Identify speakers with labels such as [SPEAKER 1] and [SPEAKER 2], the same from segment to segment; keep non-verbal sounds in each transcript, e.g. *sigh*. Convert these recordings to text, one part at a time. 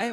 [SPEAKER 1] 哎，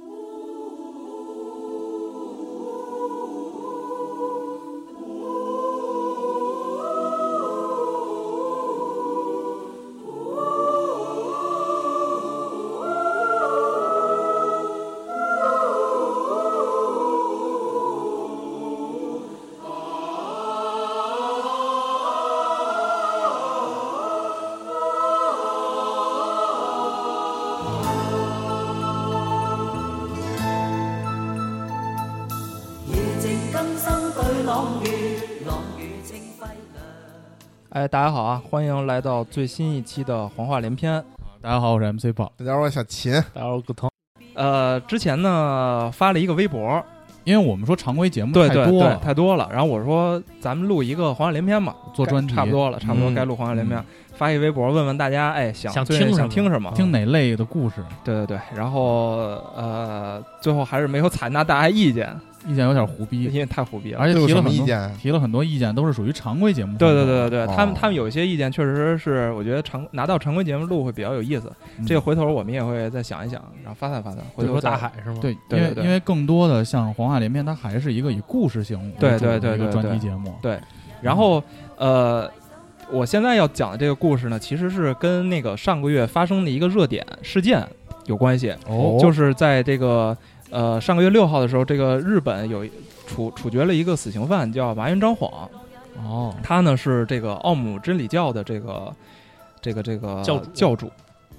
[SPEAKER 2] 雨正今生對朗月，朗月清輝亮。
[SPEAKER 3] 哎，大家好啊，欢迎来到最新一期的黄话连篇。
[SPEAKER 4] 大家好，我是 MC 豹。
[SPEAKER 5] 大家好，我是小秦。
[SPEAKER 6] 大家好，葛腾，
[SPEAKER 3] 呃，之前呢发了一个微博，
[SPEAKER 4] 因为我们说常规节目
[SPEAKER 3] 对
[SPEAKER 4] 嗯太
[SPEAKER 3] 对
[SPEAKER 4] 多
[SPEAKER 3] 对，
[SPEAKER 4] 了，
[SPEAKER 3] 太多了。然后我说咱们录一个黄话连篇吧，
[SPEAKER 4] 做专题
[SPEAKER 3] 差不多了，差不多
[SPEAKER 4] 嗯
[SPEAKER 3] 该录黄话连篇。
[SPEAKER 4] 嗯
[SPEAKER 3] 发一微博问问大家，哎，想
[SPEAKER 6] 想
[SPEAKER 3] 最
[SPEAKER 6] 听什么
[SPEAKER 3] 想听什么？
[SPEAKER 4] 听哪类的故事，
[SPEAKER 3] 对对对。然后呃，最后还是没有采纳大家意见，
[SPEAKER 4] 意见有点胡逼，
[SPEAKER 3] 因为太虎逼了。
[SPEAKER 4] 而且
[SPEAKER 5] 都有
[SPEAKER 4] 提
[SPEAKER 5] 什
[SPEAKER 4] 了
[SPEAKER 5] 么
[SPEAKER 4] 很
[SPEAKER 5] 意
[SPEAKER 4] 多
[SPEAKER 5] 见？啊
[SPEAKER 4] 提了很多意见，都是属于常规节目。
[SPEAKER 3] 对对对对对，
[SPEAKER 5] 哦
[SPEAKER 3] 他们他们有一些意见确实是，我觉得常拿到常规节目录会比较有意思。
[SPEAKER 4] 嗯
[SPEAKER 3] 这个回头我们也会再想一想，然后发散发散。回
[SPEAKER 6] 回
[SPEAKER 3] 头
[SPEAKER 6] 头
[SPEAKER 3] 再
[SPEAKER 6] 大海是吗？，
[SPEAKER 4] 对，
[SPEAKER 3] 对
[SPEAKER 4] 因为
[SPEAKER 3] 对对
[SPEAKER 4] 因为更多的像黄话连篇，它还是一个以故事性为
[SPEAKER 3] 对
[SPEAKER 4] 主的
[SPEAKER 3] 对对
[SPEAKER 4] 一个
[SPEAKER 3] 对
[SPEAKER 4] 专
[SPEAKER 3] 对
[SPEAKER 4] 题节目。
[SPEAKER 3] 然后呃，我现在要讲的这个故事呢，其实是跟那个上个月发生的一个热点事件有关系，
[SPEAKER 4] 哦
[SPEAKER 3] 就是在这个呃上个月六号的时候，这个日本有一处处决了一个死刑犯，叫麻原彰晃，
[SPEAKER 4] 哦，
[SPEAKER 3] 他呢是这个奥姆真理教的这个这个这个
[SPEAKER 6] 教主
[SPEAKER 3] 教主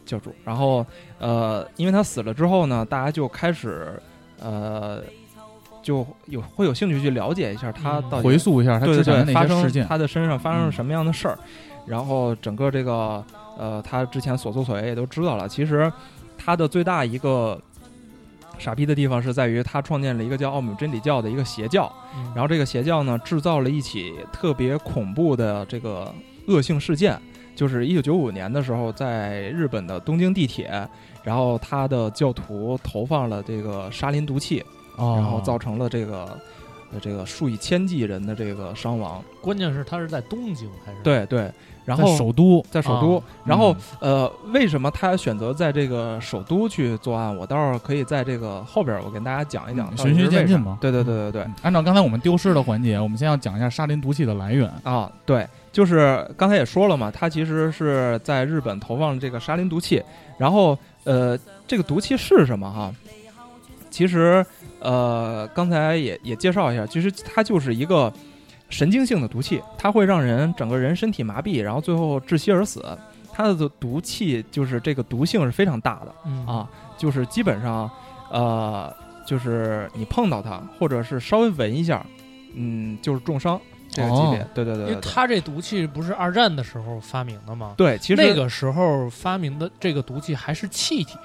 [SPEAKER 3] 教主，然后呃，因为他死了之后呢，大家就开始呃。就有会有兴趣去了解一下他
[SPEAKER 6] 嗯
[SPEAKER 3] 到底
[SPEAKER 4] 回溯一下他
[SPEAKER 3] 对
[SPEAKER 4] 之
[SPEAKER 3] 对
[SPEAKER 4] 前
[SPEAKER 3] 对，
[SPEAKER 4] 的
[SPEAKER 3] 发
[SPEAKER 4] 那些
[SPEAKER 3] 生
[SPEAKER 4] 事件，
[SPEAKER 3] 他的身上发生了
[SPEAKER 4] 嗯
[SPEAKER 3] 什么样的事儿，然后整个这个呃，他之前所作所为也都知道了。其实他的最大一个傻逼的地方是在于他创建了一个叫奥姆真理教的一个邪教，
[SPEAKER 6] 然
[SPEAKER 4] 嗯
[SPEAKER 3] 然后这个邪教呢制造了一起特别恐怖的这个恶性事件，就是一九九五年的时候，在日本的东京地铁，然后他的教徒投放了这个沙林毒气，
[SPEAKER 4] 哦
[SPEAKER 3] 然后造成了这个。呃这个数以千计人的这个伤亡，
[SPEAKER 6] 关键是他是在东京还是？，
[SPEAKER 3] 对对，然
[SPEAKER 4] 在
[SPEAKER 3] 后
[SPEAKER 4] 首都，
[SPEAKER 3] 在首都，
[SPEAKER 6] 啊
[SPEAKER 3] 然后
[SPEAKER 4] 嗯
[SPEAKER 3] 呃，为什么他选择在这个首都去作案？我倒是可以在这个后边儿我跟大家讲一讲，
[SPEAKER 4] 嗯
[SPEAKER 3] 到底
[SPEAKER 4] 循序
[SPEAKER 3] 是为
[SPEAKER 4] 渐进
[SPEAKER 3] 啥
[SPEAKER 4] 嘛
[SPEAKER 3] 对对对对对，
[SPEAKER 4] 嗯按照刚才我们丢失的环节，我们先要讲一下沙林毒气的来源。
[SPEAKER 3] 啊，对，就是刚才也说了嘛，他其实是在日本投放了这个沙林毒气，然后呃，这个毒气是什么哈？其实呃，刚才也也介绍一下，其实它就是一个神经性的毒气，它会让人整个人身体麻痹，然后最后窒息而死。它的毒气就是这个毒性是非常大的。
[SPEAKER 6] 嗯
[SPEAKER 3] 啊，就是基本上，呃，就是你碰到它，或者是稍微闻一下，嗯，就是重伤这个级别。
[SPEAKER 4] 哦
[SPEAKER 3] 对对
[SPEAKER 6] 因
[SPEAKER 3] 对
[SPEAKER 6] 为
[SPEAKER 3] 对对，
[SPEAKER 6] 他这毒气不是二战的时候发明的吗？
[SPEAKER 3] 对，其实
[SPEAKER 6] 那个时候发明的这个毒气还是气体，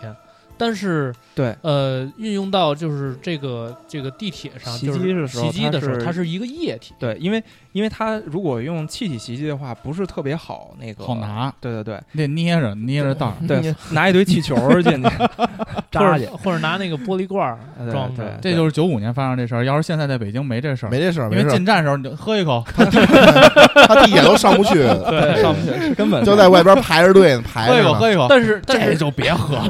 [SPEAKER 6] 但是
[SPEAKER 3] 对
[SPEAKER 6] 呃，运用到就是这个这个地铁上，
[SPEAKER 3] 袭
[SPEAKER 6] 就
[SPEAKER 3] 击
[SPEAKER 6] 是
[SPEAKER 3] 的时候
[SPEAKER 6] 袭击的时候，
[SPEAKER 3] 它是
[SPEAKER 6] 它是一个液体，
[SPEAKER 3] 对，因为因为它如果用气体袭击的话，不是特别好那个
[SPEAKER 4] 好。拿，
[SPEAKER 3] 对对
[SPEAKER 6] *laughs*
[SPEAKER 3] 对
[SPEAKER 4] 得捏着捏着袋儿，
[SPEAKER 3] 对，拿一堆气球儿进
[SPEAKER 6] *laughs*
[SPEAKER 3] 去扎
[SPEAKER 6] 或
[SPEAKER 3] 去
[SPEAKER 6] 者，或者拿那个玻璃罐儿
[SPEAKER 3] 对
[SPEAKER 6] 装
[SPEAKER 3] 对
[SPEAKER 6] 着，
[SPEAKER 4] 这就是九五年发生这事儿。要是现在在北京没这事儿，
[SPEAKER 5] 没这事儿，
[SPEAKER 4] 因
[SPEAKER 5] 没
[SPEAKER 4] 为
[SPEAKER 5] 事儿
[SPEAKER 4] 进，站时候你就喝一口，
[SPEAKER 5] 他地铁都上不去，
[SPEAKER 3] 对，上不去 *laughs* 是根本
[SPEAKER 5] 就在外边排着队呢，排
[SPEAKER 4] 喝一
[SPEAKER 5] 着
[SPEAKER 4] 口，
[SPEAKER 5] 呢。
[SPEAKER 4] 喝一口。
[SPEAKER 3] *laughs*
[SPEAKER 6] 但是但
[SPEAKER 4] 这
[SPEAKER 6] 是
[SPEAKER 4] 就别喝了，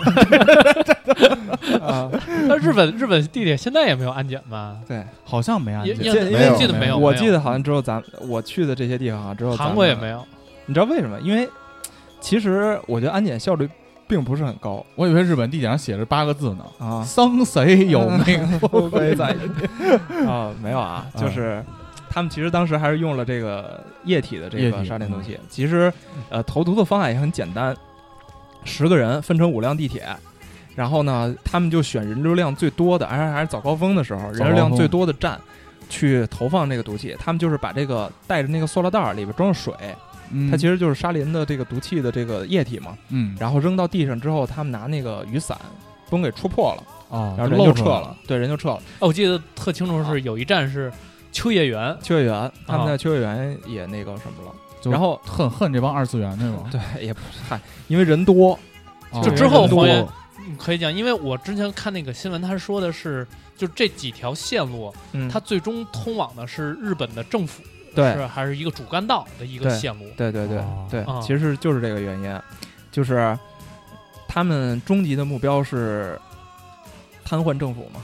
[SPEAKER 3] 啊，
[SPEAKER 6] 但日本日本地铁现在也没有安检吧？
[SPEAKER 3] 对，
[SPEAKER 4] 好像没安
[SPEAKER 6] 也
[SPEAKER 4] 检
[SPEAKER 6] 也
[SPEAKER 3] 这
[SPEAKER 6] 因
[SPEAKER 5] 没
[SPEAKER 6] 为
[SPEAKER 5] 有
[SPEAKER 6] 记得
[SPEAKER 5] 没
[SPEAKER 6] 有，
[SPEAKER 3] 我
[SPEAKER 6] 没有
[SPEAKER 3] 记得好像只有咱我去的这些地方啊好像只有咱
[SPEAKER 6] 韩国也
[SPEAKER 3] 们
[SPEAKER 6] 没有，
[SPEAKER 3] 你知道为什么？因为其实我觉得安检效率并不是很高
[SPEAKER 4] 我以为日本地铁上写着八个字呢，
[SPEAKER 3] 啊。
[SPEAKER 4] 生谁有
[SPEAKER 3] *laughs*
[SPEAKER 4] 命 *laughs*
[SPEAKER 3] 不会在啊，没有啊，
[SPEAKER 4] 嗯
[SPEAKER 3] 就是他们其实当时还是用了这个液体的这
[SPEAKER 4] 液
[SPEAKER 3] 个
[SPEAKER 4] 体嗯
[SPEAKER 3] 杀电毒气。其实呃，投毒的方案也很简单，十个人分成五辆地铁。然后呢，他们就选人流量最多的，而且还是早高峰的时候，人流量最多的站去投放这个毒气。他们就是把这个带着那个塑料袋儿里边装着水，
[SPEAKER 4] 嗯
[SPEAKER 3] 它其实就是沙林的这个毒气的这个液体嘛。
[SPEAKER 4] 嗯
[SPEAKER 3] 然后扔到地上之后，他们拿那个雨伞风给戳破了，
[SPEAKER 4] 哦，
[SPEAKER 3] 然后人
[SPEAKER 4] 漏
[SPEAKER 3] 就
[SPEAKER 4] 出
[SPEAKER 3] 撤
[SPEAKER 4] 来
[SPEAKER 3] 了，。对，人就撤了。
[SPEAKER 6] 哦，我记得特清楚是有一站是秋叶原，
[SPEAKER 3] 秋叶原，他们在秋叶原也那个什么了，
[SPEAKER 4] 就
[SPEAKER 3] 然后
[SPEAKER 6] 啊
[SPEAKER 4] 很恨这帮二次元对吧？
[SPEAKER 3] *laughs* 对，也不是嗨，因为人多，
[SPEAKER 4] 哦
[SPEAKER 6] 就
[SPEAKER 3] 对
[SPEAKER 6] 之
[SPEAKER 3] 人
[SPEAKER 6] 后黄
[SPEAKER 3] 多
[SPEAKER 6] 岩你可以讲，因为我之前看那个新闻，他说的是，就这几条线路，
[SPEAKER 3] 嗯，
[SPEAKER 6] 它最终通往的是日本的政府，
[SPEAKER 3] 对
[SPEAKER 6] 是还是一个主干道的一个
[SPEAKER 3] 对
[SPEAKER 6] 线路，
[SPEAKER 3] 对对对
[SPEAKER 4] 哦
[SPEAKER 3] 对
[SPEAKER 6] 啊，
[SPEAKER 3] 其实就是这个原因，就是他们终极的目标是瘫痪政府嘛。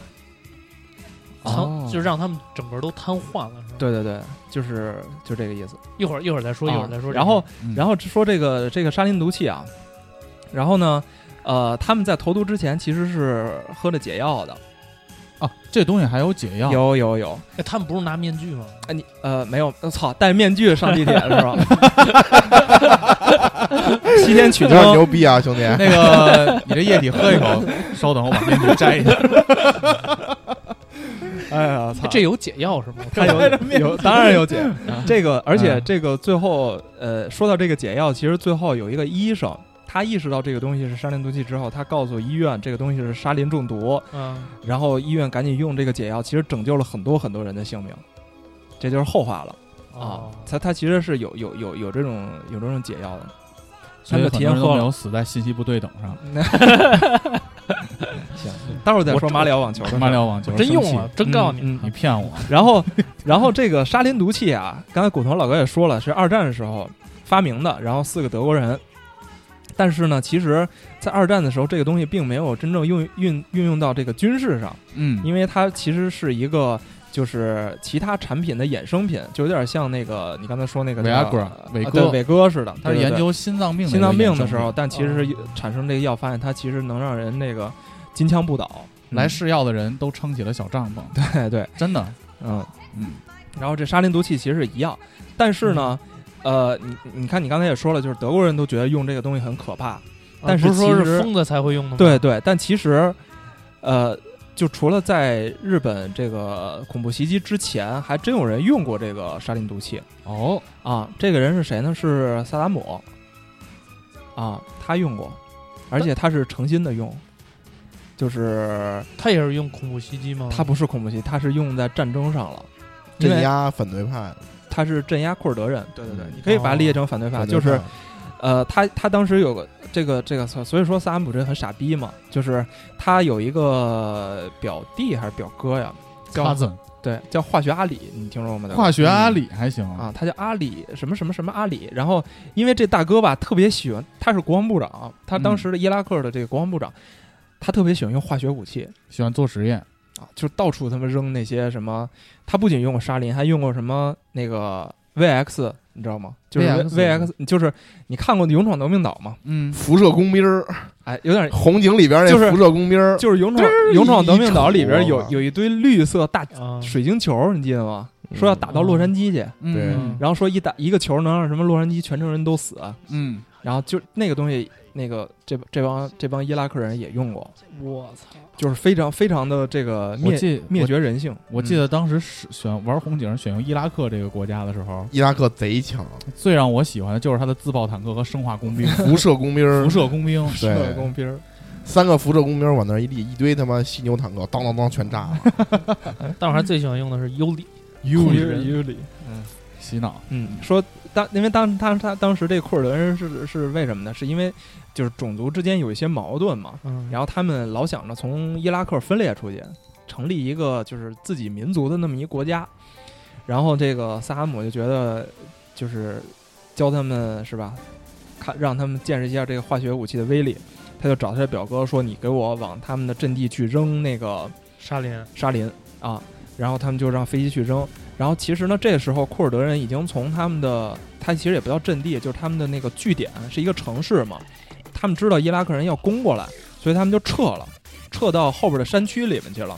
[SPEAKER 6] 瘫
[SPEAKER 3] 哦
[SPEAKER 6] 啊就让他们整个都瘫痪了，是吧？
[SPEAKER 3] 对对对，就是就这个意思。
[SPEAKER 6] 一会儿一会儿再说，一会儿
[SPEAKER 3] 啊
[SPEAKER 6] 再说这个。
[SPEAKER 3] 然后
[SPEAKER 4] 嗯
[SPEAKER 3] 然后说这个这个沙林毒气啊，然后呢，呃，他们在投毒之前其实是喝了解药的，
[SPEAKER 4] 啊，这东西还有解药，
[SPEAKER 3] 有有有，
[SPEAKER 6] 哎他们不是拿面具吗？
[SPEAKER 3] 哎你呃没有，呃操、戴面具上地铁是吧？ *laughs* 西天取
[SPEAKER 5] 你这
[SPEAKER 3] 经
[SPEAKER 5] 牛逼啊，兄弟！
[SPEAKER 4] *laughs* 那个，你这液体喝一口，稍等，我把面具摘
[SPEAKER 3] *laughs*
[SPEAKER 4] 一下。
[SPEAKER 3] 哎呀操啊
[SPEAKER 6] 哎这有解药是
[SPEAKER 3] *laughs*
[SPEAKER 6] 吗？
[SPEAKER 3] 它有有，当然有解这个，而且这个最后，呃，说到这个解药，其实最后有一个医生，他意识到这个东西是沙林毒气之后，他告诉医院这个东西是沙林中毒，
[SPEAKER 6] 嗯，
[SPEAKER 3] 然后医院赶紧用这个解药，其实拯救了很多很多人的性命，这就是后话了啊
[SPEAKER 6] 哦。
[SPEAKER 3] 他他其实是有有有有这种有这种解药的，
[SPEAKER 4] 所以
[SPEAKER 3] 他们
[SPEAKER 4] 很
[SPEAKER 3] 提
[SPEAKER 4] 多
[SPEAKER 3] 前
[SPEAKER 4] 人都
[SPEAKER 3] 喝
[SPEAKER 4] 没
[SPEAKER 3] 了。
[SPEAKER 4] 有死在信息不对等上。
[SPEAKER 3] 行，待会儿再说马里奥网球的事儿
[SPEAKER 4] 马里奥网球
[SPEAKER 6] 真
[SPEAKER 4] 生
[SPEAKER 6] 用
[SPEAKER 4] 气
[SPEAKER 6] 了，，真告诉
[SPEAKER 3] 嗯
[SPEAKER 6] 你，
[SPEAKER 3] 嗯
[SPEAKER 4] 你骗
[SPEAKER 3] *laughs*
[SPEAKER 4] 我！
[SPEAKER 3] 然后，然后这个沙林毒气啊，刚才古潼老哥也说了，是二战的时候发明的，然后四个德国人。但是呢，其实，在二战的时候，这个东西并没有真正用运运用到这个军事上，
[SPEAKER 4] 嗯
[SPEAKER 3] 因为它其实是一个就是其他产品的衍生品，就有点像那个你刚才说那个
[SPEAKER 4] 维
[SPEAKER 3] 叫
[SPEAKER 4] 阿格尔
[SPEAKER 3] 呃
[SPEAKER 4] 伟哥
[SPEAKER 3] 对伟哥似的，
[SPEAKER 4] 他是
[SPEAKER 3] 对对
[SPEAKER 4] 研
[SPEAKER 3] 对
[SPEAKER 4] 究心脏病的
[SPEAKER 3] 心脏病的时
[SPEAKER 4] 一个衍
[SPEAKER 3] 候，
[SPEAKER 4] 生嗯
[SPEAKER 3] 但其实是产生这个药，发现它其实能让人那个金枪不倒。嗯
[SPEAKER 4] 品来试药的人都撑起了小帐篷，
[SPEAKER 3] 对对，
[SPEAKER 4] 真的，
[SPEAKER 3] *laughs* 嗯
[SPEAKER 4] 嗯，
[SPEAKER 3] 然后这沙林毒气其实是一样，但是呢，呃，你你看你刚才也说了，就是德国人都觉得用这个东西很可怕，
[SPEAKER 6] 啊
[SPEAKER 3] 但是
[SPEAKER 6] 不是说
[SPEAKER 3] 其实
[SPEAKER 6] 是疯子才会用的吗？
[SPEAKER 3] 对对，但其实，呃，就除了在日本这个恐怖袭击之前，还真有人用过这个沙林毒气
[SPEAKER 4] 哦，
[SPEAKER 3] 啊。这个人是谁呢？是萨达姆啊，他用过，而且他是诚心的用，就是
[SPEAKER 6] 他也是用恐怖袭击吗？
[SPEAKER 3] 他不是恐怖袭，击，他是用在战争上了。因为
[SPEAKER 5] 镇压反对派，
[SPEAKER 3] 他是镇压库尔德人，对对对，你可以把它
[SPEAKER 6] 哦
[SPEAKER 3] 理解成反对派，就是
[SPEAKER 5] 反
[SPEAKER 3] 呃，他他当时有个这个这个，所以说萨达姆这很傻逼嘛，就是他有一个表弟还是表哥呀，
[SPEAKER 4] 卡
[SPEAKER 3] 叫
[SPEAKER 4] 子
[SPEAKER 3] 对叫化学阿里，你听说过吗？大哥
[SPEAKER 4] 化学阿里还行
[SPEAKER 3] 啊，，他叫阿里什么什么什么阿里，然后因为这大哥吧特别喜欢，他是国防部长，他当时的伊拉克的这个国防部长，他特别喜欢用化学武器，
[SPEAKER 4] 喜欢做实验，
[SPEAKER 3] 啊，就到处他妈扔那些什么，他不仅用过沙林，还用过什么那个 VX，你知道吗？就是
[SPEAKER 4] VX 是
[SPEAKER 3] VX，就是你看过《勇闯夺命岛》吗？
[SPEAKER 4] 嗯，
[SPEAKER 5] 辐射工兵儿，
[SPEAKER 3] 哎，有
[SPEAKER 7] *laughs*
[SPEAKER 3] 点
[SPEAKER 5] 红警里边那
[SPEAKER 3] 就是
[SPEAKER 5] 辐射工兵儿，
[SPEAKER 3] 就是《勇闯勇闯夺命岛》里边
[SPEAKER 5] 一
[SPEAKER 3] 有
[SPEAKER 5] 瞅啊
[SPEAKER 3] 有一堆绿色大
[SPEAKER 6] 啊，
[SPEAKER 3] 水晶球，你记得吗？说要打到洛杉矶去，
[SPEAKER 5] 对
[SPEAKER 4] 嗯
[SPEAKER 3] 然后说一打一个球能让什么洛杉矶全城人都死，
[SPEAKER 4] 嗯，
[SPEAKER 3] 然后就那个东西，那个这这帮这帮伊拉克人也用过，
[SPEAKER 6] 我操！
[SPEAKER 3] 就是非常非常的这个
[SPEAKER 4] 我
[SPEAKER 3] 灭
[SPEAKER 4] 记
[SPEAKER 3] 灭
[SPEAKER 4] 我
[SPEAKER 3] 绝嗯人性。
[SPEAKER 4] 我记得当时是选玩红警选用伊拉克这个国家的时候，
[SPEAKER 5] 伊拉克贼强，
[SPEAKER 4] 最让我喜欢的就是他的自爆坦克和生化工
[SPEAKER 3] *laughs*
[SPEAKER 4] 兵、
[SPEAKER 5] 辐射工兵儿
[SPEAKER 4] 辐，射工兵，
[SPEAKER 3] 嗯
[SPEAKER 5] 对，
[SPEAKER 3] 工兵儿。
[SPEAKER 5] 三个辐射工兵儿往那儿一立，一堆他妈犀牛坦克，当当当全炸了。
[SPEAKER 6] 但我还最喜欢用的是尤里，
[SPEAKER 4] 尤
[SPEAKER 6] 里
[SPEAKER 4] 尤里，嗯，洗脑，
[SPEAKER 3] 嗯，说当因为当他他当时这库尔德人是是为什么呢？是因为就是种族之间有一些矛盾嘛，
[SPEAKER 6] 嗯，
[SPEAKER 3] 然后他们老想着从伊拉克分裂出去，成立一个就是自己民族的那么一国家，然后这个萨达姆就觉得就是教他们是吧，看让他们见识一下这个化学武器的威力，他就找他的表哥说：“你给我往他们的阵地去扔那个
[SPEAKER 6] 沙林，
[SPEAKER 3] 沙林啊，然后他们就让飞机去扔。然后其实呢，这时候库尔德人已经从他们的，他其实也不叫阵地，就是他们的那个据点是一个城市嘛，他们知道伊拉克人要攻过来，所以他们就撤了，撤到后边的山区里面去了。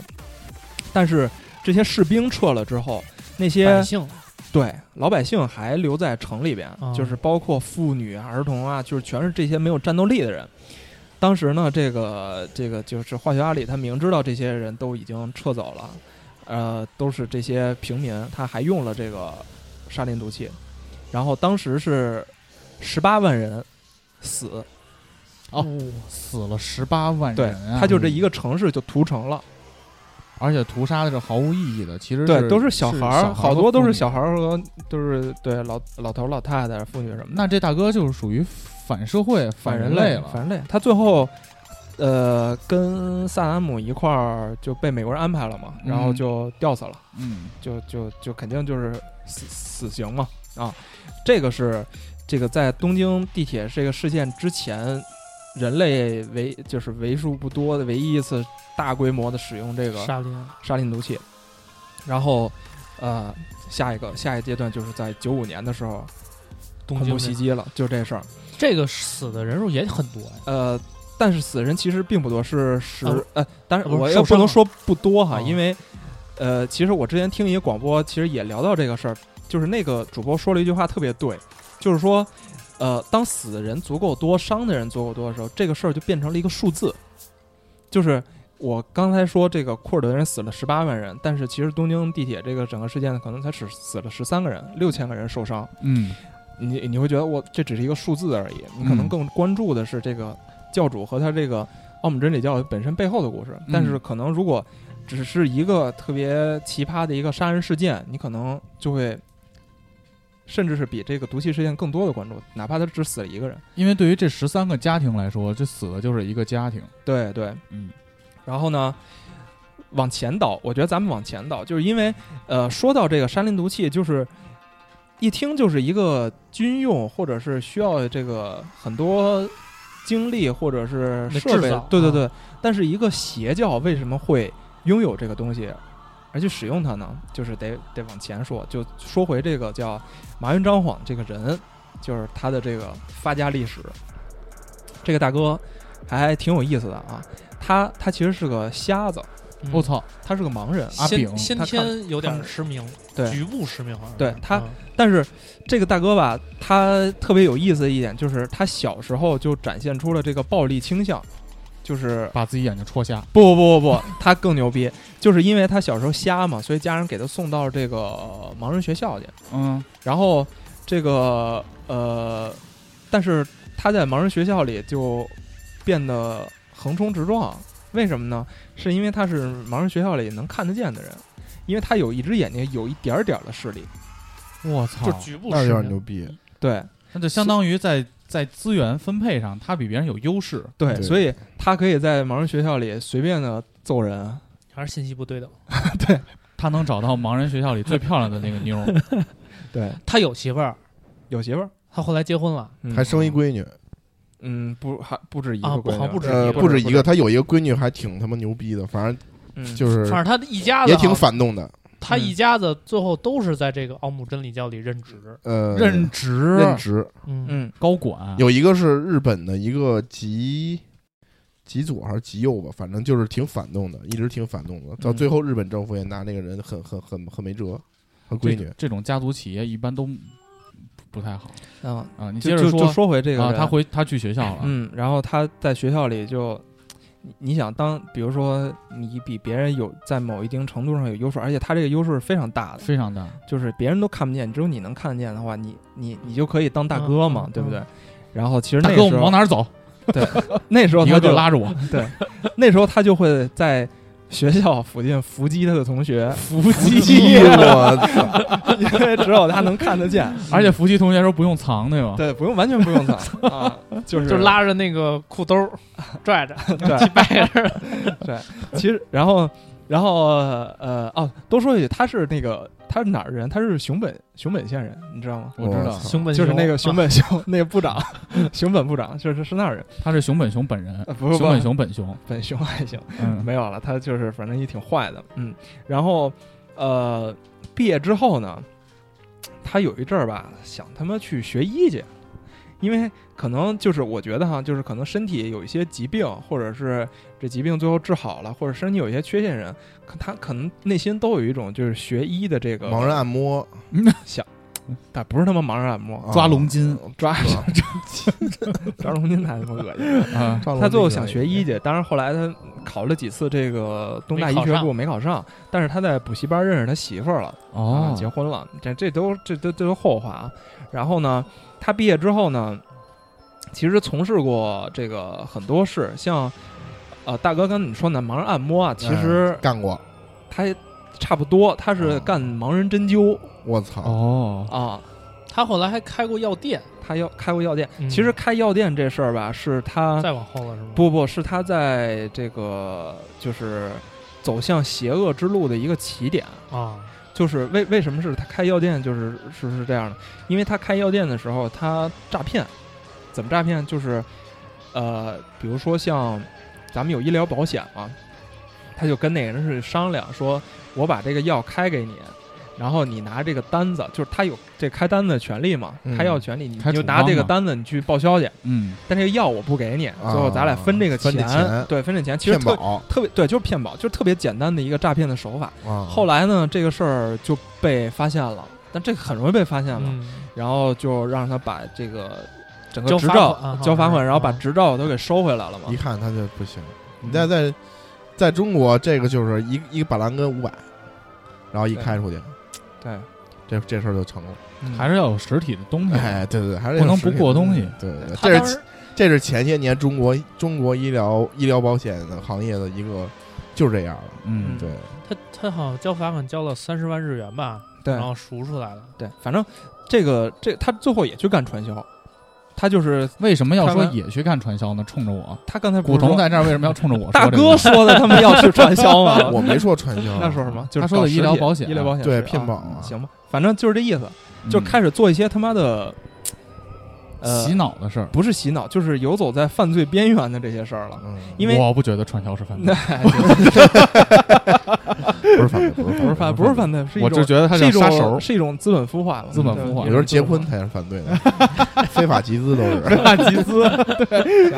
[SPEAKER 3] 但是这些士兵撤了之后，那
[SPEAKER 6] 百
[SPEAKER 3] 些
[SPEAKER 6] 姓
[SPEAKER 3] 对老百姓还留在城里边，
[SPEAKER 6] 哦
[SPEAKER 3] 就是包括妇女、儿童啊，就是全是这些没有战斗力的人。当时呢，这个这个就是化学阿里，他明知道这些人都已经撤走了，呃，都是这些平民，他还用了这个沙林毒气，然后当时是十八万人死，
[SPEAKER 4] 哦，死了十八万
[SPEAKER 3] 对
[SPEAKER 4] 人啊，，
[SPEAKER 3] 他就这一个城市就屠城了，
[SPEAKER 4] 而且屠杀的是毫无意义的，其实
[SPEAKER 3] 对，都是小孩儿，好多都是小
[SPEAKER 4] 孩
[SPEAKER 3] 孩儿和都是对老老头儿老太太、妇女什么
[SPEAKER 4] 儿。。
[SPEAKER 3] 的
[SPEAKER 4] 那这大哥就是属于反社会、
[SPEAKER 3] 反
[SPEAKER 4] 人
[SPEAKER 3] 类
[SPEAKER 4] 了。
[SPEAKER 3] 反人类。他最后呃，跟萨达姆一块儿就被美国人安排了嘛，然后
[SPEAKER 4] 嗯
[SPEAKER 3] 就吊死了。
[SPEAKER 4] 嗯
[SPEAKER 3] 就就就肯定就是死死刑嘛啊，这个是这个在东京地铁这个事件之前，人类为就是为数不多的唯一一次大规模的使用这个
[SPEAKER 6] 沙林，
[SPEAKER 3] 沙林毒气，然后呃下一个下一阶段就是在九五年的时候
[SPEAKER 6] 东
[SPEAKER 3] 恐
[SPEAKER 6] 京
[SPEAKER 3] 怖袭
[SPEAKER 6] 那
[SPEAKER 3] 击了，就这事儿
[SPEAKER 6] 这个死的人数也很多呀，
[SPEAKER 3] 呃。但是死人其实并不多，是十、
[SPEAKER 6] 啊
[SPEAKER 3] 呃，当
[SPEAKER 6] 啊
[SPEAKER 3] 然
[SPEAKER 6] 不是
[SPEAKER 3] 我
[SPEAKER 6] 受
[SPEAKER 3] 也不
[SPEAKER 6] 伤
[SPEAKER 3] 能
[SPEAKER 6] 了
[SPEAKER 3] 说不多哈，
[SPEAKER 6] 啊
[SPEAKER 3] 因为呃，其实我之前听一个广播，其实也聊到这个事儿，就是那个主播说了一句话特别对，就是说，呃，当死的人足够多，伤的人足够多的时候，这个事儿就变成了一个数字。就是我刚才说这个库尔德人死了十八万人，但是其实东京地铁这个整个事件可能才死死了十三个人，六千个人受伤。
[SPEAKER 4] 嗯
[SPEAKER 3] 你你会觉得我这只是一个数字而已，你可能
[SPEAKER 4] 嗯
[SPEAKER 3] 更关注的是这个教主和他这个奥姆真理教本身背后的故事。但是可能如果只是一个特别奇葩的一个杀人事件，你可能就会甚至是比这个毒气事件更多的关注，哪怕他只死了一个人。
[SPEAKER 4] 因为对于这十三个家庭来说，这死的就是一个家庭。
[SPEAKER 3] 对对，
[SPEAKER 4] 嗯
[SPEAKER 3] 然后呢，往前倒，我觉得咱们往前倒，就是因为呃，说到这个山林毒气，就是一听就是一个军用或者是需要这个很多精力或者是
[SPEAKER 6] 那
[SPEAKER 3] 设备
[SPEAKER 6] 制造，
[SPEAKER 3] 对对
[SPEAKER 6] 啊
[SPEAKER 3] 对。但是一个邪教为什么会拥有这个东西？而去使用它呢，就是得得往前说，就说回这个叫麻原彰晃这个人，就是他的这个发家历史。这个大哥还挺有意思的啊，他他其实是个瞎子，
[SPEAKER 6] 嗯
[SPEAKER 4] 我、操，
[SPEAKER 3] 他是个盲人，
[SPEAKER 4] 阿
[SPEAKER 6] 先
[SPEAKER 4] 炳
[SPEAKER 6] 先
[SPEAKER 3] 他看
[SPEAKER 6] 天有点
[SPEAKER 3] 看
[SPEAKER 6] 失明，
[SPEAKER 3] 对
[SPEAKER 6] 局部失明好像是，
[SPEAKER 3] 对他
[SPEAKER 6] 嗯
[SPEAKER 3] 但是这个大哥吧，他特别有意思的一点就是他小时候就展现出了这个暴力倾向，就是
[SPEAKER 4] 把自己眼睛戳瞎。
[SPEAKER 3] 不不不不不，他更牛逼，就是因为他小时候瞎嘛，所以家人给他送到这个呃盲人学校去，
[SPEAKER 4] 嗯
[SPEAKER 3] 然后这个呃，但是他在盲人学校里就变得横冲直撞，为什么呢？是因为他是盲人学校里能看得见的人，因为他有一只眼睛有一点儿点儿的视力，嗯
[SPEAKER 4] 我操
[SPEAKER 6] 就，局部
[SPEAKER 5] 啊那
[SPEAKER 6] 失
[SPEAKER 5] 有点牛
[SPEAKER 6] 明，
[SPEAKER 5] 逼。
[SPEAKER 3] 对。
[SPEAKER 4] 那就相当于在在资源分配上，他比别人有优势。
[SPEAKER 3] 对，
[SPEAKER 5] 对
[SPEAKER 3] 所以他可以在盲人学校里随便的揍人啊。
[SPEAKER 6] 还是信息不对等。
[SPEAKER 4] 他能找到盲人学校里最漂亮的那个
[SPEAKER 3] *laughs*
[SPEAKER 4] 妞儿，
[SPEAKER 3] 对，
[SPEAKER 6] 他有媳妇儿，
[SPEAKER 3] 有媳妇儿，
[SPEAKER 6] 他后来结婚了，
[SPEAKER 3] 嗯
[SPEAKER 5] 还生一闺女，
[SPEAKER 3] 嗯，不还不止一个
[SPEAKER 6] 啊
[SPEAKER 3] 闺女
[SPEAKER 6] 不好不止
[SPEAKER 5] 呃，
[SPEAKER 6] 一个
[SPEAKER 5] 不止一个，他有一个闺女还挺他妈牛逼的，反正
[SPEAKER 3] 嗯
[SPEAKER 5] 就是
[SPEAKER 6] 反正他一家子
[SPEAKER 5] 也
[SPEAKER 6] 好
[SPEAKER 5] 挺
[SPEAKER 6] 像
[SPEAKER 5] 反动的。
[SPEAKER 6] 他
[SPEAKER 3] 嗯
[SPEAKER 6] 一家子最后都是在这个奥姆真理教里任职。
[SPEAKER 5] 呃，
[SPEAKER 4] 任职
[SPEAKER 5] 任职
[SPEAKER 6] 嗯，
[SPEAKER 3] 嗯
[SPEAKER 4] 高管，
[SPEAKER 5] 有一个是日本的一个极极左还是极右吧，反正就是挺反动的，一直挺反动的。到
[SPEAKER 3] 嗯
[SPEAKER 5] 最后，日本政府也拿那个人很很很很没辙，和
[SPEAKER 4] 这
[SPEAKER 5] 闺女。
[SPEAKER 4] 这种家族企业一般都不不太好
[SPEAKER 3] 啊，
[SPEAKER 4] 啊。你接
[SPEAKER 3] 就
[SPEAKER 4] 着
[SPEAKER 3] 就就
[SPEAKER 4] 说
[SPEAKER 3] 说回这个
[SPEAKER 4] 啊，
[SPEAKER 3] 人
[SPEAKER 4] 他回他去学校了，
[SPEAKER 3] 嗯，然后他在学校里就，你你想当，比如说你比别人有在某一定程度上有优势，而且他这个优势是非常大的，
[SPEAKER 4] 非常大。
[SPEAKER 3] 就是别人都看不见，只有你能看得见的话，你你你就可以当大哥嘛，
[SPEAKER 6] 嗯嗯
[SPEAKER 3] 对不对
[SPEAKER 6] 嗯？
[SPEAKER 3] *laughs* 然后其实
[SPEAKER 4] 大
[SPEAKER 3] 那
[SPEAKER 4] 哥，我
[SPEAKER 3] 时
[SPEAKER 4] 们
[SPEAKER 3] 候
[SPEAKER 4] 往哪儿走？
[SPEAKER 3] 那时候
[SPEAKER 4] 一
[SPEAKER 3] 他
[SPEAKER 4] 个
[SPEAKER 3] 就
[SPEAKER 4] 劲儿拉
[SPEAKER 3] *laughs*
[SPEAKER 4] 着我，
[SPEAKER 3] 那时候他就会在学校附近伏击他的同学，伏
[SPEAKER 5] 哎呦我操！
[SPEAKER 3] *laughs* 因为只有他能看得见。
[SPEAKER 4] 而且伏击同学的时候不用藏，对吧？
[SPEAKER 3] 对，不用完全不用藏啊，就是
[SPEAKER 6] 就拉着那个裤
[SPEAKER 5] *laughs*
[SPEAKER 6] 兜儿拽着，
[SPEAKER 3] 对对，其实然后然后呃哦，多说一句，他是那个他是哪儿人？他是熊本熊本县人，你知道吗？
[SPEAKER 4] 我知道
[SPEAKER 5] 我操
[SPEAKER 6] 熊本
[SPEAKER 3] 就是那个熊
[SPEAKER 6] 啊
[SPEAKER 3] 本熊、 *laughs* 那个部长，熊本部长就是是那儿人，
[SPEAKER 4] 他是熊本熊本人，
[SPEAKER 3] 呃、不是
[SPEAKER 4] 熊本熊本熊，
[SPEAKER 3] 本熊还行，
[SPEAKER 4] 嗯
[SPEAKER 3] 没有了，他就是反正也挺坏的，嗯，然后呃毕业之后呢，他有一阵儿吧想他妈去学医去，因为可能就是我觉得哈，就是可能身体有一些疾病，或者是这疾病最后治好了，或者身体有一些缺陷人，可他可能内心都有一种就是学医的这个
[SPEAKER 5] 盲人，按摩，
[SPEAKER 3] 但不是他妈盲人按摩，
[SPEAKER 5] 啊
[SPEAKER 4] 抓龙筋
[SPEAKER 3] 抓抓 *laughs* 龙筋太他妈恶心了。 *laughs*
[SPEAKER 4] 啊，
[SPEAKER 5] 抓龙筋
[SPEAKER 3] 他最后想
[SPEAKER 5] 可以
[SPEAKER 3] 学医去，当然后来他考了几次这个东大医学部没考上，但是他在补习班认识他媳妇儿了，啊，
[SPEAKER 4] 哦
[SPEAKER 3] 结，婚了，这这都这都这都后话啊。然后呢，他毕业之后呢，其实从事过这个很多事，像呃大哥刚才你说的盲人按摩啊，其实
[SPEAKER 5] 嗯干过，
[SPEAKER 3] 他也差不多，他是干盲人针灸
[SPEAKER 5] 我操！
[SPEAKER 4] 哦，
[SPEAKER 3] 啊，
[SPEAKER 6] 他后来还开过药店，
[SPEAKER 3] 他要开过药店。
[SPEAKER 6] 嗯
[SPEAKER 3] 其实开药店这事儿吧，是
[SPEAKER 5] 啊
[SPEAKER 3] 他
[SPEAKER 6] 再往后了是吗？，
[SPEAKER 3] 不不是他在这个就是走向邪恶之路的一个起点。
[SPEAKER 6] 啊，
[SPEAKER 3] 就是为为什么是他开药店，就是是是这样的，因为他开药店的时候，他诈骗，怎么诈骗？就是，呃，比如说像咱们有医疗保险嘛，他就跟那个人是商量说，我把这个药开给你，然后你拿这个单子，就是他有这开单子的权利嘛，
[SPEAKER 5] 嗯
[SPEAKER 3] 开药权利，你
[SPEAKER 4] 开
[SPEAKER 3] 就
[SPEAKER 4] 处
[SPEAKER 3] 拿
[SPEAKER 4] 方
[SPEAKER 3] 这个
[SPEAKER 4] 嘛
[SPEAKER 3] 单子你去报销去，
[SPEAKER 4] 嗯，
[SPEAKER 3] 但这个药我不给你，最后咱俩分这个
[SPEAKER 5] 啊分这钱
[SPEAKER 3] 对，分这钱，其实
[SPEAKER 5] 骗
[SPEAKER 3] 特
[SPEAKER 5] 保
[SPEAKER 3] 特别对，就是骗保，就是特别简单的一个诈骗的手法。
[SPEAKER 5] 啊，
[SPEAKER 3] 后来呢，这个事儿就被发现了，但这个很容易被发现了，
[SPEAKER 6] 嗯，
[SPEAKER 3] 然后就让他把这个整个
[SPEAKER 6] 交
[SPEAKER 3] 执
[SPEAKER 6] 罚
[SPEAKER 3] 照
[SPEAKER 6] 款啊好像
[SPEAKER 3] 交罚款，
[SPEAKER 6] 是
[SPEAKER 3] 然后把
[SPEAKER 6] 嗯
[SPEAKER 3] 执照都给收回来了嘛
[SPEAKER 5] 一。看他就不行。你
[SPEAKER 3] 嗯
[SPEAKER 5] 在在在中国，这个就是一一个板蓝根五百，然后一开出去，
[SPEAKER 3] 对，嗯
[SPEAKER 5] 这这事儿就成了。
[SPEAKER 4] 还是要有实体的东西。
[SPEAKER 5] 哎，对对，对还是
[SPEAKER 4] 嗯不能
[SPEAKER 5] 有实
[SPEAKER 4] 不
[SPEAKER 5] 体
[SPEAKER 4] 过
[SPEAKER 5] 的
[SPEAKER 4] 东西
[SPEAKER 5] 对对，对
[SPEAKER 6] 他
[SPEAKER 5] 这
[SPEAKER 6] 当
[SPEAKER 5] 是
[SPEAKER 6] 时
[SPEAKER 5] 这是前些年中国中国医疗医疗保险的行业的一个就是这样了。
[SPEAKER 4] 嗯，
[SPEAKER 5] 对，
[SPEAKER 6] 他他好像交罚款交了三十万日元吧，
[SPEAKER 3] 对
[SPEAKER 6] 然后赎出来了。
[SPEAKER 3] 对，反正这个这他最后也去干传销，他就是
[SPEAKER 4] 为什么要说
[SPEAKER 3] 开完
[SPEAKER 4] 也去干传销呢？冲着我，
[SPEAKER 3] 他刚才不
[SPEAKER 4] 古
[SPEAKER 3] 是
[SPEAKER 4] 潼
[SPEAKER 3] 说
[SPEAKER 4] 在这儿为什么要冲着我说？
[SPEAKER 3] 大哥，说的他们要去传销
[SPEAKER 6] *laughs*
[SPEAKER 3] 吗？
[SPEAKER 5] *laughs* 我没说传销，
[SPEAKER 3] *laughs* 那说什么？就
[SPEAKER 4] 他
[SPEAKER 3] 是
[SPEAKER 4] 说的
[SPEAKER 3] 搞实
[SPEAKER 4] 医疗
[SPEAKER 3] 体
[SPEAKER 4] 保险
[SPEAKER 3] 医疗保险
[SPEAKER 5] 对
[SPEAKER 3] 是
[SPEAKER 5] 骗
[SPEAKER 3] 啊
[SPEAKER 5] 保啊，
[SPEAKER 3] 行吧，反正就是这意思，就
[SPEAKER 4] 开
[SPEAKER 3] 开始做一些他妈的，呃
[SPEAKER 4] 嗯洗，脑的事儿。
[SPEAKER 3] 不是洗脑，就是游走在犯罪边缘的这些事儿了。 *laughs* 哎
[SPEAKER 5] 嗯，
[SPEAKER 3] 因为
[SPEAKER 4] 我不觉得传销是
[SPEAKER 3] *laughs*
[SPEAKER 4] 犯罪，
[SPEAKER 5] 不是反对，不是
[SPEAKER 3] 不是犯，不是犯罪，是一
[SPEAKER 4] 我
[SPEAKER 3] 种
[SPEAKER 4] 只觉得他
[SPEAKER 3] 是
[SPEAKER 4] 叫
[SPEAKER 3] 一
[SPEAKER 4] 杀手
[SPEAKER 3] 种。是一种资本孵化嘛，
[SPEAKER 4] 资本
[SPEAKER 3] 对
[SPEAKER 4] 孵化
[SPEAKER 5] 我觉得结婚
[SPEAKER 3] *laughs*
[SPEAKER 5] 才是反对的， *laughs* 非法集资都是，
[SPEAKER 4] 大集资，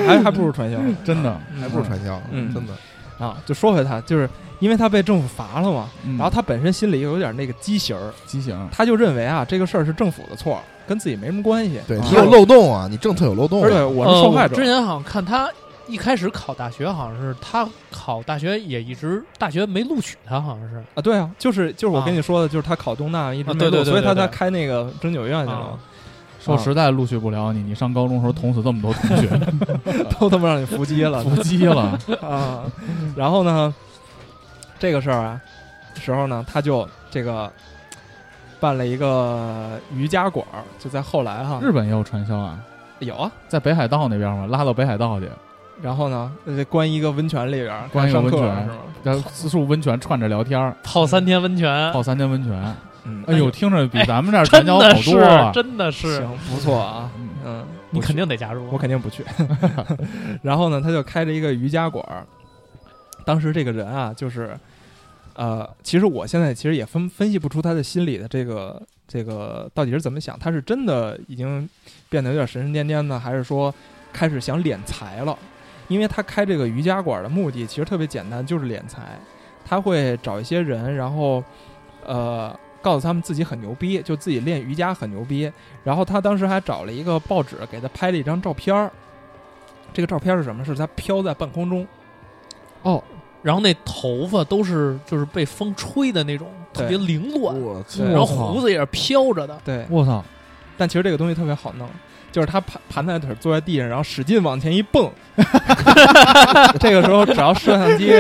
[SPEAKER 3] 还还不如传销呢
[SPEAKER 4] 真的。
[SPEAKER 5] 还不是传销，
[SPEAKER 3] 嗯
[SPEAKER 5] 真的。
[SPEAKER 3] 啊！就说回他，就是因为他被政府罚了嘛，
[SPEAKER 4] 嗯
[SPEAKER 3] 然后他本身心里有点那个畸形儿，
[SPEAKER 4] 畸形，
[SPEAKER 3] 他就认为啊这个事儿是政府的错，跟自己没什么关系。
[SPEAKER 5] 对
[SPEAKER 3] 啊
[SPEAKER 5] 你有漏洞啊，你政策有漏洞啊。
[SPEAKER 3] 而且我是受害
[SPEAKER 6] 呃我
[SPEAKER 3] 者
[SPEAKER 6] 之，前好像看他一开始考大学，好像是他考大学也一直大学没录取他，好
[SPEAKER 5] 嗯
[SPEAKER 6] 像是
[SPEAKER 3] 啊，对啊，就是就是我
[SPEAKER 6] 啊
[SPEAKER 3] 跟你说的，就是他考东大一直
[SPEAKER 6] 啊
[SPEAKER 3] 没
[SPEAKER 6] 对对
[SPEAKER 3] 录
[SPEAKER 6] 对
[SPEAKER 3] 所以他
[SPEAKER 6] 对对
[SPEAKER 3] 才开那个针灸院去了
[SPEAKER 6] 啊，
[SPEAKER 4] 说实在录取不了你，你上高中时候捅死这么多同学，
[SPEAKER 3] 都他妈让你伏
[SPEAKER 4] *laughs*
[SPEAKER 3] 击了
[SPEAKER 4] 伏击了。
[SPEAKER 3] 啊！然后呢，这个事儿啊时候呢，他就这个办了一个瑜伽馆儿，就在后来哈
[SPEAKER 4] 日本也有传销啊，
[SPEAKER 3] 有啊。
[SPEAKER 4] 在北海道那边嘛，拉到北海道去，
[SPEAKER 3] 然后呢，呃关一个温泉里边儿，
[SPEAKER 4] 关一个
[SPEAKER 3] 上课
[SPEAKER 4] 温泉
[SPEAKER 3] 是吗？
[SPEAKER 4] 然后四处温泉串着聊天儿，
[SPEAKER 6] 泡三天温
[SPEAKER 5] *laughs*
[SPEAKER 6] 泉
[SPEAKER 4] 泡，三天温泉。
[SPEAKER 3] 嗯，
[SPEAKER 4] 哎呦，，听着比咱 *laughs* 们这儿传
[SPEAKER 6] 真
[SPEAKER 4] 销
[SPEAKER 6] 的
[SPEAKER 4] 好
[SPEAKER 6] 是
[SPEAKER 4] 多啊！
[SPEAKER 6] 真的是，
[SPEAKER 3] 行，不错啊，
[SPEAKER 4] 嗯
[SPEAKER 3] 嗯，
[SPEAKER 6] 你
[SPEAKER 3] 不去
[SPEAKER 6] 肯定得加入。
[SPEAKER 3] 我肯定不去。 *laughs* 然后呢，他就开着一个瑜伽馆儿。当时这个人啊，就是，呃，其实我现在其实也分分析不出他的心里的这个这个到底是怎么想，他是真的已经变得有点神神颠颠呢，还是说开始想敛财了？因为他开这个瑜伽馆儿的目的其实特别简单，就是敛财。他会找一些人，然后，呃，告诉他们自己很牛逼，就自己练瑜伽很牛逼。然后他当时还找了一个报纸给他拍了一张照片儿，这个照片是什么？是他飘在半空中，
[SPEAKER 6] 哦，然后那头发都是就是被风吹的那种，
[SPEAKER 3] 对啊
[SPEAKER 6] 特别凌乱，
[SPEAKER 5] 我操
[SPEAKER 3] 对
[SPEAKER 6] 然后
[SPEAKER 4] 我
[SPEAKER 6] 胡
[SPEAKER 4] 操！
[SPEAKER 6] 子也是飘着的。
[SPEAKER 3] 对。
[SPEAKER 4] 我操！
[SPEAKER 3] 但其实这个东西特别好弄，就是他盘盘在腿儿坐在地上，然后使劲往前一蹦。这个时候，只要摄像机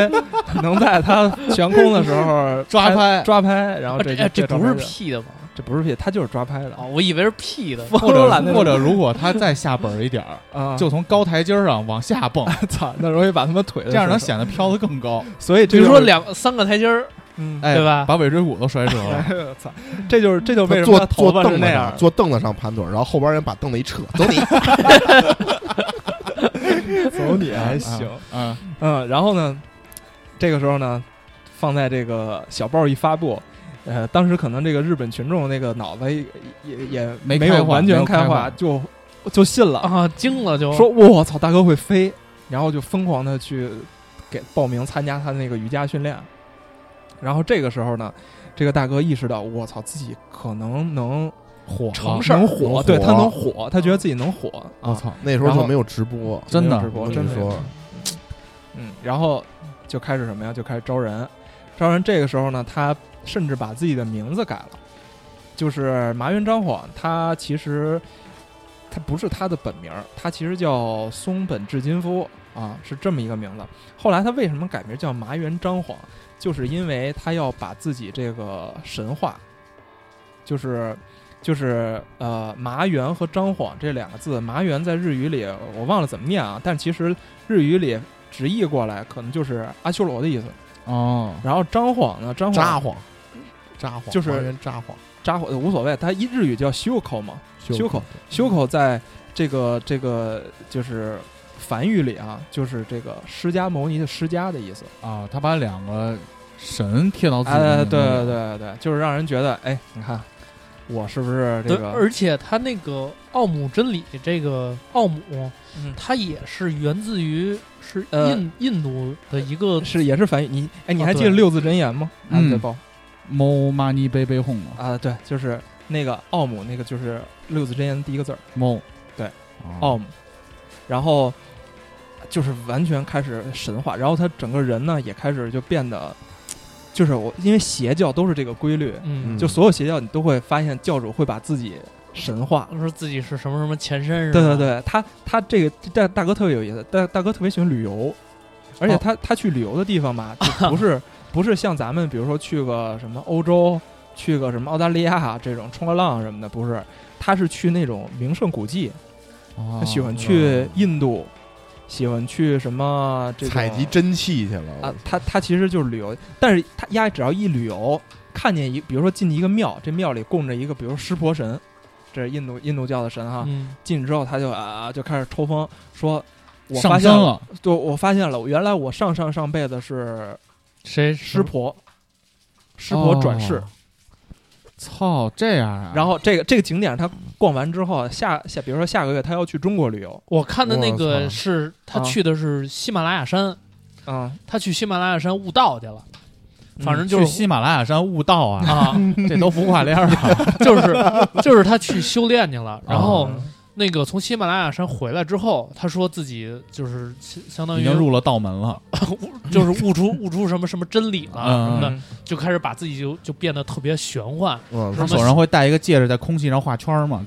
[SPEAKER 3] 能在他悬空的时候
[SPEAKER 4] 抓拍
[SPEAKER 3] 抓拍，然后
[SPEAKER 6] 啊
[SPEAKER 3] 这
[SPEAKER 6] 哎这
[SPEAKER 3] 这照
[SPEAKER 6] 不是
[SPEAKER 3] 片
[SPEAKER 6] P 的吗？
[SPEAKER 3] 这不是 P，他就是抓拍的
[SPEAKER 6] 哦，我以为是 P 的。
[SPEAKER 4] 或者
[SPEAKER 3] 懒得
[SPEAKER 4] 或者，如果他再下本儿一点儿，
[SPEAKER 3] 啊！ *laughs*
[SPEAKER 4] 就从高台阶儿上往下蹦，
[SPEAKER 3] 操，那容易把他们腿
[SPEAKER 4] 这样能，显得飘得更高。
[SPEAKER 3] 所以
[SPEAKER 6] 比
[SPEAKER 3] 这
[SPEAKER 6] 如
[SPEAKER 3] 就
[SPEAKER 6] 说
[SPEAKER 3] 是 *laughs*
[SPEAKER 6] 两三个台阶儿，
[SPEAKER 3] 嗯
[SPEAKER 4] 哎，
[SPEAKER 6] 对吧
[SPEAKER 4] *laughs* 把尾椎骨都摔折
[SPEAKER 3] *laughs*
[SPEAKER 4] 了。
[SPEAKER 3] 哎呦操，这就是这就
[SPEAKER 5] 他
[SPEAKER 3] 为什么
[SPEAKER 5] 坐
[SPEAKER 3] 他头
[SPEAKER 5] 坐
[SPEAKER 3] 发
[SPEAKER 5] 凳
[SPEAKER 3] 是
[SPEAKER 5] 子
[SPEAKER 3] 那样
[SPEAKER 5] 上，，坐凳子上盘腿儿，然后后边人把凳子一撤，走你。
[SPEAKER 3] 走你
[SPEAKER 4] 啊
[SPEAKER 3] 还行。
[SPEAKER 4] 啊，
[SPEAKER 3] 嗯，然后呢，这个时候呢，放在这个小报一发布，呃，当时可能这个日本群众那个脑子也也也
[SPEAKER 4] 没
[SPEAKER 3] 有
[SPEAKER 4] 开化
[SPEAKER 3] 完
[SPEAKER 4] 没
[SPEAKER 3] 全
[SPEAKER 4] 有开
[SPEAKER 3] 化，
[SPEAKER 4] 化
[SPEAKER 3] 就就信了，
[SPEAKER 6] 啊，惊了就
[SPEAKER 3] 说我操，大哥会飞，然后就疯狂的去给报名参加他那个瑜伽训练。然后这个时候呢，这个大哥意识到，我操，自己可能能
[SPEAKER 4] 火
[SPEAKER 6] 成
[SPEAKER 4] 了！
[SPEAKER 6] 事儿
[SPEAKER 3] 能火，
[SPEAKER 5] 火
[SPEAKER 3] 对他能火，他觉得自己能火
[SPEAKER 4] 我
[SPEAKER 3] 啊，
[SPEAKER 4] 操！
[SPEAKER 5] 那时候就没有直播，
[SPEAKER 4] 真的
[SPEAKER 3] 没有直
[SPEAKER 5] 我
[SPEAKER 3] 播
[SPEAKER 5] 跟
[SPEAKER 3] 真
[SPEAKER 5] 你
[SPEAKER 3] 的
[SPEAKER 5] 说，
[SPEAKER 3] 嗯，然后就开始什么呀？就开始招人，招人。这个时候呢，他甚至把自己的名字改了，就是麻原彰晃。他其实他不是他的本名儿，他其实叫松本治金夫啊，是这么一个名字。后来他为什么改名叫麻原彰晃？就是因为他要把自己这个神话，就是就是呃麻原和张晃这两个字，麻原在日语里我忘了怎么念啊，但其实日语里直译过来可能就是阿修罗的意思。
[SPEAKER 4] 哦，
[SPEAKER 3] 然后张晃呢，张
[SPEAKER 5] 札
[SPEAKER 3] 晃
[SPEAKER 5] 幌，札幌
[SPEAKER 3] 就是
[SPEAKER 4] 哎
[SPEAKER 5] 还原札幌，
[SPEAKER 3] 扎晃呃无所谓，他一日语叫修口嘛，修口
[SPEAKER 5] 口，
[SPEAKER 3] 修口在这个这个就是梵语里啊，就是这个释迦牟尼的释迦的意思。
[SPEAKER 4] 啊，他把两个神贴到自己的
[SPEAKER 3] 哎，
[SPEAKER 4] 名字
[SPEAKER 3] 对
[SPEAKER 4] 里
[SPEAKER 3] 对对对，就是让人觉得，哎，你看我是不是这
[SPEAKER 6] 对，
[SPEAKER 3] 个？
[SPEAKER 6] 而且他那个奥姆真理，这个奥姆，
[SPEAKER 3] 嗯
[SPEAKER 6] 它也是源自于是印、
[SPEAKER 3] 呃
[SPEAKER 6] 印度的一个
[SPEAKER 3] 是也是梵语，你哎，你
[SPEAKER 6] 哦
[SPEAKER 3] 还记
[SPEAKER 6] 对
[SPEAKER 3] 得六字真言吗？啊
[SPEAKER 4] 嗯
[SPEAKER 3] 对吧？
[SPEAKER 4] 猫妈尼贝贝哄嘛，
[SPEAKER 3] 啊，对，就是那个奥姆，那个就是六字真言的第一个字儿
[SPEAKER 4] 猫
[SPEAKER 3] 对
[SPEAKER 4] 哦
[SPEAKER 3] 奥姆，然后就是完全开始神话，然后他整个人呢也开始就变得，就是我因为邪教都是这个规律，
[SPEAKER 6] 嗯，
[SPEAKER 3] 就所有邪教你都会发现教主会把自己神化。
[SPEAKER 6] 说自己是什么什么前身是吧？啊
[SPEAKER 3] 对对对，他他这个大大哥特别有意思，大大哥特别喜欢旅游，而且
[SPEAKER 6] 哦
[SPEAKER 3] 他、他去旅游的地方吧，就不
[SPEAKER 6] *laughs*
[SPEAKER 3] 是不是像咱们比如说去个什么欧洲，去个什么澳大利亚这种冲个浪什么的，不是，他是去那种名胜古迹，
[SPEAKER 4] 哦
[SPEAKER 3] 他喜欢去印度，喜欢去什么这种
[SPEAKER 5] 采集真气去了
[SPEAKER 3] 啊，他他其实就是旅游，但是他丫只要一旅游，看见一比如说进一个庙，这庙里供着一个比如说湿婆神，这是印度印度教的神哈，
[SPEAKER 6] 嗯，
[SPEAKER 3] 进去之后他就啊就开始抽风说。我发
[SPEAKER 4] 上
[SPEAKER 3] 现
[SPEAKER 4] 身，了，
[SPEAKER 3] 对，我发现了，原来我上上上辈子是
[SPEAKER 6] 谁
[SPEAKER 3] 湿婆，湿婆转世。
[SPEAKER 4] 哦操，这样啊？
[SPEAKER 3] 然后这个这个景点他逛完之后，下下比如说下个月他要去中国旅游，
[SPEAKER 6] 我看的那
[SPEAKER 5] 我操
[SPEAKER 6] 个是他
[SPEAKER 3] 啊
[SPEAKER 6] 去的是喜马拉雅山，
[SPEAKER 3] 嗯，
[SPEAKER 6] 他去喜马拉雅山悟道去了，反正就
[SPEAKER 4] 去
[SPEAKER 6] 是、
[SPEAKER 4] 喜马拉雅山悟道
[SPEAKER 3] *laughs*
[SPEAKER 4] 啊，
[SPEAKER 6] 啊，
[SPEAKER 4] 这都浮挂链儿啊。
[SPEAKER 6] 就是就是他去修炼去了，然后
[SPEAKER 3] 嗯
[SPEAKER 6] 那个从喜马拉雅山回来之后，他说自己就是相相当
[SPEAKER 4] 已
[SPEAKER 6] 于
[SPEAKER 4] 经入了道门了，
[SPEAKER 6] 就是悟出悟出什么什么真理了
[SPEAKER 4] 嗯
[SPEAKER 3] 啊
[SPEAKER 6] 什么的，就开始把自己就就变得特别玄幻，
[SPEAKER 5] 我
[SPEAKER 4] 他
[SPEAKER 5] 操
[SPEAKER 6] 说
[SPEAKER 4] 手上会戴一个戒指，在空气上画圈儿嘛。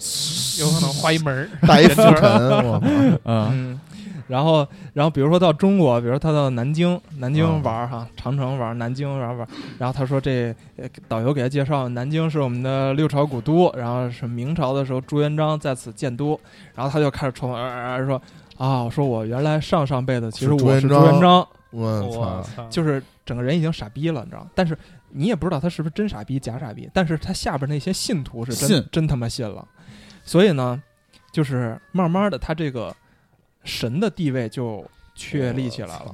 [SPEAKER 6] 有可能画一门儿。
[SPEAKER 5] 带一浮尘，我操
[SPEAKER 4] *laughs* 嗯，
[SPEAKER 3] 嗯，然后然后比如说到中国，比如说他到南京，南京
[SPEAKER 5] 嗯
[SPEAKER 3] 玩儿哈、长城玩儿，南京玩儿玩儿，然后他说这呃导游给他介绍，南京是我们的六朝古都，然后是明朝的时候朱元璋在此建都，然后他就开始冲，呃呃呃说啊，说我原来上上辈子其实
[SPEAKER 5] 是朱
[SPEAKER 3] 我
[SPEAKER 5] 元
[SPEAKER 3] 是朱
[SPEAKER 5] 璋
[SPEAKER 3] 元璋，
[SPEAKER 5] *laughs* 我
[SPEAKER 6] 我
[SPEAKER 5] 操！
[SPEAKER 6] 操！
[SPEAKER 3] 就是整个人已经傻逼了，你知道吗？但是你也不知道他是不是真傻逼、假傻逼，但是他下边那些信徒是真
[SPEAKER 4] 信
[SPEAKER 3] 真他妈信了，所以呢，就是慢慢的他这个神的地位就确立起来了。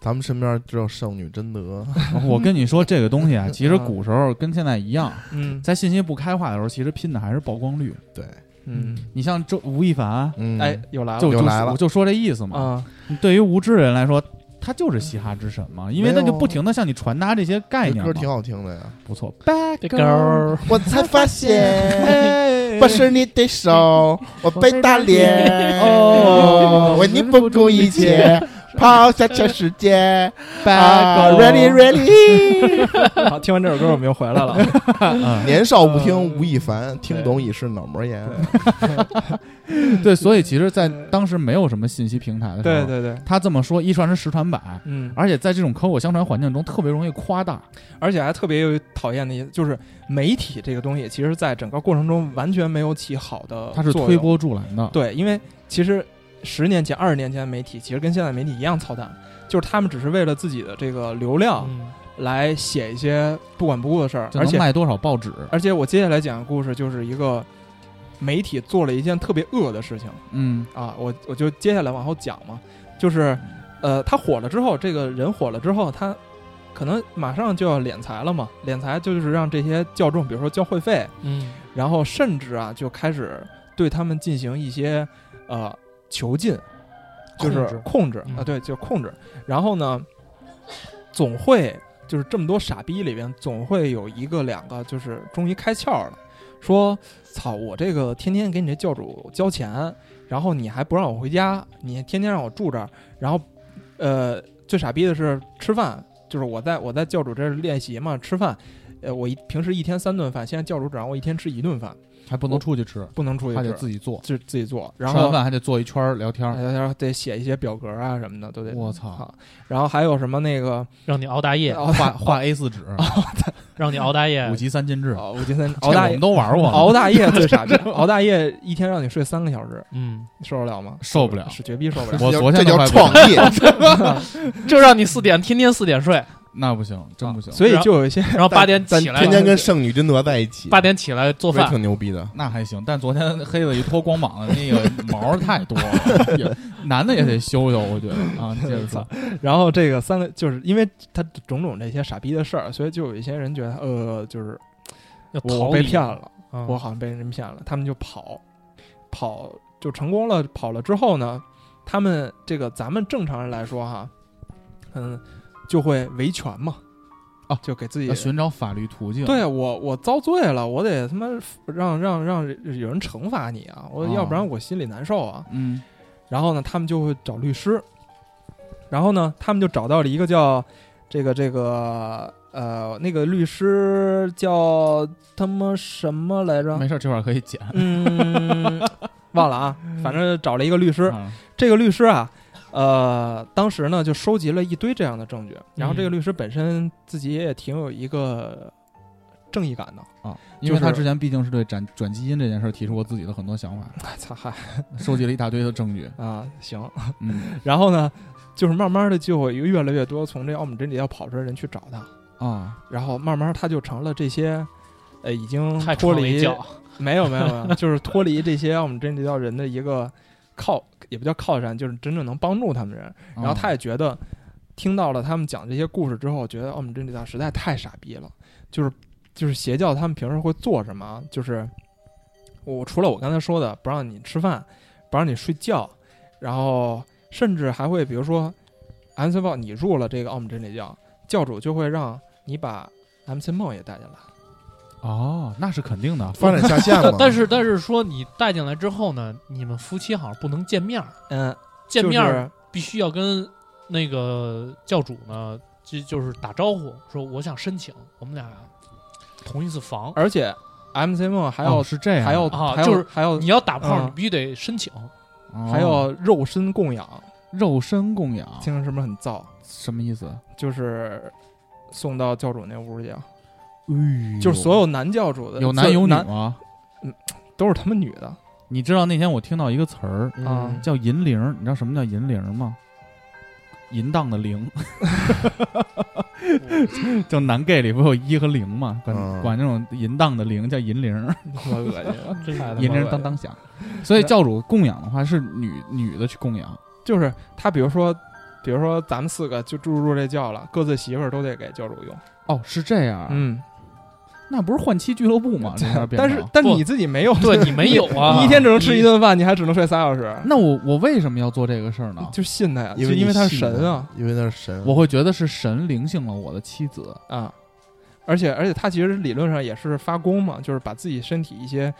[SPEAKER 5] 咱们身边只有圣女贞德，
[SPEAKER 4] 我跟你说这个东西
[SPEAKER 3] *laughs*
[SPEAKER 4] 啊，其实古时候跟现在一样，
[SPEAKER 3] 嗯
[SPEAKER 4] 在信息不开化的时候，其实拼的还是曝光率。
[SPEAKER 5] 对，
[SPEAKER 3] 嗯，
[SPEAKER 4] 你像周吴亦凡，啊
[SPEAKER 5] 嗯，
[SPEAKER 3] 哎，又来了
[SPEAKER 4] 就
[SPEAKER 5] 又
[SPEAKER 4] 就
[SPEAKER 5] 来了
[SPEAKER 4] 我就说这意思嘛。
[SPEAKER 3] 啊，
[SPEAKER 4] 对于无知的人来说，他就是嘻哈之神嘛，因为
[SPEAKER 5] 没有
[SPEAKER 4] 他就不停的向你传达这些概
[SPEAKER 5] 这
[SPEAKER 4] 念
[SPEAKER 5] 歌
[SPEAKER 4] 嘛。
[SPEAKER 5] 挺好听的呀。
[SPEAKER 4] 不错，Back
[SPEAKER 6] 这歌儿
[SPEAKER 5] 我才发现不是你的手，我被打脸。哦，为你不顾一切，抛下全世界。 *laughs* 啊 ready ready。
[SPEAKER 3] 好， *laughs* 听完这首歌我们又回来了。
[SPEAKER 4] 嗯
[SPEAKER 5] 年少不听吴亦凡，听懂已是脑膜炎。
[SPEAKER 4] 对，所以其实，在当时没有什么信息平台的时候，
[SPEAKER 3] *laughs* 对对对，
[SPEAKER 4] 他这么说一传十，十传百，
[SPEAKER 3] 嗯，
[SPEAKER 4] 而且在这种口口相传环境中，特别容易夸大。
[SPEAKER 3] 而且还特别有讨厌的一，就是媒体这个东西，其实在整个过程中完全没有起好的，
[SPEAKER 4] 它是推。波助澜的。
[SPEAKER 3] 呃对，因为其实十年前、二十年前，媒体其实跟现在媒体一样操蛋，就是他们只是为了自己的这个流量
[SPEAKER 6] 嗯
[SPEAKER 3] 来写一些不管不顾的事儿，
[SPEAKER 4] 这
[SPEAKER 3] 而
[SPEAKER 4] 能
[SPEAKER 3] 且
[SPEAKER 4] 卖多少报纸？
[SPEAKER 3] 而且我接下来讲的故事就是一个媒体做了一件特别恶的事情
[SPEAKER 4] 嗯，
[SPEAKER 3] 啊，我我就接下来往后讲嘛，就是呃，他火了之后，这个人火了之后，他。可能马上就要敛财了嘛，敛财就是让这些教众，比如说交会费，
[SPEAKER 6] 嗯，
[SPEAKER 3] 然后甚至啊就开始对他们进行一些呃囚禁，就是
[SPEAKER 6] 控制
[SPEAKER 3] 控制
[SPEAKER 6] 嗯
[SPEAKER 3] 啊，对，就控制。然后呢，总会就是这么多傻逼里边，总会有一个两个就是终于开窍了，说操，我这个天天给你这教主交钱，然后你还不让我回家，你天天让我住这儿，然后呃最傻逼的是吃饭，就是我在我在教主这儿练习嘛，吃饭。呃，我一平时一天三顿饭，现在教主只让我一天吃一顿饭，
[SPEAKER 4] 还不能出去吃，
[SPEAKER 3] 不能出去
[SPEAKER 4] 还得
[SPEAKER 3] 吃，
[SPEAKER 4] 自己做。
[SPEAKER 3] 就自己做。然
[SPEAKER 4] 吃完
[SPEAKER 3] 后
[SPEAKER 4] 饭还得坐一圈儿聊天儿。
[SPEAKER 3] 然后得写一些表格啊什么的，都得。
[SPEAKER 4] 啊我操，
[SPEAKER 3] 然后还有什么那个
[SPEAKER 6] 让你熬大夜，
[SPEAKER 3] 哦
[SPEAKER 4] 画画 A 四纸，
[SPEAKER 6] 让你熬大夜
[SPEAKER 3] 哎
[SPEAKER 4] 五，级三进制，
[SPEAKER 3] 熬五
[SPEAKER 4] *laughs*
[SPEAKER 3] 级三
[SPEAKER 4] 这
[SPEAKER 3] 熬大
[SPEAKER 4] 我们
[SPEAKER 3] 夜，
[SPEAKER 4] 都玩过，
[SPEAKER 3] 熬大夜最
[SPEAKER 4] *laughs*
[SPEAKER 3] 傻逼，熬大夜一天让你睡三个小时，
[SPEAKER 6] 嗯，
[SPEAKER 3] 受得了吗？
[SPEAKER 4] 受不了。
[SPEAKER 3] 是绝逼受不了。
[SPEAKER 4] 我昨天
[SPEAKER 5] 这
[SPEAKER 4] 都
[SPEAKER 5] 叫
[SPEAKER 4] 快不
[SPEAKER 5] 创
[SPEAKER 4] 行
[SPEAKER 5] 意，
[SPEAKER 6] 就让你四点天天四点睡，
[SPEAKER 4] 那不行，真不行，
[SPEAKER 3] 啊所以就有一些
[SPEAKER 6] 然后八点起来，
[SPEAKER 5] 天天跟圣女贞德在一起，
[SPEAKER 6] 八点起来做
[SPEAKER 5] 我也
[SPEAKER 6] 饭，
[SPEAKER 5] 挺牛逼的。
[SPEAKER 4] 那还行，但昨天黑子一脱光膀子，那个毛儿太多
[SPEAKER 3] *laughs*
[SPEAKER 4] 了，也男的也得修修，我觉得啊。接着说，
[SPEAKER 3] 然后这个三个，就是因为他种种这些傻逼的事儿，所以就有一些人觉得，呃，就是
[SPEAKER 6] 要逃
[SPEAKER 3] 我被
[SPEAKER 6] 离
[SPEAKER 3] 骗，了，
[SPEAKER 6] 嗯
[SPEAKER 3] 我好像被人骗了，他们就跑，跑就成功了，跑了之后呢，他们这个咱们正常人来说哈，嗯，就会维权嘛，
[SPEAKER 6] 哦
[SPEAKER 4] 啊
[SPEAKER 3] 就给自己
[SPEAKER 4] 要寻找法律途径。
[SPEAKER 3] 对我，我遭罪了，我得他妈让让让有人惩罚你啊！我、
[SPEAKER 6] 哦
[SPEAKER 4] 啊
[SPEAKER 3] 要不然我心里难受啊。
[SPEAKER 4] 嗯，
[SPEAKER 3] 然后呢，他们就会找律师，然后呢，他们就找到了一个叫这个这个呃那个律师叫他妈什么来着
[SPEAKER 4] 没？事，这块儿可以剪。
[SPEAKER 3] 嗯，忘了啊，反正找了一个律师。
[SPEAKER 4] 啊
[SPEAKER 3] 这个律师啊，呃，当时呢就收集了一堆这样的证据，然后这个律师本身自己也挺有一个正义感的。
[SPEAKER 4] 啊，因为
[SPEAKER 3] 就是
[SPEAKER 4] 他之前毕竟是对转转基因这件事儿提出过自己的很多想法，
[SPEAKER 3] 哎操嗨
[SPEAKER 4] 收集了一大堆的证
[SPEAKER 3] *laughs*
[SPEAKER 4] 据。
[SPEAKER 3] 啊，行。
[SPEAKER 4] 嗯
[SPEAKER 3] *laughs* 然后呢，就是慢慢的就有越来越多从这奥姆真理教跑出来的人去找他，
[SPEAKER 4] 啊，
[SPEAKER 3] 然后慢慢他就成了这些，呃，已经
[SPEAKER 6] 太
[SPEAKER 3] 脱
[SPEAKER 6] 冲了一
[SPEAKER 3] 离啊
[SPEAKER 6] 觉，，
[SPEAKER 3] 没有没有没有，就是脱离这些奥姆真理教人的一个靠，也不叫靠山，就是真正能帮助他们人。然后他也觉得听到了他们讲这些故事之后，觉得奥哦姆真理教实在太傻逼了，就是就是邪教他们平时会做什么啊？就是我除了我刚才说的不让你吃饭，不让你睡觉，然后甚至还会比如说 MC 报你入了这个奥姆真理教，教主就会让你把 MC 梦也带进来。
[SPEAKER 4] 哦，那是肯定的。
[SPEAKER 5] 发展下线嘛
[SPEAKER 6] *laughs* 但是但是说你带进来之后呢，你们夫妻好像不能见面儿，
[SPEAKER 3] 嗯，
[SPEAKER 6] 见面
[SPEAKER 3] 就
[SPEAKER 6] 儿
[SPEAKER 3] 是
[SPEAKER 6] 必须要跟那个教主呢，这就是打招呼，说我想申请我们俩同一次房。
[SPEAKER 3] 而且 MC 梦还要、
[SPEAKER 4] 哦是这样，
[SPEAKER 3] 还要、
[SPEAKER 6] 啊
[SPEAKER 3] 还要、
[SPEAKER 6] 就是
[SPEAKER 3] 还要
[SPEAKER 6] 你要打炮，
[SPEAKER 3] 嗯
[SPEAKER 6] 你必须得申请。
[SPEAKER 4] 哦
[SPEAKER 3] 还要肉身供养，
[SPEAKER 6] 哦
[SPEAKER 4] 肉身供养，
[SPEAKER 3] 听着是不是很燥？
[SPEAKER 4] 什么意思？
[SPEAKER 3] 就是送到教主那屋去啊，
[SPEAKER 4] 哎呦
[SPEAKER 3] 就是所有男教主的
[SPEAKER 4] 有男
[SPEAKER 3] 所
[SPEAKER 4] 有女吗？
[SPEAKER 3] 都是他们女的
[SPEAKER 4] 你知道那天我听到一个词儿
[SPEAKER 3] 啊
[SPEAKER 4] 叫银铃儿，你知道什么叫银铃儿吗？淫荡的零，
[SPEAKER 3] 嗯
[SPEAKER 4] *laughs* 就男 gay 里不有一和零嘛，管、
[SPEAKER 5] 嗯
[SPEAKER 4] 管这种淫荡的零叫淫铃儿，
[SPEAKER 3] 我恶
[SPEAKER 4] *laughs*
[SPEAKER 3] 心，啊真
[SPEAKER 4] 淫铃儿当当响。所以教主供养的话是女女的去供养，
[SPEAKER 3] 就是他，比如说，比如说咱们四个就入入这教了，各自媳妇儿都得给教主用，
[SPEAKER 4] 哦，是这样，
[SPEAKER 3] 嗯，
[SPEAKER 4] 那不是换妻俱乐部吗？这边变
[SPEAKER 3] 但是
[SPEAKER 4] 成
[SPEAKER 3] 但
[SPEAKER 6] 不
[SPEAKER 3] 你自己没有，
[SPEAKER 6] 对你没有
[SPEAKER 3] *laughs*
[SPEAKER 6] 啊，
[SPEAKER 3] 你一天只能吃一顿饭，你还只能睡仨小时，
[SPEAKER 4] 那我我为什么要做这个事儿呢？
[SPEAKER 3] 就信他呀，
[SPEAKER 5] 因
[SPEAKER 3] 就
[SPEAKER 5] 为
[SPEAKER 3] 因为
[SPEAKER 5] 你
[SPEAKER 3] 他是
[SPEAKER 5] 信
[SPEAKER 3] 神啊
[SPEAKER 5] 因为那是神，
[SPEAKER 4] 我会觉得是神灵性了我的妻子，
[SPEAKER 3] 啊，而且而且他其实理论上也是发功嘛，就是把自己身体一些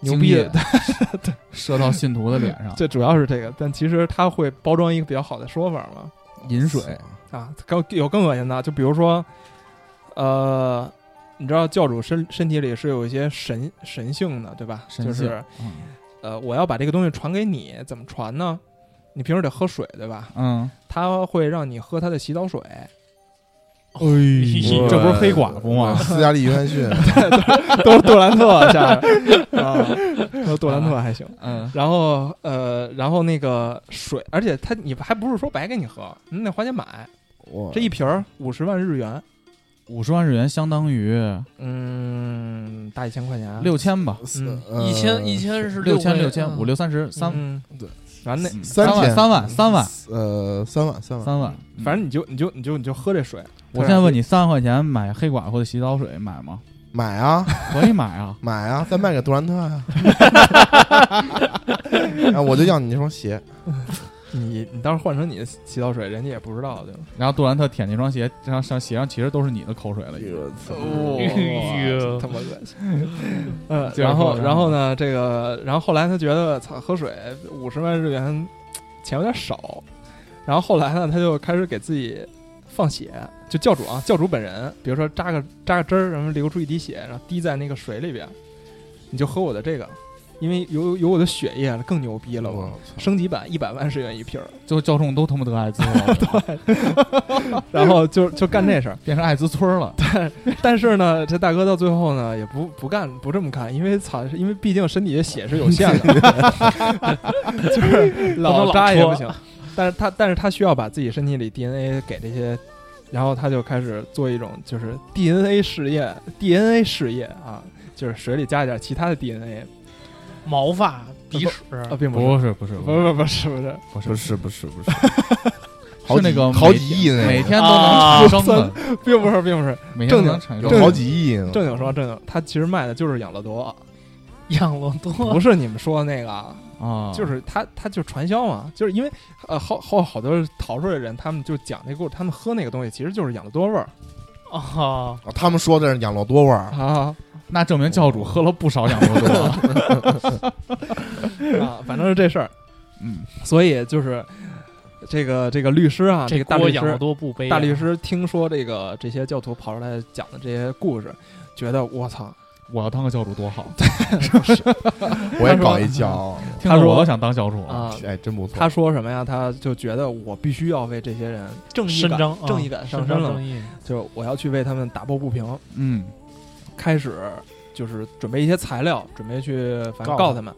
[SPEAKER 3] 牛逼的
[SPEAKER 4] 精
[SPEAKER 3] *laughs*
[SPEAKER 4] 液 *laughs* 射到信徒的脸上，
[SPEAKER 3] 这主要是这个，但其实他会包装一个比较好的说法嘛。
[SPEAKER 4] 饮水
[SPEAKER 3] 啊，更有更恶心的，就比如说，呃，你知道教主身身体里是有一些神神性的，对吧？
[SPEAKER 4] 神
[SPEAKER 3] 就
[SPEAKER 4] 性
[SPEAKER 3] 是呃，我要把这个东西传给你，怎么传呢？你平时得喝水，对吧？
[SPEAKER 4] 嗯，
[SPEAKER 3] 他会让你喝他的洗澡
[SPEAKER 4] *laughs*
[SPEAKER 3] 水，
[SPEAKER 4] 哎
[SPEAKER 3] *laughs*
[SPEAKER 4] 呦
[SPEAKER 5] 我
[SPEAKER 4] 这不是黑寡妇吗？
[SPEAKER 5] 斯嘉丽·约翰逊，
[SPEAKER 3] 都是杜兰特下边啊， *laughs* 都是杜兰特还行。
[SPEAKER 4] 嗯，
[SPEAKER 3] 然后呃，然后那个水，而且他你还不是说白给你喝，你得花钱买，
[SPEAKER 4] 哦
[SPEAKER 5] 我
[SPEAKER 3] 这一瓶儿五十万日元，
[SPEAKER 4] 五十万日元相当于
[SPEAKER 3] 啊嗯，大一千块钱，
[SPEAKER 4] 六千吧，
[SPEAKER 3] 嗯
[SPEAKER 5] 呃
[SPEAKER 6] 一千一千是
[SPEAKER 4] 呃六千
[SPEAKER 6] 六
[SPEAKER 4] 六千五
[SPEAKER 6] 六
[SPEAKER 4] 六三十三
[SPEAKER 3] 嗯
[SPEAKER 5] 对，
[SPEAKER 3] 然后那
[SPEAKER 4] 嗯
[SPEAKER 5] 三
[SPEAKER 4] 万
[SPEAKER 5] 千
[SPEAKER 4] 三万三万
[SPEAKER 5] 呃三万三万，
[SPEAKER 4] 三万，嗯
[SPEAKER 3] 反正你就你就你就你就喝这水，
[SPEAKER 4] 我现在问你，三万块钱买黑寡妇的洗澡水买
[SPEAKER 3] *laughs*
[SPEAKER 4] 吗？
[SPEAKER 5] 买啊，
[SPEAKER 4] 可以买啊
[SPEAKER 5] 买啊，再卖给杜兰特呀，啊我就要你那双鞋，
[SPEAKER 3] 你你当时换成你的洗澡水，人家也不知道对吧？
[SPEAKER 4] 然后杜兰特舔那双鞋，这双上鞋上其实都是你的口水
[SPEAKER 5] 哎
[SPEAKER 4] 了，已
[SPEAKER 3] 哎
[SPEAKER 4] 经。
[SPEAKER 6] 呦
[SPEAKER 3] 他妈恶心。呃，
[SPEAKER 4] 接着说
[SPEAKER 3] 然后
[SPEAKER 4] 然后
[SPEAKER 3] 然后呢，这个然后后来他觉得操喝水五十万日元钱有点少，然后后来呢，他就开始给自己放血，就教主啊，教主本人，比如说扎个扎个针儿，然后流出一滴血，然后滴在那个水里边，你就喝我的这个，因为有有我的血液了，更牛逼了。
[SPEAKER 7] 嗯
[SPEAKER 3] 我
[SPEAKER 5] 我操
[SPEAKER 3] 升级版一百万日元一瓶儿，
[SPEAKER 4] 最后教众都他妈得艾滋
[SPEAKER 3] *laughs*
[SPEAKER 4] 了，
[SPEAKER 3] 然后就就干这事儿。
[SPEAKER 4] 变成艾滋村儿了。
[SPEAKER 3] 但是呢，这大哥到最后呢，也不不干不这么干，因为操，因为毕竟身体的血是有限 *laughs* 的，就是老扎也不行。但是他但是他需要把自己身体里 DNA 给这些，然后他就开始做一种就是 DNA 试验，DNA 试验啊，就是水里加一点其他的 DNA
[SPEAKER 6] 嗯毛发、鼻屎，
[SPEAKER 3] 啊，并不是。
[SPEAKER 4] 不是不是
[SPEAKER 3] 不是不是不是，
[SPEAKER 4] 不
[SPEAKER 5] 不是不是不是，好
[SPEAKER 4] 是那
[SPEAKER 5] 几
[SPEAKER 4] 个
[SPEAKER 5] 好
[SPEAKER 4] 每
[SPEAKER 5] 几亿那
[SPEAKER 4] 每
[SPEAKER 5] 个
[SPEAKER 4] 天都能产
[SPEAKER 3] *laughs*
[SPEAKER 4] 生的，
[SPEAKER 3] 并不是，并不是，
[SPEAKER 4] 每天都能产生
[SPEAKER 5] 有好几亿呢，
[SPEAKER 3] 啊正经说正经，他其实卖的就是养乐多，
[SPEAKER 6] 养乐多
[SPEAKER 3] 不是你们说的那个啊，
[SPEAKER 4] 啊，
[SPEAKER 3] 就是他他就传销嘛，就是因为呃好好好多逃出来的人，他们就讲这故事，他们喝那个东西其实就是养乐多味儿
[SPEAKER 6] 哦，
[SPEAKER 5] 啊他们说的是养乐多味儿，
[SPEAKER 3] 啊
[SPEAKER 4] 那证明教主喝了不少养乐
[SPEAKER 3] 哦
[SPEAKER 4] 多。
[SPEAKER 3] 啊，反正是这事儿，
[SPEAKER 4] *laughs* 嗯，
[SPEAKER 3] 所以就是这个这个律师啊，这个大
[SPEAKER 6] 锅
[SPEAKER 3] 律
[SPEAKER 6] 养乐
[SPEAKER 3] 师
[SPEAKER 6] 多不背啊，
[SPEAKER 3] 大律师听说这个这些教徒跑出来讲的这些故事，觉得我操，
[SPEAKER 4] 我要当个教主多好，
[SPEAKER 5] 我也搞一教，
[SPEAKER 4] 听着我都想当教主了。
[SPEAKER 3] 啊。
[SPEAKER 5] 哎，真不错
[SPEAKER 3] 他。说什么呀？他就觉得我必须要为这些人正义
[SPEAKER 6] 伸
[SPEAKER 3] 感，
[SPEAKER 6] 张啊
[SPEAKER 3] 正义感上升
[SPEAKER 6] 伸张
[SPEAKER 3] 了
[SPEAKER 6] 正义，
[SPEAKER 3] 就是我要去为他们打抱不平。
[SPEAKER 4] 嗯，
[SPEAKER 3] 开始就是准备一些材料，准备去反
[SPEAKER 5] 告
[SPEAKER 3] 正
[SPEAKER 5] 他
[SPEAKER 3] 告他们。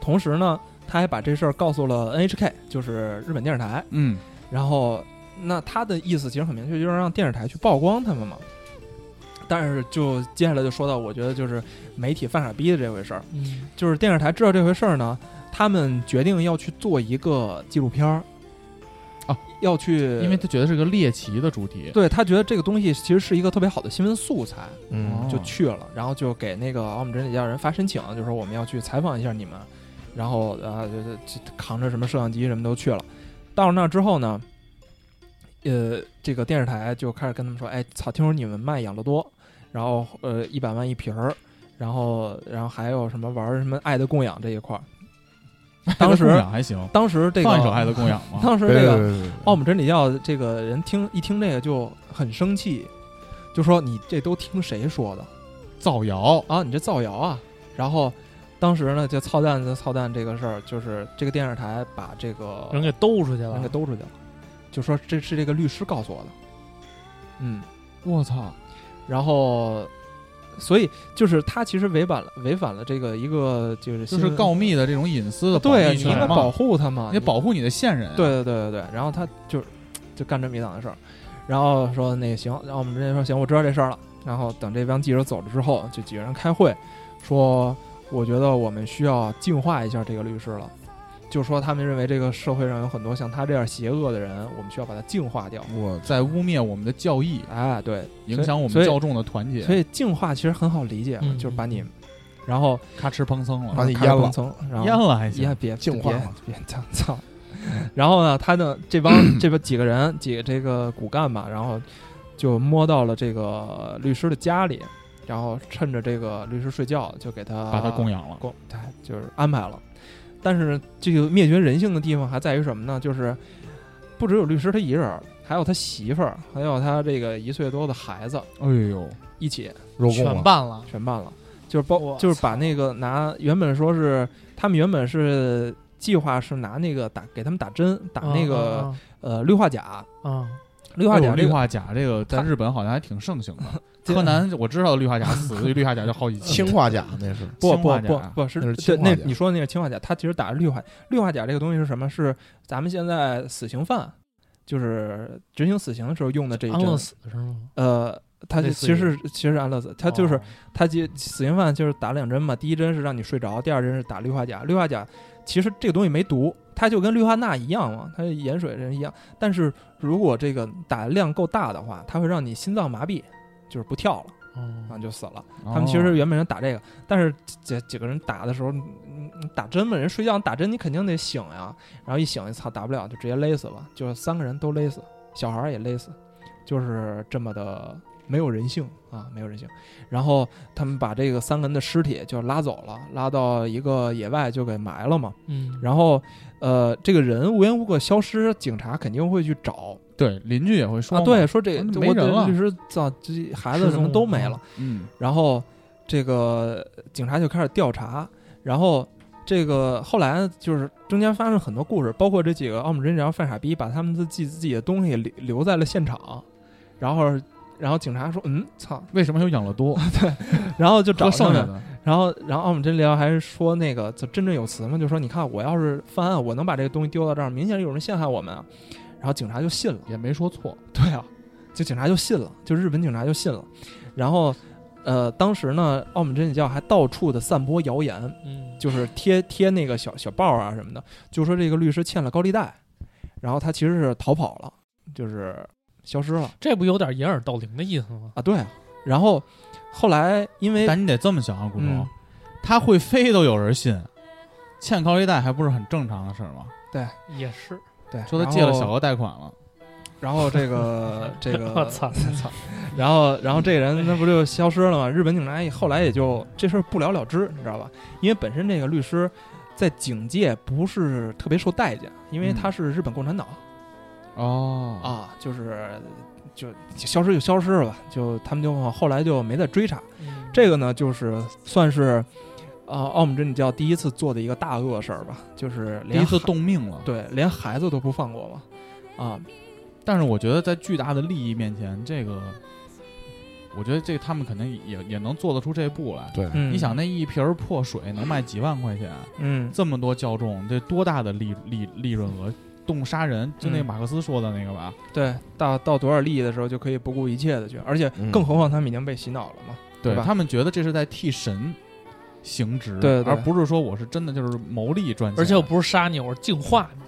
[SPEAKER 3] 同时呢，他还把这事儿告诉了 NHK，就是日本电视台。
[SPEAKER 4] 嗯，
[SPEAKER 3] 然后，那他的意思其实很明确，就是让电视台去曝光他们嘛。但是就接下来就说到，我觉得就是媒体犯傻逼的这回事儿，
[SPEAKER 6] 嗯，
[SPEAKER 3] 就是电视台知道这回事儿呢，他们决定要去做一个纪录片儿，
[SPEAKER 4] 啊，
[SPEAKER 3] 要去，
[SPEAKER 4] 因为他觉得是个猎奇的主题，
[SPEAKER 3] 对他觉得这个东西其实是一个特别好的新闻素材，
[SPEAKER 4] 哦
[SPEAKER 5] 嗯，
[SPEAKER 3] 就去了，然后就给那个奥姆真理教人发申请，就说我们要去采访一下你们，然后啊，就是扛着什么摄像机什么都去了。到了那儿之后呢，呃，这个电视台就开始跟他们说，哎，操，听说你们卖养乐多，然后呃一百万一瓶儿，然后然后还有什么玩儿什么爱的供养这一块儿。当
[SPEAKER 4] 爱的供
[SPEAKER 3] 时
[SPEAKER 4] 养还行，
[SPEAKER 3] 当时这个
[SPEAKER 4] 放一首《爱的供养》吗？
[SPEAKER 3] 当时
[SPEAKER 5] 对
[SPEAKER 3] 这
[SPEAKER 5] 对
[SPEAKER 3] 个
[SPEAKER 5] 对对
[SPEAKER 3] 奥姆真理教这个人听一听这个就很生气，就说你这都听谁说的？
[SPEAKER 4] 造谣，
[SPEAKER 3] 啊，你这造谣啊！然后当时呢，就操蛋就操蛋这个事儿，就是这个电视台把这个
[SPEAKER 6] 人给兜出去了，
[SPEAKER 3] 哦人给兜出去了，就说这是这个律师告诉我的，嗯，
[SPEAKER 4] 我操，
[SPEAKER 3] 然后所以就是他其实违反了违反了这个一个就是
[SPEAKER 4] 就
[SPEAKER 3] 新
[SPEAKER 4] 是
[SPEAKER 3] 闻
[SPEAKER 4] 告密的这种隐私的保
[SPEAKER 3] 对，啊
[SPEAKER 4] 密
[SPEAKER 3] 你应该
[SPEAKER 4] 权
[SPEAKER 3] 保
[SPEAKER 4] 嘛，
[SPEAKER 3] 护他嘛，
[SPEAKER 4] 你得保护你的线人。
[SPEAKER 3] 对，对对对对，然后他就就干这么一档子事儿，然后说那个行，然后我们直接说行，我知道这事儿了。然后等这帮记者走了之后，就几个人开会，说我觉得我们需要净化一下这个律师了，就说他们认为这个社会上有很多像他这样邪恶的人，我们需要把他净化掉。
[SPEAKER 4] 我在污蔑我们的教义，
[SPEAKER 3] 哎，对，
[SPEAKER 4] 影响我
[SPEAKER 3] 所
[SPEAKER 4] 们
[SPEAKER 3] 以
[SPEAKER 4] 教众的团结
[SPEAKER 3] 所，以净化其实很好理解，
[SPEAKER 6] 嗯
[SPEAKER 3] 就是把你，然后
[SPEAKER 4] 咔哧砰僧了，
[SPEAKER 5] 把你
[SPEAKER 3] 开始
[SPEAKER 5] 淹了
[SPEAKER 3] 蹦层，然后
[SPEAKER 4] 淹了还
[SPEAKER 3] 也
[SPEAKER 4] 行。
[SPEAKER 3] 别
[SPEAKER 5] 净化
[SPEAKER 3] 别 *laughs*
[SPEAKER 5] 嘛
[SPEAKER 3] 别操操。然后呢，他的这帮这帮几个人，几个这个骨干吧，然后就摸到了这个律师的家里，然后趁着这个律师睡觉，就给他
[SPEAKER 4] 把他供养了，
[SPEAKER 3] 供，对，就是安排了。但是这个灭绝人性的地方还在于什么呢？就是不只有律师他一人儿，还有他媳妇儿，还有他这个一岁多的孩子
[SPEAKER 4] 哎呦，
[SPEAKER 3] 一起
[SPEAKER 5] 肉供
[SPEAKER 6] 全
[SPEAKER 5] 了，
[SPEAKER 6] 办了，
[SPEAKER 3] 全办了，就是包
[SPEAKER 6] 我
[SPEAKER 3] 就是把那个拿原本说是他们原本是计划是拿那个打给他们打针打那个、
[SPEAKER 6] 啊
[SPEAKER 3] 呃氯化钾，
[SPEAKER 6] 啊啊
[SPEAKER 3] 氯化
[SPEAKER 4] 哎
[SPEAKER 3] 钾
[SPEAKER 4] 呦
[SPEAKER 3] 这
[SPEAKER 4] 氯
[SPEAKER 3] 个啊
[SPEAKER 4] 化钾这个在
[SPEAKER 3] 它
[SPEAKER 4] 日本好像还挺盛
[SPEAKER 3] *laughs*
[SPEAKER 4] 行的。
[SPEAKER 3] 这
[SPEAKER 4] 柯南我知道氯化钗死
[SPEAKER 3] *laughs*
[SPEAKER 4] 的氯化钾就好几千
[SPEAKER 5] 氰，化钾那是
[SPEAKER 3] 不
[SPEAKER 4] 氰
[SPEAKER 3] 不
[SPEAKER 4] 化
[SPEAKER 3] 不
[SPEAKER 4] 钾
[SPEAKER 3] 不是
[SPEAKER 5] 那是
[SPEAKER 3] 对
[SPEAKER 5] 氰化
[SPEAKER 3] 那
[SPEAKER 5] 钾
[SPEAKER 3] 你说的那是氰化钾，它其实打的氯化氯化钾这个东西是什么？是咱们现在死刑犯就是执行死刑的时候用的这一
[SPEAKER 6] 安
[SPEAKER 3] 针
[SPEAKER 6] 乐，死是吗？
[SPEAKER 3] 呃。它
[SPEAKER 6] 类
[SPEAKER 3] 其
[SPEAKER 6] 似
[SPEAKER 3] 实
[SPEAKER 6] 于
[SPEAKER 3] 是其实是安乐死，它就是
[SPEAKER 6] 哦
[SPEAKER 3] 他就死刑犯就是打两针嘛，第一针是让你睡着，第二针是打氯化钾。氯化钾其实这个东西没毒，它就跟氯化钠一样嘛，它盐水人一样。但是如果这个打量够大的话，它会让你心脏麻痹，就是不跳了，然后
[SPEAKER 6] 哦
[SPEAKER 3] 就死了。
[SPEAKER 4] 他
[SPEAKER 3] 他们其
[SPEAKER 4] 哦
[SPEAKER 3] 实原本人打这个，但是几几个人打的时候，嗯嗯打针嘛，人睡觉打针你肯定得醒呀，然后一醒，操，打不了就直接勒死了，就是三个人都勒死，小孩儿也勒死，就是这么的没有人性啊，没有人性。然后他们把这个三个人的尸体就拉走了，拉到一个野外就给埋了嘛。
[SPEAKER 6] 嗯，
[SPEAKER 3] 然后，呃，这个人无缘无故消失，警察肯定会去找
[SPEAKER 4] 对邻居也会说
[SPEAKER 3] 啊，
[SPEAKER 4] 嘛
[SPEAKER 3] 对，，说这
[SPEAKER 4] 啊
[SPEAKER 3] 我
[SPEAKER 4] 没人
[SPEAKER 3] 的
[SPEAKER 4] 了
[SPEAKER 3] 律师操，这孩
[SPEAKER 6] 失
[SPEAKER 3] 子什么
[SPEAKER 6] 踪
[SPEAKER 3] 都
[SPEAKER 6] 了
[SPEAKER 3] 没
[SPEAKER 6] 啊
[SPEAKER 3] 了。
[SPEAKER 4] 嗯，
[SPEAKER 3] 然后这个警察就开始调查，然后这个后来就是中间发生很多故事，包括这几个奥姆真人犯傻逼，把他们自己自己的东西留留在了现场，然后然后警察说嗯操，
[SPEAKER 4] 为什么有养乐 *laughs* 多
[SPEAKER 3] 然后就找
[SPEAKER 4] 喝剩
[SPEAKER 3] 上
[SPEAKER 4] 下
[SPEAKER 3] 面，
[SPEAKER 4] 的？
[SPEAKER 3] *laughs* 然后然后奥姆真聊还是说那个就振振有词嘛，就说你看我要是犯案，我能把这个东西丢到这儿，明显有人陷害我们啊，然后警察就信了。
[SPEAKER 4] 也没说错，
[SPEAKER 3] 对啊，就警察就信了，就日本警察就信了。然后，呃，当时呢，奥姆真理教还到处的散播谣言，
[SPEAKER 6] 嗯，
[SPEAKER 3] 就是贴贴那个小小报啊什么的，就说这个律师欠了高利贷，然后他其实是逃跑了，就是消失了
[SPEAKER 6] 这不有点掩耳盗铃的意思吗？
[SPEAKER 3] 啊。对啊，然后后来因为
[SPEAKER 4] 但你得这么想啊，古城，
[SPEAKER 3] 嗯
[SPEAKER 4] 他会飞都有人信，欠高利贷还不是很正常的事儿吗？
[SPEAKER 6] 也是，
[SPEAKER 3] 对
[SPEAKER 4] 说他借了小，
[SPEAKER 3] 然后
[SPEAKER 4] 额贷款了，
[SPEAKER 3] *laughs* 然后这个这个 *laughs*
[SPEAKER 6] *laughs* 我操，
[SPEAKER 3] 操！然后，然后这人那不就消失了吗？日本警察也后来也就这事儿不了了之，你知道吧？因为本身这个律师在警界不是特别受待见，因为他是日本共产党、
[SPEAKER 4] 哦啊，
[SPEAKER 3] 啊，就是就就消失就消失了吧，就他们就哦后来就没再追查
[SPEAKER 6] 嗯
[SPEAKER 3] 这个呢，就是算是啊、奥姆真理教第一次做的一个大恶事儿吧，就是
[SPEAKER 4] 第
[SPEAKER 3] 连
[SPEAKER 4] 一次
[SPEAKER 3] 孩
[SPEAKER 4] 动命了。，
[SPEAKER 3] 对连孩子都不放过嘛啊，
[SPEAKER 4] 但是我觉得在巨大的利益面前，这个，我觉得这他们肯定也也能做得出这步来。
[SPEAKER 5] 对，
[SPEAKER 3] 嗯
[SPEAKER 4] 你想，那一瓶儿破水能卖几万块钱，
[SPEAKER 3] 嗯
[SPEAKER 4] 这么多教众，这多大的利利利润额？动物杀人，就那个
[SPEAKER 3] 嗯
[SPEAKER 4] 马克思说的那个吧，
[SPEAKER 3] 对，到到多少利益的时候就可以不顾一切的去，而且
[SPEAKER 5] 嗯
[SPEAKER 3] 更何况他们已经被洗脑了嘛。
[SPEAKER 4] 对
[SPEAKER 3] 对吧
[SPEAKER 4] 他们觉得这是在替神行职，
[SPEAKER 3] 对对
[SPEAKER 4] 而不是说我是真的就是谋利赚钱，
[SPEAKER 6] 而且我不是杀你，我是净化你，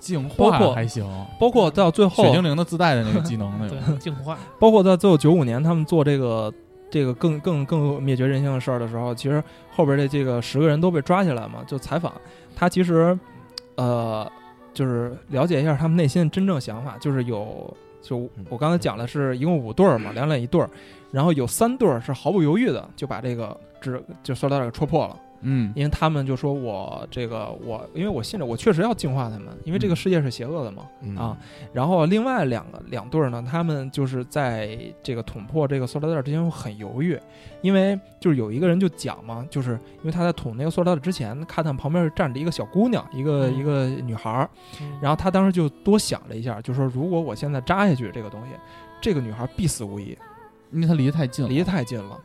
[SPEAKER 4] 净
[SPEAKER 3] 包括
[SPEAKER 4] 化还行，
[SPEAKER 3] 包括到最后
[SPEAKER 4] 雪，精灵的自带的那个技
[SPEAKER 3] 嗯
[SPEAKER 4] 能那
[SPEAKER 3] *laughs*
[SPEAKER 4] 种，
[SPEAKER 6] 对，净化。
[SPEAKER 3] 包括到最后九五年他们做这个这个更更更灭绝人性的事儿的时候，其实后边的这个十个人都被抓起来嘛，就采访他，其实呃就是了解一下他们内心的真正想法，就是有就我刚才讲的是一共五对儿嘛，两两一对儿，然后有三对儿是毫不犹豫的就把这个纸就塑料袋给戳破了。
[SPEAKER 4] 嗯，
[SPEAKER 3] 因为他们就说我这个我，因为我信着我确实要净化他们，因为这个世界是邪恶的嘛、
[SPEAKER 5] 嗯
[SPEAKER 3] 啊。然后另外两个两对儿呢，他们就是在这个捅破这个塑料袋儿之前很犹豫，因为就是有一个人就讲嘛，就是因为他在捅那个塑料袋儿之前，看他旁边站着一个小姑娘，一个、
[SPEAKER 6] 嗯
[SPEAKER 3] 一个女孩儿，
[SPEAKER 6] 嗯
[SPEAKER 3] 然后他当时就多想了一下，就说如果我现在扎下去这个东西，这个女孩必死无疑。
[SPEAKER 4] 因为他离得太近了，
[SPEAKER 3] 离得太近了。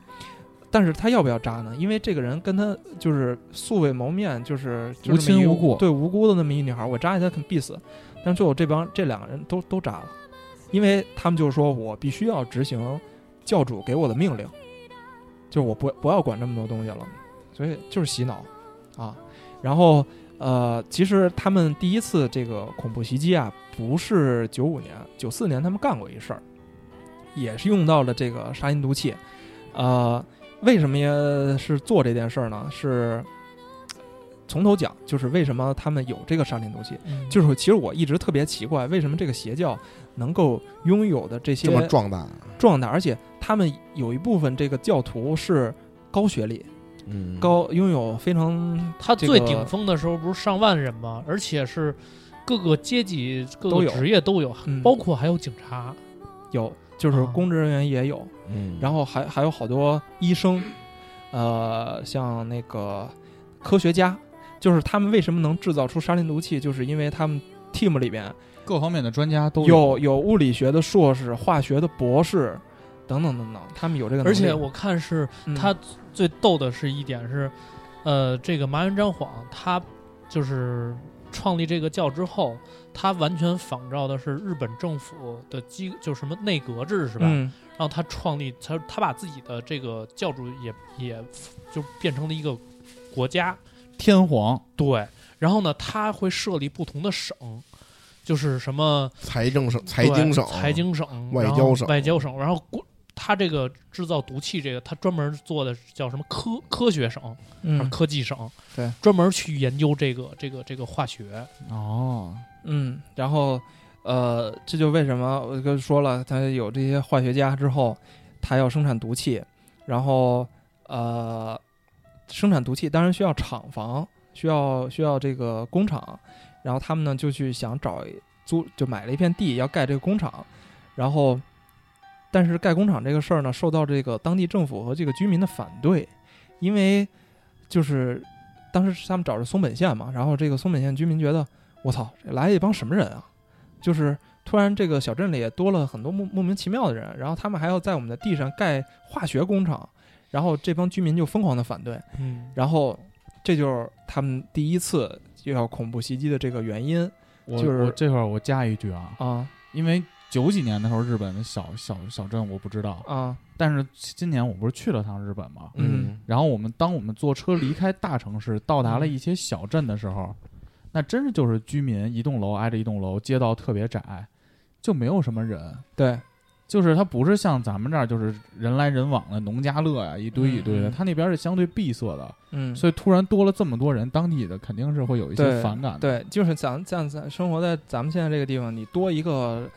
[SPEAKER 3] 但是他要不要扎呢？因为这个人跟他就是素未谋面，就是就是
[SPEAKER 4] 无亲
[SPEAKER 3] 那么一个
[SPEAKER 4] 无故
[SPEAKER 3] 对无辜的那么一女孩，我扎下她肯必死。但最后这帮这两个人都都扎了，因为他们就说我必须要执行教主给我的命令，就是我不不要管这么多东西了，所以就是洗脑啊。然后呃，其实他们第一次这个恐怖袭击啊，不是九五年、九四年他们干过一事儿，也是用到了这个杀因毒气。呃，为什么也是做这件事儿呢？是从头讲，就是为什么他们有这个杀林毒气。
[SPEAKER 6] 嗯
[SPEAKER 3] 就是其实我一直特别奇怪，为什么这个邪教能够拥有的这些
[SPEAKER 5] 这么壮大，
[SPEAKER 3] 壮大，而且他们有一部分这个教徒是高学历、
[SPEAKER 5] 嗯，
[SPEAKER 3] 高拥有非常
[SPEAKER 6] 他
[SPEAKER 3] 这
[SPEAKER 6] 最
[SPEAKER 3] 个
[SPEAKER 6] 顶峰的时候不是上万人吗？而且是各个阶级、各
[SPEAKER 3] 都
[SPEAKER 6] 个
[SPEAKER 3] 有
[SPEAKER 6] 职业都有，
[SPEAKER 3] 嗯
[SPEAKER 6] 包括还有警察。
[SPEAKER 3] 有，就是
[SPEAKER 6] 啊
[SPEAKER 3] 公职人员也有，
[SPEAKER 5] 嗯，
[SPEAKER 3] 然后还还有好多医生，呃，像那个科学家，就是他们为什么能制造出沙林毒气，就是因为他们 team 里边
[SPEAKER 4] 各方面的专家都
[SPEAKER 3] 有有物理学的硕士、化学的博士等等等等，他们有这个能
[SPEAKER 6] 而
[SPEAKER 3] 力。
[SPEAKER 6] 且我看是
[SPEAKER 3] 嗯
[SPEAKER 6] 他最逗的是一点是，呃，这个麻原彰晃他就是创立这个教之后，他完全仿照的是日本政府的机，就是什么内阁制是吧？
[SPEAKER 3] 嗯
[SPEAKER 6] 然后他创立，他他把自己的这个教主也也就变成了一个国家，
[SPEAKER 4] 天皇，
[SPEAKER 6] 对，然后呢，他会设立不同的省，就是什么
[SPEAKER 5] 财政省、财
[SPEAKER 6] 对
[SPEAKER 5] 经省、
[SPEAKER 6] 财经省、
[SPEAKER 5] 外
[SPEAKER 6] 然
[SPEAKER 5] 交
[SPEAKER 6] 后
[SPEAKER 5] 省
[SPEAKER 6] 外交省，然后国他这个制造毒气这个，他专门做的叫什么科科学省、
[SPEAKER 3] 嗯
[SPEAKER 6] 科技省，
[SPEAKER 3] 对，
[SPEAKER 6] 专门去研究这个这个这个化学，
[SPEAKER 4] 哦，
[SPEAKER 3] 嗯，然后呃，这就为什么我跟说了，他有这些化学家之后，他要生产毒气，然后呃，生产毒气当然需要厂房，需要需要这个工厂，然后他们呢就去想找租，就买了一片地要盖这个工厂，然后但是盖工厂这个事儿呢，受到这个当地政府和这个居民的反对，因为就是。当时是他们找着松本县嘛，然后这个松本县居民觉得，我操，这来一帮什么人啊？就是突然这个小镇里也多了很多莫莫名其妙的人，然后他们还要在我们的地上盖化学工厂，然后这帮居民就疯狂的反对，
[SPEAKER 6] 嗯，
[SPEAKER 3] 然后这就是他们第一次遇到恐怖袭击的这个原因
[SPEAKER 4] 我
[SPEAKER 3] 就是
[SPEAKER 4] 我这块儿我加一句啊，
[SPEAKER 3] 啊
[SPEAKER 4] 因为九几年的时候，日本的小小小镇我不知道，
[SPEAKER 3] 啊，
[SPEAKER 4] 但是今年我不是去了趟日本嘛，
[SPEAKER 3] 嗯
[SPEAKER 4] 然后我们当我们坐车离开大城市，到达了一些小镇的时候，那真是就是居民一栋楼挨着一栋楼，街道特别窄，就没有什么人，
[SPEAKER 3] 对，
[SPEAKER 4] 就是它不是像咱们这儿就是人来人往的农家乐呀、一堆一堆的，
[SPEAKER 3] 嗯嗯
[SPEAKER 4] 它那边是相对闭塞的，
[SPEAKER 3] 嗯，
[SPEAKER 4] 所以突然多了这么多人，当地的肯定是会有一些
[SPEAKER 3] 对
[SPEAKER 4] 反感的。
[SPEAKER 3] 对，就是咱咱咱生活在咱们现在这个地方，你多一个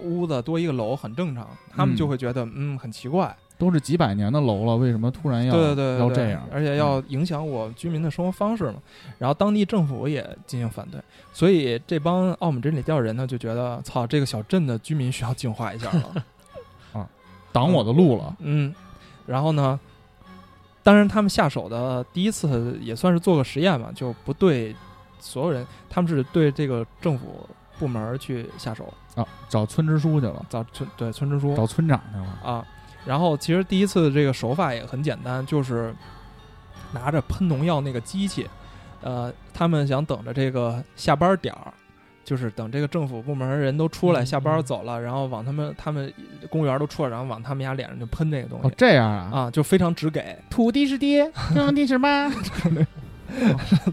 [SPEAKER 3] 屋子，多一个楼很正常，他们就
[SPEAKER 4] 嗯
[SPEAKER 3] 会觉得嗯很奇怪，
[SPEAKER 4] 都是几百年的楼了，为什么突然要
[SPEAKER 3] 对对对对
[SPEAKER 4] 要
[SPEAKER 3] 对
[SPEAKER 4] 这样？嗯
[SPEAKER 3] 而且要影响我居民的生活方式嘛。然后当地政府也进行反对，所以这帮澳门真理教人呢就觉得，操，这个小镇的居民需要净化一
[SPEAKER 4] *laughs*
[SPEAKER 3] 下了。
[SPEAKER 4] 挡我的路了。
[SPEAKER 3] 嗯，然后呢，当然他们下手的第一次也算是做个实验嘛，就不对所有人，他们是对这个政府部门儿去下手，
[SPEAKER 4] 啊，找村支书去了，
[SPEAKER 3] 找村对村支书
[SPEAKER 4] 找村长去了。
[SPEAKER 3] 啊。然后其实第一次的这个手法也很简单，就是拿着喷农药那个机器，呃，他们想等着这个下班点儿，就是等这个政府部门儿人都出来
[SPEAKER 6] 嗯
[SPEAKER 3] 下班儿
[SPEAKER 6] 嗯
[SPEAKER 3] 走了，然后往他们他们公务员都出来，然后往他们家脸上就喷这个东
[SPEAKER 4] 哦
[SPEAKER 3] 西，
[SPEAKER 4] 这样啊，
[SPEAKER 3] 啊，就非常直给，
[SPEAKER 4] 土地是
[SPEAKER 3] *laughs*
[SPEAKER 4] 爹，天上地是妈，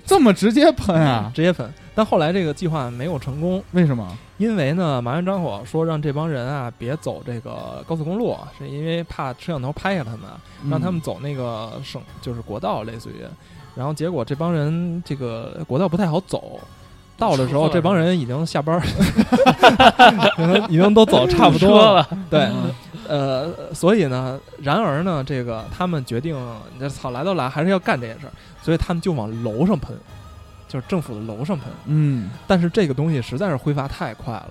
[SPEAKER 4] 这么直接喷啊？
[SPEAKER 3] 嗯直接喷。但后来这个计划没有成功，
[SPEAKER 4] 为什么？
[SPEAKER 3] 因为呢，麻原彰晃说让这帮人啊别走这个高速公路，是因为怕摄像头拍下他们啊。
[SPEAKER 4] 嗯
[SPEAKER 3] 让
[SPEAKER 6] 嗯
[SPEAKER 3] 他们走那个省就是国道，类似于，然后结果这帮人这个国道不太好走，到的时候
[SPEAKER 6] 车了
[SPEAKER 3] 这帮人已经下班儿，已
[SPEAKER 6] *laughs*
[SPEAKER 3] 经已经都走差不多
[SPEAKER 6] 车了，嗯
[SPEAKER 3] 对，呃，所以呢，然而呢，这个他们决定，这操来都来，还是要干这件事儿，所以他们就往楼上喷，就是政府的楼上喷。
[SPEAKER 4] 嗯，
[SPEAKER 3] 但是这个东西实在是挥发太快了，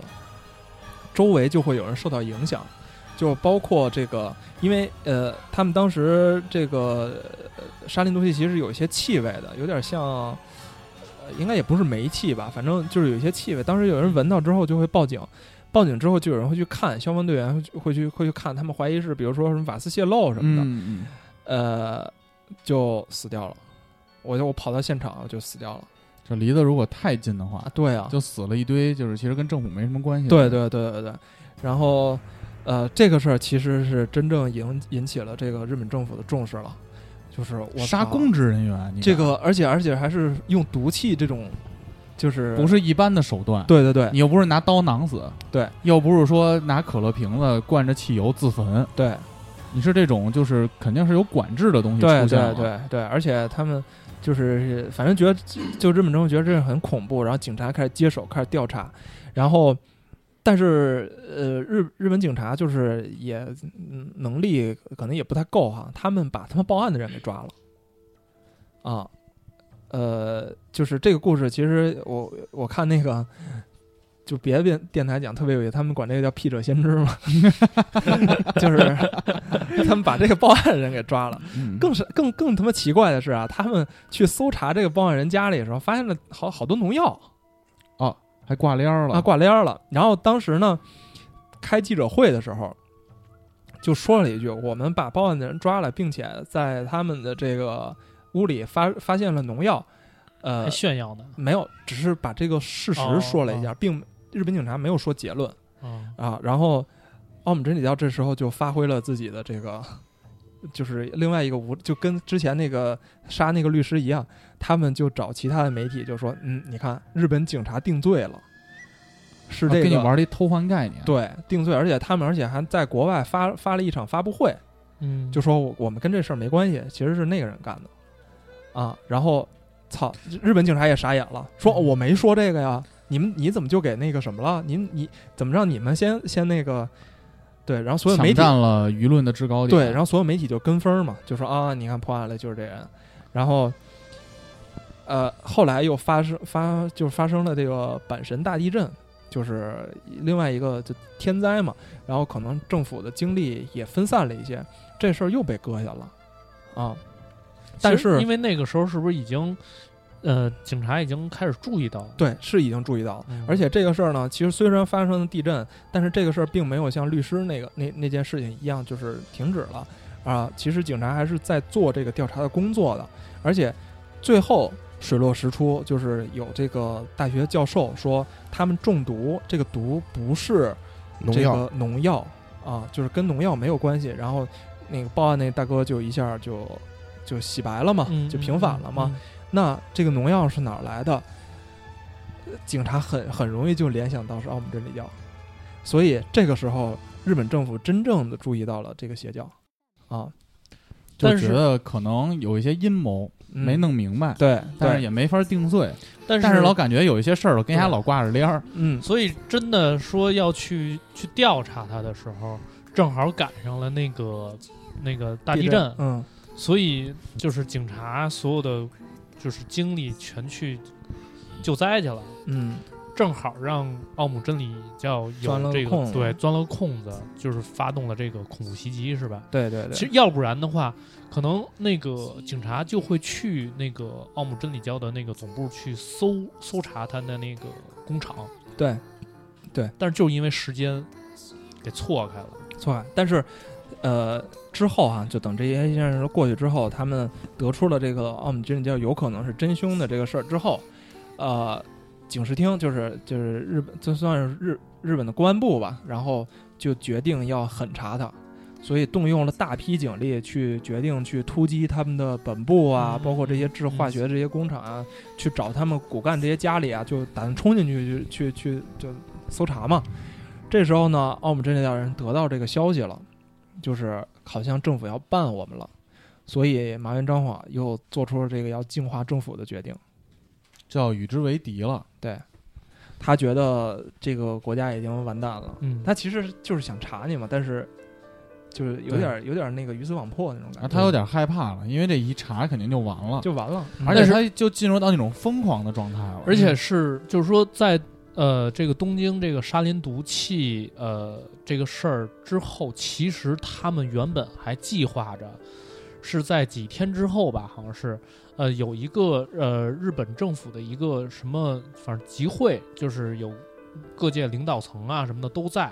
[SPEAKER 3] 周围就会有人受到影响，就包括这个，因为呃，他们当时这个、呃、沙林毒气其实有一些气味的，有点像，呃，应该也不是煤气吧，反正就是有一些气味。当时有人闻到之后就会报警。报警之后，就有人会去看，消防队员会去会去会去看，他们怀疑是比如说什么瓦斯泄漏什么的，
[SPEAKER 4] 嗯嗯
[SPEAKER 3] 呃，就死掉了。我就我跑到现场就死掉了
[SPEAKER 4] 这离得如果太近的话
[SPEAKER 3] 啊！，对啊，
[SPEAKER 4] 就死了一堆，就是其实跟政府没什么关系。
[SPEAKER 3] 对，对对对对，然后呃，这个事儿其实是真正引引起了这个日本政府的重视了，就是我
[SPEAKER 4] 杀
[SPEAKER 3] 操
[SPEAKER 4] 公职人员，你
[SPEAKER 3] 这个，而且而且还是用毒气这种，就是
[SPEAKER 4] 不是一般的手段。
[SPEAKER 3] 对对对
[SPEAKER 4] 你又不是拿刀囊死，
[SPEAKER 3] 对，
[SPEAKER 4] 又不是说拿可乐瓶子灌着汽油自焚，
[SPEAKER 3] 对
[SPEAKER 4] 你是这种就是肯定是有管制的东西出
[SPEAKER 3] 对
[SPEAKER 4] 现
[SPEAKER 3] 对
[SPEAKER 4] 了。
[SPEAKER 3] 对对，而且他们就是反正觉得就日本政府觉得这是很恐怖，然后警察开始接手开始调查，然后。但是，呃，日日本警察就是也嗯能力可能也不太够哈，他们把他们报案的人给抓了，啊，呃，就是这个故事，其实我我看那个，就别的电电台讲特别有意思，他们管这个叫“屁者先知”嘛， *laughs* 就是 *laughs* 他们把这个报案人给抓了。
[SPEAKER 4] 嗯，
[SPEAKER 3] 更是更更他妈奇怪的是啊，他们去搜查这个报案人家里的时候，发现了好好多农药
[SPEAKER 4] 还挂帘儿了
[SPEAKER 3] 啊，挂链儿了。然后当时呢，开记者会的时候。就说了一句：“我们把报案的人抓了，并且在他们的这个屋里发发现了农药，呃，
[SPEAKER 6] 还炫耀呢，
[SPEAKER 3] 没有，只是把这个事实说了一下，并日本警察没有说结论
[SPEAKER 6] 嗯，
[SPEAKER 3] 啊。然后奥姆真理教这时候就发挥了自己的这个，就是另外一个无，就跟之前那个杀那个律师一样，他们就找其他的媒体就说，嗯，你看日本警察定罪了，是
[SPEAKER 4] 啊
[SPEAKER 3] 这个、
[SPEAKER 4] 跟你玩了一偷换概念。，
[SPEAKER 3] 对定罪，而且他们而且还在国外发发了一场发布会，
[SPEAKER 6] 嗯，
[SPEAKER 3] 就说我我们跟这事儿没关系，其实是那个人干的，啊，然后操，日本警察也傻眼了，说我没说这个呀，你们你怎么就给那个什么了？你你怎么让你们先先那个？对，然后所有
[SPEAKER 4] 抢
[SPEAKER 3] 媒体
[SPEAKER 4] 占了舆论的制高点。
[SPEAKER 3] 对，然后所有媒体就跟风嘛，就说啊，你看破案了就是这人，然后。呃，后来又发生发就是发生了这个阪神大地震，就是另外一个就天灾嘛，然后可能政府的精力也分散了一些，这事儿又被搁下了，啊，但
[SPEAKER 6] 其实
[SPEAKER 3] 是
[SPEAKER 6] 因为那个时候是不是已经呃，警察已经开始注意到了。
[SPEAKER 3] 对，是已经注意到了。
[SPEAKER 6] 嗯
[SPEAKER 3] 而且这个事儿呢，其实虽然发生了地震，但是这个事儿并没有像律师那个那那件事情一样，就是停止了啊。其实警察还是在做这个调查的工作的，而且最后水落石出，就是有这个大学教授说他们中毒，这个毒不是
[SPEAKER 5] 农
[SPEAKER 3] 这
[SPEAKER 5] 药
[SPEAKER 3] 个农药啊，就是跟农药没有关系。然后那个报案那大哥就一下就就洗白了嘛，
[SPEAKER 6] 嗯
[SPEAKER 3] 就平反了嘛。？
[SPEAKER 6] 嗯嗯
[SPEAKER 3] 那这个农药是哪儿来的？呃警察很很容易就联想到是澳门真理教，所以这个时候日本政府真正的注意到了这个邪教，啊，
[SPEAKER 4] 就
[SPEAKER 6] 但是
[SPEAKER 4] 觉得可能有一些阴谋
[SPEAKER 3] 嗯
[SPEAKER 4] 没弄明白，
[SPEAKER 3] 对，
[SPEAKER 4] 但是
[SPEAKER 3] 对
[SPEAKER 4] 也没法定罪。
[SPEAKER 6] 但是
[SPEAKER 4] 但是老感觉有一些事儿我跟人家
[SPEAKER 3] 对
[SPEAKER 4] 老挂着边儿，
[SPEAKER 3] 嗯，
[SPEAKER 6] 所以真的说要去去调查他的时候，正好赶上了那个那个大地震，
[SPEAKER 3] 嗯，
[SPEAKER 6] 所以就是警察所有的就是精力全去救灾去了，
[SPEAKER 3] 嗯
[SPEAKER 6] 正好让奥姆真理教
[SPEAKER 3] 钻了个
[SPEAKER 6] 有这个
[SPEAKER 3] 空子
[SPEAKER 6] 对钻了个空子，就是发动了这个恐怖袭击，是吧？
[SPEAKER 3] 对对对，
[SPEAKER 6] 其实要不然的话，可能那个警察就会去那个奥姆真理教的那个总部去搜搜查他的那个工厂，
[SPEAKER 3] 对
[SPEAKER 6] 但是就是因为时间给错开了。
[SPEAKER 3] 错，啊但是呃之后啊，就等这些先生过去之后，他们得出了这个奥姆真理教有可能是真凶的这个事儿之后，呃，警视厅就是就是日本，就算是日日本的公安部吧，然后就决定要狠查他，所以动用了大批警力去决定去突击他们的本部啊，
[SPEAKER 6] 嗯
[SPEAKER 3] 包括这些制化学的这些工厂啊，去找他们骨干这些家里啊，就打算冲进去去去去就搜查嘛。这时候呢，奥姆真理教人得到这个消息了，就是好像政府要办我们了。所以麻原彰晃又做出了这个要净化政府的决定。
[SPEAKER 4] 就要与之为敌了。
[SPEAKER 3] 他觉得这个国家已经完蛋了，
[SPEAKER 6] 嗯，
[SPEAKER 3] 他其实就是想查你嘛，但是就是有点有点那个鱼死网破那种感
[SPEAKER 4] 啊，
[SPEAKER 3] 觉，
[SPEAKER 4] 他有点害怕了，因为这一查肯定就完了，
[SPEAKER 3] 就完了。嗯
[SPEAKER 4] 而且他就进入到那种疯狂的状态了。
[SPEAKER 6] 而且是就是说在呃这个东京这个沙林毒气呃这个事儿之后，其实他们原本还计划着是在几天之后吧，好像是呃有一个呃日本政府的一个什么反正集会，就是有各界领导层啊什么的都在。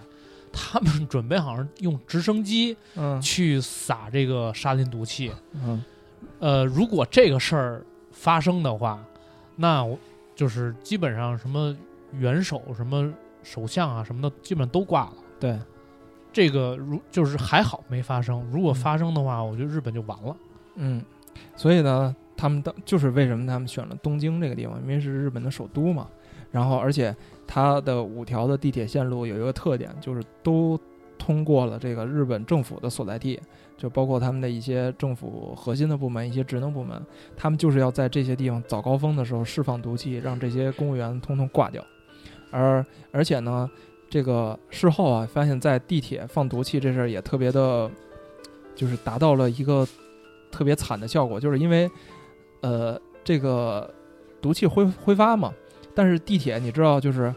[SPEAKER 6] 他们准备好像用直升机
[SPEAKER 3] 嗯
[SPEAKER 6] 去撒这个沙林毒气，
[SPEAKER 3] 嗯，
[SPEAKER 6] 呃，如果这个事儿发生的话，那我就是基本上什么元首、什么首相啊什么的，基本上都挂了。
[SPEAKER 3] 对，
[SPEAKER 6] 这个如就是还好没发生，如果发生的话，我觉得日本就完了。
[SPEAKER 3] 嗯，所以呢，他们当就是为什么他们选了东京这个地方，因为是日本的首都嘛。然后，而且它的五条的地铁线路有一个特点，就是都通过了这个日本政府的所在地，就包括他们的一些政府核心的部门、一些职能部门，他们就是要在这些地方早高峰的时候释放毒气，让这些公务员通通挂掉。而而且呢，这个事后啊，发现在地铁放毒气这事儿也特别的，就是达到了一个特别惨的效果，就是因为呃这个毒气挥挥发嘛，但是地铁你知道就是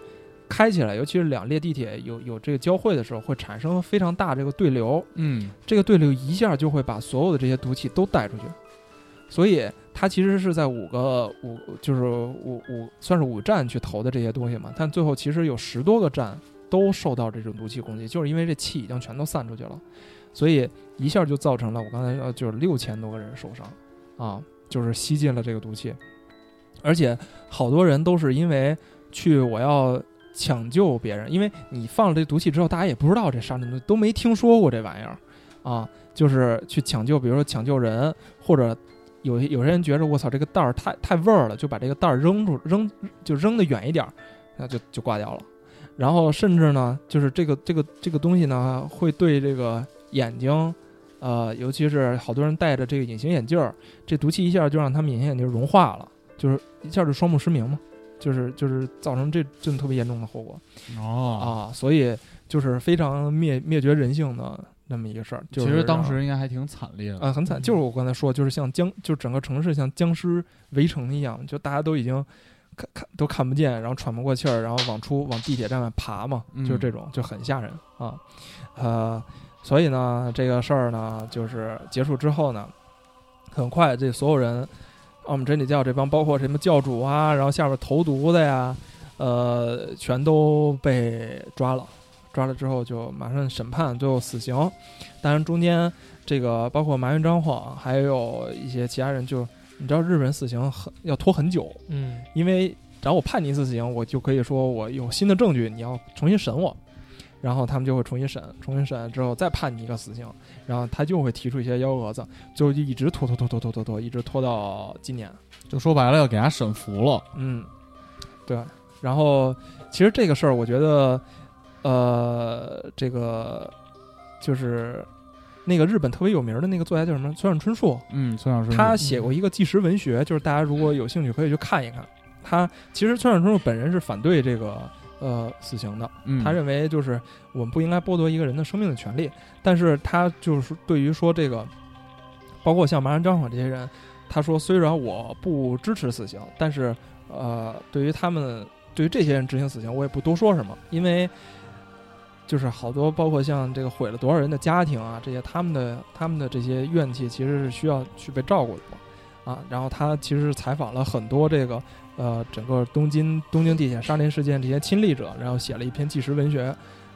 [SPEAKER 3] 开起来，尤其是两列地铁有有这个交汇的时候，会产生非常大这个对流，
[SPEAKER 4] 嗯，
[SPEAKER 3] 这个对流一下就会把所有的这些毒气都带出去，所以它其实是在五个五就是五五算是五站去投的这些东西嘛，但最后其实有十多个站都受到这种毒气攻击，就是因为这气已经全都散出去了，所以一下就造成了我刚才说就是六千多个人受伤啊，就是吸进了这个毒气，而且好多人都是因为去我要。抢救别人，因为你放了这毒气之后，大家也不知道这杀人毒都没听说过这玩意儿，啊，就是去抢救，比如说抢救人，或者有些有些人觉着我操这个袋儿太太味儿了，就把这个袋儿扔出扔就扔得远一点儿，那就就挂掉了。然后甚至呢，就是这个这个这个东西呢，会对这个眼睛，呃，尤其是好多人戴着这个隐形眼镜儿，这毒气一下就让他们隐形眼镜融化了，就是一下就双目失明嘛，就是就是造成这这种特别严重的后果
[SPEAKER 4] 哦，
[SPEAKER 3] 啊，所以就是非常灭灭绝人性的那么一个事儿。就
[SPEAKER 4] 其实
[SPEAKER 3] 是
[SPEAKER 4] 当
[SPEAKER 3] 让
[SPEAKER 4] 时应该嗯还挺惨烈的。
[SPEAKER 3] 啊，很惨，就是我刚才说，就是像僵，就整个城市像僵尸围城一样，就大家都已经看看都看不见，然后喘不过气儿，然后往出往地铁站外爬嘛，就是这种，就很吓人啊，呃，所以呢，这个事儿呢，就是结束之后呢，很快这所有人奥姆真理教这帮，包括什么教主啊，然后下边投毒的呀，呃，全都被抓了。抓了之后就马上审判，最后死刑。当然中间这个包括麻原彰晃，还有一些其他人就，你知道日本死刑很要拖很久，
[SPEAKER 6] 嗯，
[SPEAKER 3] 因为然后我判你一次刑，我就可以说我有新的证据，你要重新审我，然后他们就会重新审，重新审之后再判你一个死刑，然后他就会提出一些幺蛾子，最后就一直拖拖拖拖拖拖拖，一直拖到今年。
[SPEAKER 4] 就说白了要给他审服了。
[SPEAKER 3] 嗯，对。然后其实这个事儿，我觉得，呃，这个就是那个日本特别有名的那个作家叫什么村上春树，
[SPEAKER 4] 嗯，村上春树
[SPEAKER 3] 他写过一个纪实文学，就是大家如果有兴趣可以去看一看。他其实村上春树本人是反对这个呃死刑的，
[SPEAKER 4] 嗯
[SPEAKER 3] 他认为就是我们不应该剥夺一个人的生命的权利，但是他就是对于说这个，包括像麻原彰晃这些人，他说虽然我不支持死刑，但是呃，对于他们对于这些人执行死刑，我也不多说什么，因为就是好多包括像这个毁了多少人的家庭啊，这些他们的他们的这些怨气其实是需要去被照顾的嘛啊。然后他其实是采访了很多这个呃整个东京东京地铁沙林事件这些亲历者，然后写了一篇纪实文学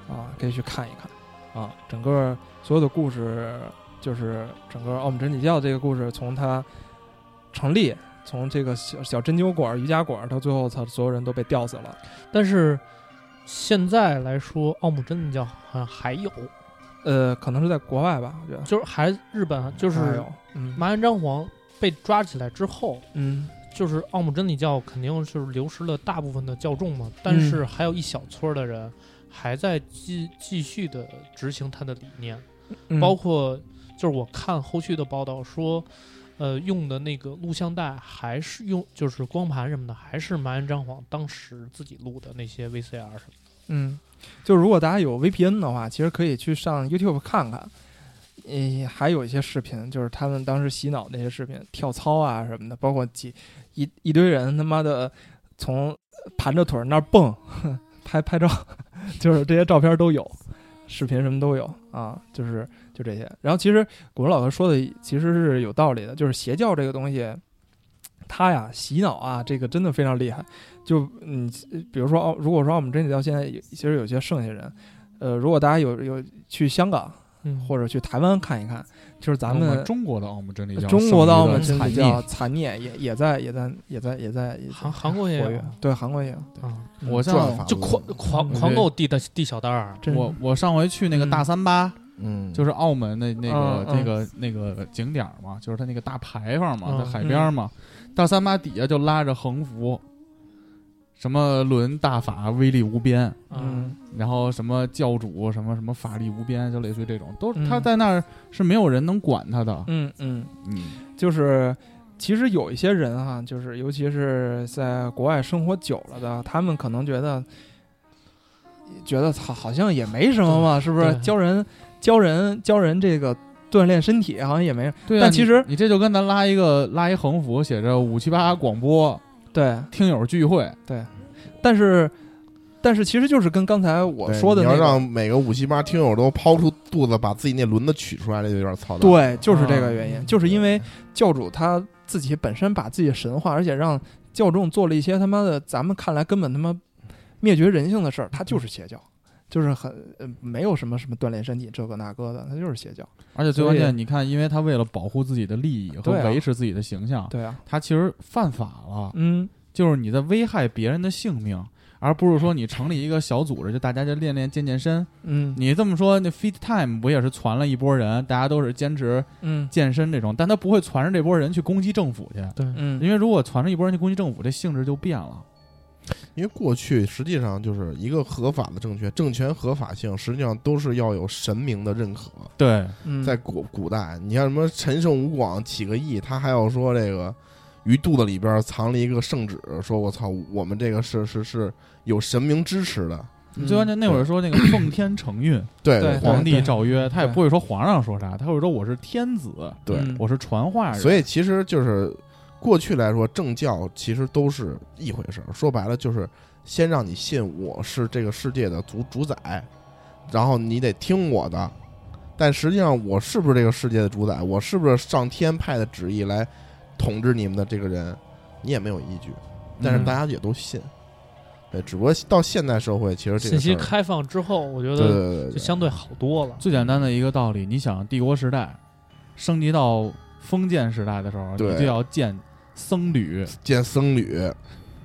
[SPEAKER 3] 啊，可以去看一看啊。整个所有的故事就是整个奥姆真理教这个故事从它成立。从这个小小针灸馆、瑜伽馆到最后，他所有人都被吊死了。
[SPEAKER 6] 但是现在来说，奥姆真理教好像还有，
[SPEAKER 3] 呃，可能是在国外吧，我觉得。
[SPEAKER 6] 就是还日本就
[SPEAKER 3] 还
[SPEAKER 6] 是
[SPEAKER 3] 有，嗯
[SPEAKER 6] 麻原彰晃被抓起来之后，
[SPEAKER 3] 嗯
[SPEAKER 6] 就是奥姆真理教肯定就是流失了大部分的教众嘛，但是还有一小撮儿的人还在继继续的执行他的理念，
[SPEAKER 3] 嗯，
[SPEAKER 6] 包括就是我看后续的报道说，呃，用的那个录像带还是用就是光盘什么的，还是麻原彰晃当时自己录的那些 VCR 什么的。
[SPEAKER 3] 嗯，就如果大家有 VPN 的话，其实可以去上 YouTube 看看。呃，还有一些视频，就是他们当时洗脑那些视频，跳操啊什么的，包括几一一堆人他妈的从盘着腿儿那儿蹦， *laughs* 拍拍照， *laughs* 就是这些照片都有，视频什么都有啊，就是就这些。然后其实古文老哥说的其实是有道理的，就是邪教这个东西，它呀洗脑啊，这个真的非常厉害。就嗯，比如说奥，如果说奥姆真理教现在有其实有些剩下人，呃，如果大家有有去香港
[SPEAKER 6] 嗯
[SPEAKER 3] 或者去台湾看一看，就是咱
[SPEAKER 4] 我
[SPEAKER 3] 们
[SPEAKER 4] 中国的奥姆真理教，
[SPEAKER 3] 中国的奥姆真
[SPEAKER 4] 产
[SPEAKER 3] 理
[SPEAKER 4] 业
[SPEAKER 3] 教残念也也在也在也在也在也在
[SPEAKER 6] 韩韩国也
[SPEAKER 3] 活跃
[SPEAKER 6] 有，
[SPEAKER 3] 对韩国也有，
[SPEAKER 6] 啊，
[SPEAKER 4] 我
[SPEAKER 5] 转
[SPEAKER 4] 像
[SPEAKER 5] 法
[SPEAKER 6] 就
[SPEAKER 5] 轮
[SPEAKER 6] 狂狂狂购地的地小单儿，
[SPEAKER 3] 真
[SPEAKER 4] 我我上回去那个
[SPEAKER 3] 嗯
[SPEAKER 4] 大三巴，
[SPEAKER 5] 嗯，
[SPEAKER 4] 就是澳门的那个
[SPEAKER 3] 嗯嗯
[SPEAKER 4] 那个那个景点儿嘛，就是它那个大牌坊嘛，
[SPEAKER 6] 嗯
[SPEAKER 4] 在海边儿嘛，
[SPEAKER 3] 嗯
[SPEAKER 4] 大三巴底下就拉着横幅，什么轮大法威力无边，
[SPEAKER 6] 嗯，
[SPEAKER 3] 嗯
[SPEAKER 4] 然后什么教主什么什么法力无边，就类似于这种，都
[SPEAKER 3] 嗯
[SPEAKER 4] 他在那儿是没有人能管他的，
[SPEAKER 3] 嗯嗯，
[SPEAKER 4] 嗯
[SPEAKER 3] 就是其实有一些人哈、就是尤其是在国外生活久了的，他们可能觉得觉得好好像也没什么嘛，是不是
[SPEAKER 6] 对？
[SPEAKER 3] 教人教人教人这个锻炼身体好像也没
[SPEAKER 4] 对啊，
[SPEAKER 3] 但
[SPEAKER 4] 你
[SPEAKER 3] 其实
[SPEAKER 4] 你这就跟咱拉一个拉一横幅，写着五七八广播
[SPEAKER 3] 对，
[SPEAKER 4] 听友聚会，
[SPEAKER 3] 但是但是其实就是跟刚才我
[SPEAKER 5] 对
[SPEAKER 3] 说的
[SPEAKER 5] 你
[SPEAKER 3] 那
[SPEAKER 5] 要
[SPEAKER 3] 个
[SPEAKER 5] 让每个五七八听友都抛出肚子把自己那轮子取出来，这就有点操蛋。，
[SPEAKER 3] 对，就是这个原因，
[SPEAKER 6] 嗯
[SPEAKER 3] 就是因为教主他自己本身把自己神化，而且让教众做了一些他妈的咱们看来根本他妈灭绝人性的事儿，他就是邪教，就是很、呃、没有什么什么锻炼身体这个那个的，他就是邪教。
[SPEAKER 4] 而且最
[SPEAKER 3] 所
[SPEAKER 4] 关
[SPEAKER 3] 以
[SPEAKER 4] 键，你看，因为他为了保护自己的利益和
[SPEAKER 3] 对啊
[SPEAKER 4] 维持自己的形象，
[SPEAKER 3] 对啊，
[SPEAKER 4] 他其实犯法了。
[SPEAKER 3] 嗯，
[SPEAKER 4] 就是你在危害别人的性命，而不是说你成立一个小组织，就大家就练练健健身。
[SPEAKER 3] 嗯
[SPEAKER 4] 你这么说，那 Fit Time 不也是传了一波人，大家都是坚持
[SPEAKER 3] 嗯
[SPEAKER 4] 健身这种，但他不会传着这波人去攻击政府去，
[SPEAKER 6] 对，
[SPEAKER 3] 嗯
[SPEAKER 4] 因为如果传着一波人去攻击政府，这性质就变了。
[SPEAKER 5] 因为过去实际上就是一个合法的政权，政权合法性实际上都是要有神明的认可。
[SPEAKER 4] 对，
[SPEAKER 3] 嗯，
[SPEAKER 5] 在古古代，你像什么陈胜吴广起个义，他还要说这个鱼肚子里边藏了一个圣旨，说我操，我们这个是是是有神明支持的。
[SPEAKER 3] 嗯
[SPEAKER 4] 最关键那会儿说那个奉天承运，
[SPEAKER 5] 对
[SPEAKER 3] 对
[SPEAKER 4] 皇帝
[SPEAKER 3] 对
[SPEAKER 4] 诏曰，他也
[SPEAKER 3] 对
[SPEAKER 4] 不会说皇上说啥，他会说我是天子，
[SPEAKER 5] 对
[SPEAKER 3] 嗯
[SPEAKER 4] 我是传话人。
[SPEAKER 5] 所以其实就是过去来说，政教其实都是一回事儿。说白了，就是先让你信我是这个世界的主主宰，然后你得听我的。但实际上，我是不是这个世界的主宰？我是不是上天派的旨意来
[SPEAKER 7] 统治你们的这个人，你也没有依据，但是
[SPEAKER 4] 嗯
[SPEAKER 7] 大家也都信。对，只不过到现代社会，其实这个
[SPEAKER 6] 信息
[SPEAKER 7] 事儿
[SPEAKER 6] 开放之后，我觉
[SPEAKER 7] 对对
[SPEAKER 6] 得
[SPEAKER 7] 对对
[SPEAKER 6] 就
[SPEAKER 7] 对，
[SPEAKER 6] 相对好多了。
[SPEAKER 4] 最简单的一个道理，你想帝国时代升级到封建时代的时候，你
[SPEAKER 7] 对
[SPEAKER 4] 就要建僧侣，
[SPEAKER 7] 见僧侣，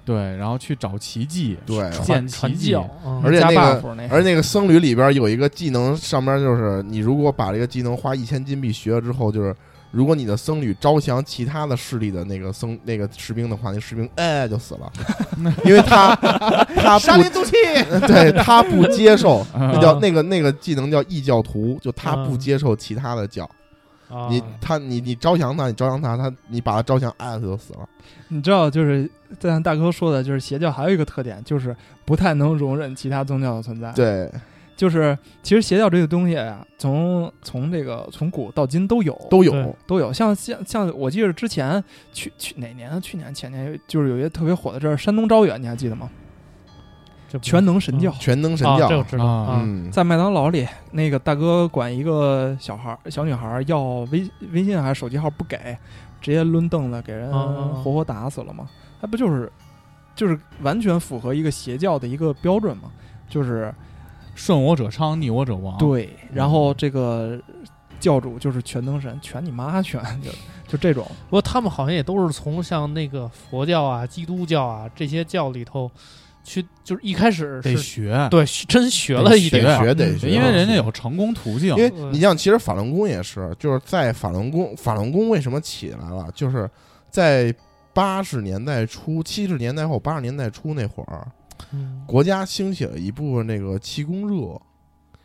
[SPEAKER 4] 对，然后去找奇迹，
[SPEAKER 7] 对，
[SPEAKER 4] 见
[SPEAKER 6] 传
[SPEAKER 4] 奇
[SPEAKER 6] 传
[SPEAKER 4] 迹
[SPEAKER 6] 教，，嗯
[SPEAKER 7] 而且那
[SPEAKER 8] 加
[SPEAKER 7] 个
[SPEAKER 8] buff 那
[SPEAKER 7] 而那个僧侣里边有一个技能，上边就是你如果把这个技能花一千金币学了之后，就是如果你的僧侣招降其他的势力的那个僧那个士兵的话，那士兵哎就死了，因为他他
[SPEAKER 9] 沙
[SPEAKER 7] 不
[SPEAKER 9] 林毒气，
[SPEAKER 7] *laughs* 对他不接受，
[SPEAKER 4] 啊
[SPEAKER 7] 那叫那个那个技能叫异教徒，就他不
[SPEAKER 6] 嗯
[SPEAKER 7] 接受其他的教，
[SPEAKER 6] 啊
[SPEAKER 7] 你他你你招降他，你招降他，他你把他招降，哎他就死了。
[SPEAKER 3] 你知道，就是在咱大哥说的，就是邪教还有一个特点，就是不太能容忍其他宗教的存在。，
[SPEAKER 7] 对，
[SPEAKER 3] 就是其实邪教这个东西啊，从从这个从古到今都有，
[SPEAKER 7] 都有
[SPEAKER 6] 对
[SPEAKER 3] 都有。像像像我记得之前去去哪年啊？去年前年就是有一个特别火的，这儿山东招远，你还记得吗？
[SPEAKER 6] 这不
[SPEAKER 3] 全能神教。
[SPEAKER 7] 嗯全能神
[SPEAKER 6] 啊，
[SPEAKER 7] 教
[SPEAKER 6] 这，我知道
[SPEAKER 4] 啊
[SPEAKER 6] 啊，
[SPEAKER 7] 嗯，
[SPEAKER 3] 在麦当劳里，那个大哥管一个小孩儿、小女孩儿要微微信还是手机号不给，直接抡凳子给
[SPEAKER 7] 啊
[SPEAKER 3] 人
[SPEAKER 6] 嗯嗯嗯
[SPEAKER 3] 活活打死了吗？他不就是就是完全符合一个邪教的一个标准吗？就是
[SPEAKER 4] 顺我者昌，逆我者
[SPEAKER 7] 啊
[SPEAKER 4] 亡，，
[SPEAKER 3] 对，
[SPEAKER 7] 嗯
[SPEAKER 3] 然后这个教主就是全能神，全你妈全，就就这种。
[SPEAKER 6] 不过他们好像也都是从像那个佛教啊、基督教啊这些教里头去，就是一开始
[SPEAKER 4] 得
[SPEAKER 6] 是
[SPEAKER 4] 学，
[SPEAKER 6] 对学真学
[SPEAKER 4] 得
[SPEAKER 6] 了一
[SPEAKER 7] 得
[SPEAKER 6] 点儿，
[SPEAKER 7] 学得学，
[SPEAKER 4] 因为人家有成功途径
[SPEAKER 7] 因，为
[SPEAKER 6] 嗯
[SPEAKER 7] 你像其实法轮功也是，就是在法轮功，法轮功为什么起来了？就是在八十年代初、七十年代后、八十年代初那会儿，
[SPEAKER 6] 嗯
[SPEAKER 7] 国家兴起了一部分那个气功热。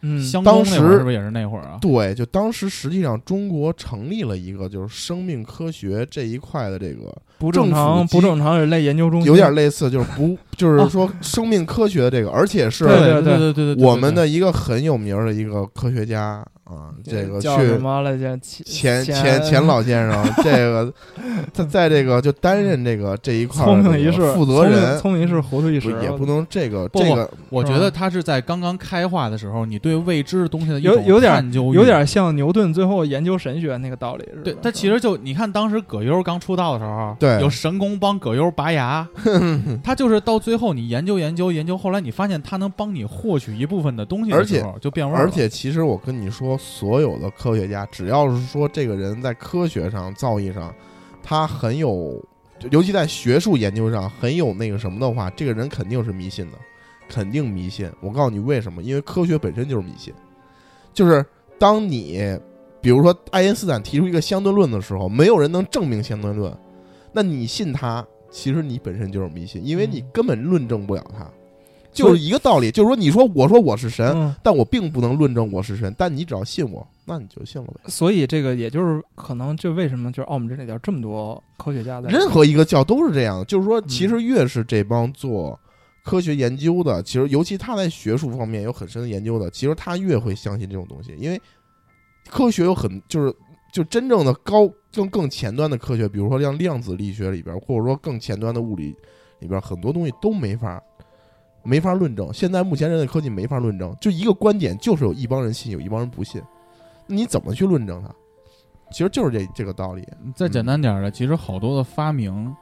[SPEAKER 3] 嗯，
[SPEAKER 4] 相公那会
[SPEAKER 7] 当
[SPEAKER 4] 儿
[SPEAKER 7] 时
[SPEAKER 4] 是不是也是那会儿啊？
[SPEAKER 7] 对，就当时实际上中国成立了一个就是生命科学这一块的这个，
[SPEAKER 3] 不正
[SPEAKER 7] 政
[SPEAKER 3] 常
[SPEAKER 7] 府机
[SPEAKER 3] 不正常人类研究中心哦
[SPEAKER 7] 有点类似就是
[SPEAKER 3] *laughs*
[SPEAKER 7] 不就是说生命科学的这个，而且是
[SPEAKER 4] 对
[SPEAKER 3] 对
[SPEAKER 4] 对
[SPEAKER 3] 对
[SPEAKER 4] 对对对，
[SPEAKER 7] 我们的一个很有名儿的一个科学家啊，这个
[SPEAKER 3] 嗯呃叫什
[SPEAKER 7] 去
[SPEAKER 3] 么来着？钱
[SPEAKER 7] 钱钱钱老先
[SPEAKER 3] *laughs*
[SPEAKER 7] 生，这个他在这个就担任这个这一块儿
[SPEAKER 3] 聪
[SPEAKER 7] 的
[SPEAKER 3] 明一
[SPEAKER 7] 这个
[SPEAKER 3] 世，
[SPEAKER 7] 负责人，
[SPEAKER 3] 聪明聪明一世，糊涂一世啊
[SPEAKER 7] 不，也不能这个
[SPEAKER 4] 不
[SPEAKER 7] 这个
[SPEAKER 4] 我觉得他是在刚刚开化的时候，你对未知的东西的一
[SPEAKER 3] 有
[SPEAKER 4] 种
[SPEAKER 3] 有点
[SPEAKER 4] 探究欲
[SPEAKER 3] 有点像牛顿最后研究神学那个道理似的。
[SPEAKER 4] 对他其实就你看，当时葛优刚出道的时候，
[SPEAKER 7] 对
[SPEAKER 4] 有神功帮葛优拔
[SPEAKER 7] *laughs*
[SPEAKER 4] 牙，他就是到最后你研究研究研究，后来你发现他能帮你获取一部分的东西的
[SPEAKER 7] 而且
[SPEAKER 4] 时候，就变味儿了
[SPEAKER 7] 而且其实我跟你说，所有的科学家，只要是说这个人在科学上造诣上，他很有，就尤其在学术研究上很有那个什么的话，这个人肯定是迷信的，肯定迷信。我告诉你为什么？因为科学本身就是迷信，就是当你比如说爱因斯坦提出一个相对论的时候，没有人能证明相对论，那你信他，其实你本身就是迷信，因为你
[SPEAKER 6] 嗯
[SPEAKER 7] 根本论证不了他。就是一个道理，就是说，你说我说我是神，
[SPEAKER 3] 嗯，
[SPEAKER 7] 但我并不能论证我是神，但你只要信我，那你就信了呗。
[SPEAKER 3] 所以这个也就是可能就为什么就是澳门这里边这么多科学家在
[SPEAKER 7] 任何一个教都是这样的，就是说，其
[SPEAKER 3] 嗯
[SPEAKER 7] 实越是这帮做科学研究的，其实尤其他在学术方面有很深的研究的，其实他越会相信这种东西，因为科学有很就是就真正的高更更前端的科学，比如说像量子力学里边，或者说更前端的物理里边，很多东西都没法。没法论证，现在目前人类科技没法论证，就一个观点，就是有一帮人信，有一帮人不信，你怎么去论证它？其实就是这这个道理。
[SPEAKER 4] 再
[SPEAKER 7] 嗯
[SPEAKER 4] 简单点儿的，其实好多的发明，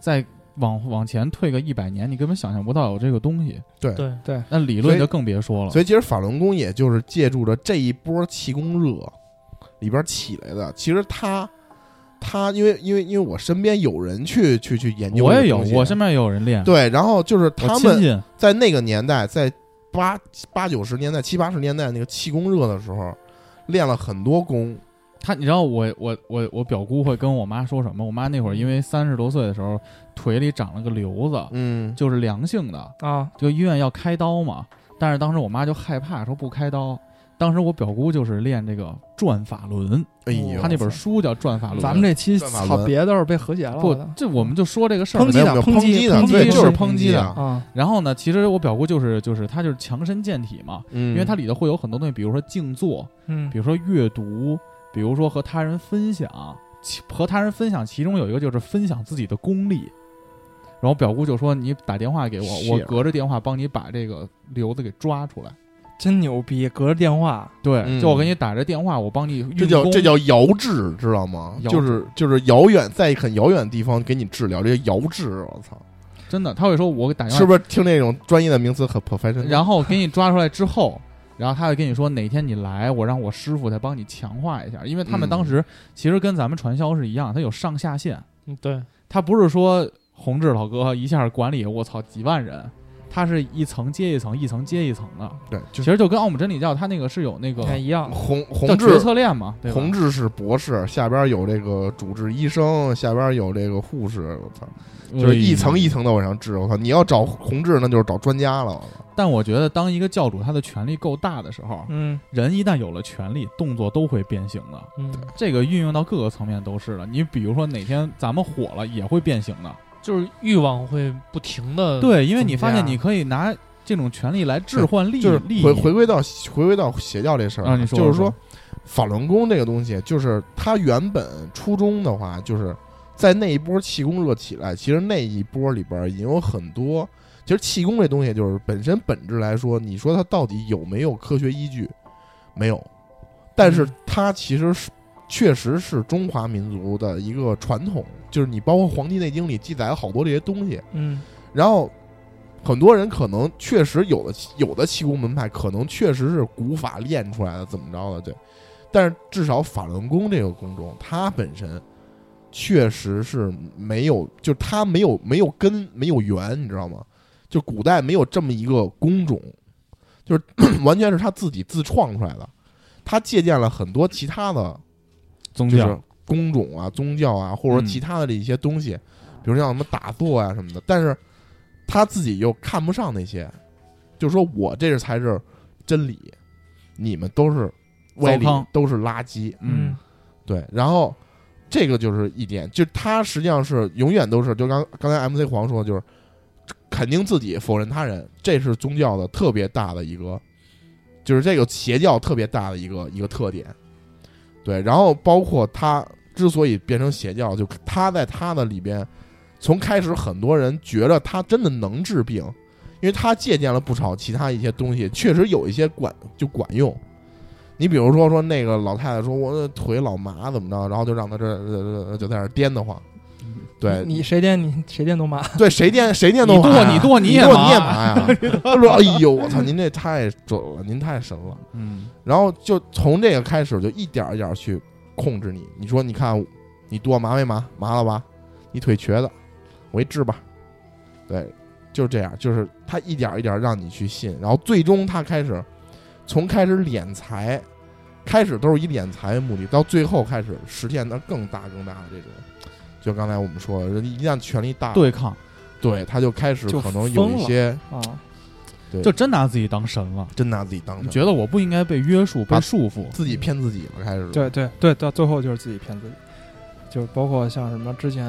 [SPEAKER 4] 在往往前退个一百年，你根本想象不到有这个东西。
[SPEAKER 6] 对
[SPEAKER 3] 对
[SPEAKER 4] 那理
[SPEAKER 7] 所
[SPEAKER 4] 论
[SPEAKER 7] 以
[SPEAKER 4] 就更别说了。
[SPEAKER 7] 所以其实法轮功也就是借助着这一波气功热里边起来的。其实他他因为因为因为我身边有人去去去研究，
[SPEAKER 4] 我也有，我身边也有人练，
[SPEAKER 7] 啊对，然后就是
[SPEAKER 4] 我
[SPEAKER 7] 他
[SPEAKER 4] 亲
[SPEAKER 7] 们
[SPEAKER 4] 戚
[SPEAKER 7] 在那个年代，在八八九十年代、七八十年代那个气功热的时候，练了很多功。
[SPEAKER 4] 他，你知道我我我我表姑会跟我妈说什么？我妈那会儿因为三十多岁的时候腿里长了个瘤子，
[SPEAKER 7] 嗯，
[SPEAKER 4] 就是良性的，
[SPEAKER 3] 啊，
[SPEAKER 4] 就医院要开刀嘛。但是当时我妈就害怕，说不开刀。当时我表姑就是练这个转法轮，
[SPEAKER 7] 哎呦，
[SPEAKER 4] 她那本书叫《转法轮》。
[SPEAKER 3] 咱们这期
[SPEAKER 7] 转法
[SPEAKER 3] 操
[SPEAKER 7] 轮
[SPEAKER 3] 别的都是被和谐了
[SPEAKER 4] 不
[SPEAKER 3] 我的，
[SPEAKER 4] 这我们就说这个事儿
[SPEAKER 3] 抨击
[SPEAKER 7] 没
[SPEAKER 3] 的
[SPEAKER 7] 有没有
[SPEAKER 3] 抨击
[SPEAKER 7] 的，
[SPEAKER 3] 抨击
[SPEAKER 7] 对，
[SPEAKER 3] 就是是
[SPEAKER 7] 抨
[SPEAKER 4] 抨
[SPEAKER 7] 击
[SPEAKER 4] 击的
[SPEAKER 7] 的，
[SPEAKER 3] 啊，
[SPEAKER 4] 然后呢，其实我表姑就是就是她就是强身健体嘛，
[SPEAKER 7] 嗯，
[SPEAKER 4] 因为它里头会有很多东西，比如说静坐，
[SPEAKER 3] 嗯
[SPEAKER 4] 比如说阅读，比如说和他人分享，其和他人分享，其中有一个就是分享自己的功力。然后表姑就说：“你打电话给我，
[SPEAKER 7] 是
[SPEAKER 4] 我隔着电话帮你把这个瘤子给抓出来。”
[SPEAKER 3] 真牛逼，隔着电话，
[SPEAKER 4] 对，
[SPEAKER 7] 嗯
[SPEAKER 4] 就我给你打着电话，我帮你
[SPEAKER 7] 这
[SPEAKER 4] 运
[SPEAKER 7] 叫
[SPEAKER 4] 功，
[SPEAKER 7] 这叫遥治，知道吗？
[SPEAKER 4] 遥
[SPEAKER 7] 就是就是遥远，在很遥远的地方给你治疗，这叫遥治。我操，
[SPEAKER 4] 真的，他会说我给打电话，
[SPEAKER 7] 是不是听那种专业的名词很
[SPEAKER 4] *laughs*
[SPEAKER 7] professional？
[SPEAKER 4] 然后给你抓出来之后，然后他会跟你说哪天你来，我让我师傅再帮你强化一下，因为他们
[SPEAKER 7] 嗯
[SPEAKER 4] 当时其实跟咱们传销是一样，他有上下线，
[SPEAKER 6] 嗯，对，
[SPEAKER 4] 他不是说宏志老哥一下管理我操几万人，他是一层接一层，一层接一层的，
[SPEAKER 7] 对，就
[SPEAKER 4] 其
[SPEAKER 7] 是
[SPEAKER 4] 实就跟奥姆真理教他那个是有那个
[SPEAKER 7] 哦
[SPEAKER 3] 你看哎一样，
[SPEAKER 7] 红
[SPEAKER 4] 叫
[SPEAKER 7] 红
[SPEAKER 4] 决
[SPEAKER 7] 志
[SPEAKER 4] 策链嘛，对吧？
[SPEAKER 7] 红志是博士，下边有这个主治医生，下边有这个护士。我操，
[SPEAKER 4] 哎
[SPEAKER 7] 就是一
[SPEAKER 4] 嗯
[SPEAKER 7] 层一层的往上治。我操，你要找红志，那就是找专家了。我操
[SPEAKER 4] 但我觉得，当一个教主他的权力够大的时候，
[SPEAKER 3] 嗯，
[SPEAKER 4] 人一旦有了权力，动作都会变形的。
[SPEAKER 6] 嗯，
[SPEAKER 4] 这个运用到各个层面都是的。你比如说哪天咱们火了，也会变形的。
[SPEAKER 6] 就是欲望会不停
[SPEAKER 7] 呃
[SPEAKER 6] 的，
[SPEAKER 4] 对，因为你发现
[SPEAKER 3] 增加
[SPEAKER 4] 你可以拿这种权力来置换利益
[SPEAKER 7] 就是
[SPEAKER 4] 利益。
[SPEAKER 7] 回回归到回归到邪教这事儿、
[SPEAKER 4] 啊你说
[SPEAKER 7] 就是
[SPEAKER 4] 说
[SPEAKER 7] 说法轮功这个东西，就是它原本初衷的话，就是在那一波气功热起来，其实那一波里边儿已经有很多。其实气功这东西，就是本身本质来说，你说它到底有没有科学依据？没有，但
[SPEAKER 4] 嗯
[SPEAKER 7] 是它其实是确实是中华民族的一个传统，就是你包括《黄帝内经》里记载了好多这些东西，
[SPEAKER 3] 嗯，
[SPEAKER 7] 然后很多人可能确实有的有的气功门派可能确实是古法练出来的，怎么着的对，但是至少法轮功这个功中，它本身确实是没有，就它没有没有根没有源，你知道吗？就古代没有这么一个工种，就是完全是他自己自创出来的，他借鉴了很多其他的
[SPEAKER 4] 宗
[SPEAKER 7] 就是工种啊、宗教啊，或者说
[SPEAKER 4] 嗯
[SPEAKER 7] 其他的这一些东西，比如像什么打坐啊什么的，但是他自己又看不上那些，就说我这是才是真理，你们都是歪理
[SPEAKER 4] 糟糠，
[SPEAKER 7] 都是垃圾。
[SPEAKER 4] 嗯，
[SPEAKER 7] 对，然后这个就是一点，就他实际上是永远都是，就刚刚才 MC 黄说的，就是肯定自己，否认他人，这是宗教的特别大的一个，就是这个邪教特别大的一个一个特点。对，然后包括他之所以变成邪教，就他在他的里边，从开始很多人觉得他真的能治病，因为他借鉴了不少其他一些东西，确实有一些管就管用。你比如说说那个老太太说我的腿老麻怎么着，然后就让她这这这就在那儿颠得慌，对
[SPEAKER 3] 你谁电你谁电
[SPEAKER 7] *laughs*
[SPEAKER 3] 动漫，
[SPEAKER 7] 对，谁颠谁颠都
[SPEAKER 4] 你
[SPEAKER 7] 麻
[SPEAKER 4] 剁
[SPEAKER 7] 呀
[SPEAKER 4] 你剁
[SPEAKER 7] 你
[SPEAKER 4] 你也
[SPEAKER 7] 剁
[SPEAKER 4] 麻啊
[SPEAKER 7] 你也麻呀！
[SPEAKER 4] *laughs*
[SPEAKER 7] 他说哎呦我操，您这太准了，您太神了。
[SPEAKER 4] 嗯，
[SPEAKER 7] 然后就从这个开始，就一点儿一点儿去控制你。你说，你看你剁麻没麻？麻了吧？你腿瘸的，我一治吧。对，就是这样，就是他一点儿一点儿让你去信，然后最终他开始从开始敛财，开始都是以敛财为目的，到最后开始实现的更大更大的这种。就刚才我们说的，人一旦权力大，
[SPEAKER 4] 对抗
[SPEAKER 7] 对，他就开始
[SPEAKER 3] 就
[SPEAKER 7] 可能有
[SPEAKER 3] 疯
[SPEAKER 7] 一
[SPEAKER 3] 了
[SPEAKER 7] 些
[SPEAKER 3] 啊，
[SPEAKER 7] 对
[SPEAKER 4] 就真拿自己当神了，
[SPEAKER 7] 真拿自己当
[SPEAKER 4] 你
[SPEAKER 7] 成
[SPEAKER 4] 觉嗯得我不应该被约束、被
[SPEAKER 7] 把
[SPEAKER 4] 束缚？
[SPEAKER 7] 自己骗自己了，开始
[SPEAKER 3] 对对对，到最后就是自己骗自己，就是包括像什么之前，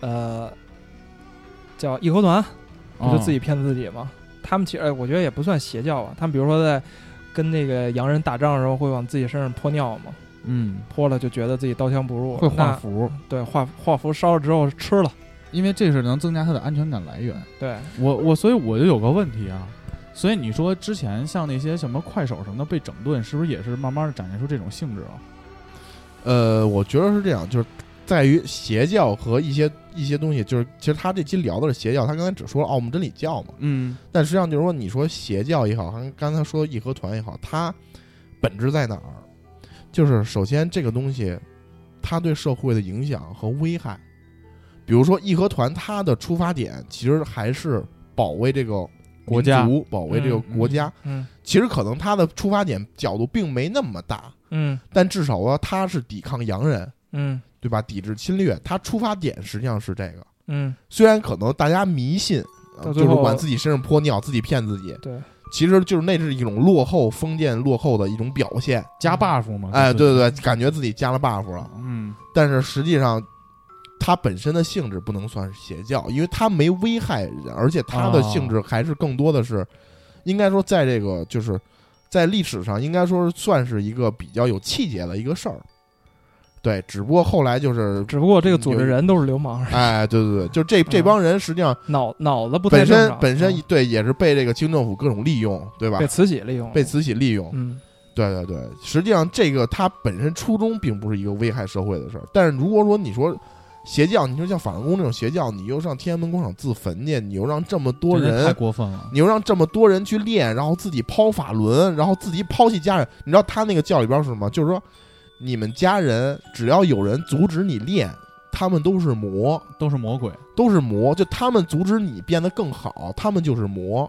[SPEAKER 3] 呃，叫义和团，
[SPEAKER 4] 嗯
[SPEAKER 3] 不就自
[SPEAKER 7] 哦
[SPEAKER 3] 己骗自己吗？他们其实，哎我觉得也不算邪教吧。他们比如说在跟那个洋人打仗的时候，会往自己身上泼尿嘛，
[SPEAKER 4] 嗯，
[SPEAKER 3] 泼了就觉得自己刀枪不入，
[SPEAKER 4] 会画
[SPEAKER 3] 那
[SPEAKER 4] 符，
[SPEAKER 3] 对画画符烧了之后吃了，
[SPEAKER 4] 因为这是能增加他的安全感来源。
[SPEAKER 3] 对，
[SPEAKER 4] 我我所以我就有个问题啊，所以你说之前像那些什么快手什么的被整顿，是不是也是慢慢的展现出这种性质啊？
[SPEAKER 7] 呃，我觉得是这样，就是在于邪教和一些一些东西，就是其实他这期聊的是邪教，他刚才只说了奥姆真理教嘛，
[SPEAKER 4] 嗯，
[SPEAKER 7] 但实际上就是说，你说邪教也好，刚刚才说义和团也好，它本质在哪儿？就是首先这个东西，它对社会的影响和危害，比如说义和团，它的出发点其实还是保卫这个
[SPEAKER 4] 国家
[SPEAKER 7] 民族保卫这个
[SPEAKER 4] 嗯
[SPEAKER 7] 国家，
[SPEAKER 3] 嗯
[SPEAKER 7] 其实可能它的出发点角度并没那么大，
[SPEAKER 3] 嗯
[SPEAKER 7] 但至少啊，它是抵抗洋人。
[SPEAKER 3] 嗯
[SPEAKER 7] 对吧？抵制侵略，它出发点实际上是这个。
[SPEAKER 3] 嗯，
[SPEAKER 7] 虽然可能大家迷信，啊
[SPEAKER 3] 到
[SPEAKER 7] 就
[SPEAKER 3] 最
[SPEAKER 7] 是
[SPEAKER 3] 后
[SPEAKER 7] 往自己身上泼尿，自己骗自己，
[SPEAKER 3] 对，
[SPEAKER 7] 其实就是那是一种落后、封建落后的一种表现。
[SPEAKER 4] 加 buff 嘛，
[SPEAKER 7] 哎，
[SPEAKER 4] 就
[SPEAKER 7] 对
[SPEAKER 4] 是，
[SPEAKER 7] 对对，感觉自己加了 buff 了，
[SPEAKER 4] 嗯，
[SPEAKER 7] 但是实际上。它本身的性质不能算是邪教，因为它没危害人，而且它的
[SPEAKER 4] 啊
[SPEAKER 3] 哦
[SPEAKER 7] 性质还是更多的是，应该说在这个就是在历史上应该说是算是一个比较有气节的一个事儿。对，只不过后来就是，
[SPEAKER 3] 只不过这个组织人都是流氓，
[SPEAKER 7] 哎，对对对，就这这帮人实际上
[SPEAKER 3] 脑脑嗯子不太
[SPEAKER 7] 本
[SPEAKER 3] 正
[SPEAKER 7] 身
[SPEAKER 3] 常，
[SPEAKER 7] 本身
[SPEAKER 3] 嗯
[SPEAKER 7] 对也是被这个清政府各种利用，对吧
[SPEAKER 3] 被？慈禧利用了，
[SPEAKER 7] 被慈禧利用，
[SPEAKER 3] 嗯
[SPEAKER 7] 对对对，实际上这个它本身初衷并不是一个危害社会的事儿，但是如果说你说邪教，你说像法轮功这种邪教，你又上天安门广场自焚去，你又让这么多
[SPEAKER 4] 真的太
[SPEAKER 7] 人，
[SPEAKER 4] 过分了。
[SPEAKER 7] 你又让这么多人去练，然后自己抛法轮，然后自己抛弃家人，你知道他那个教里边是什么？就是说，你们家人只要有人阻止你练，他们都是魔，
[SPEAKER 4] 都是魔鬼，
[SPEAKER 7] 都是魔，就他们阻止你变得更好，他们就是魔。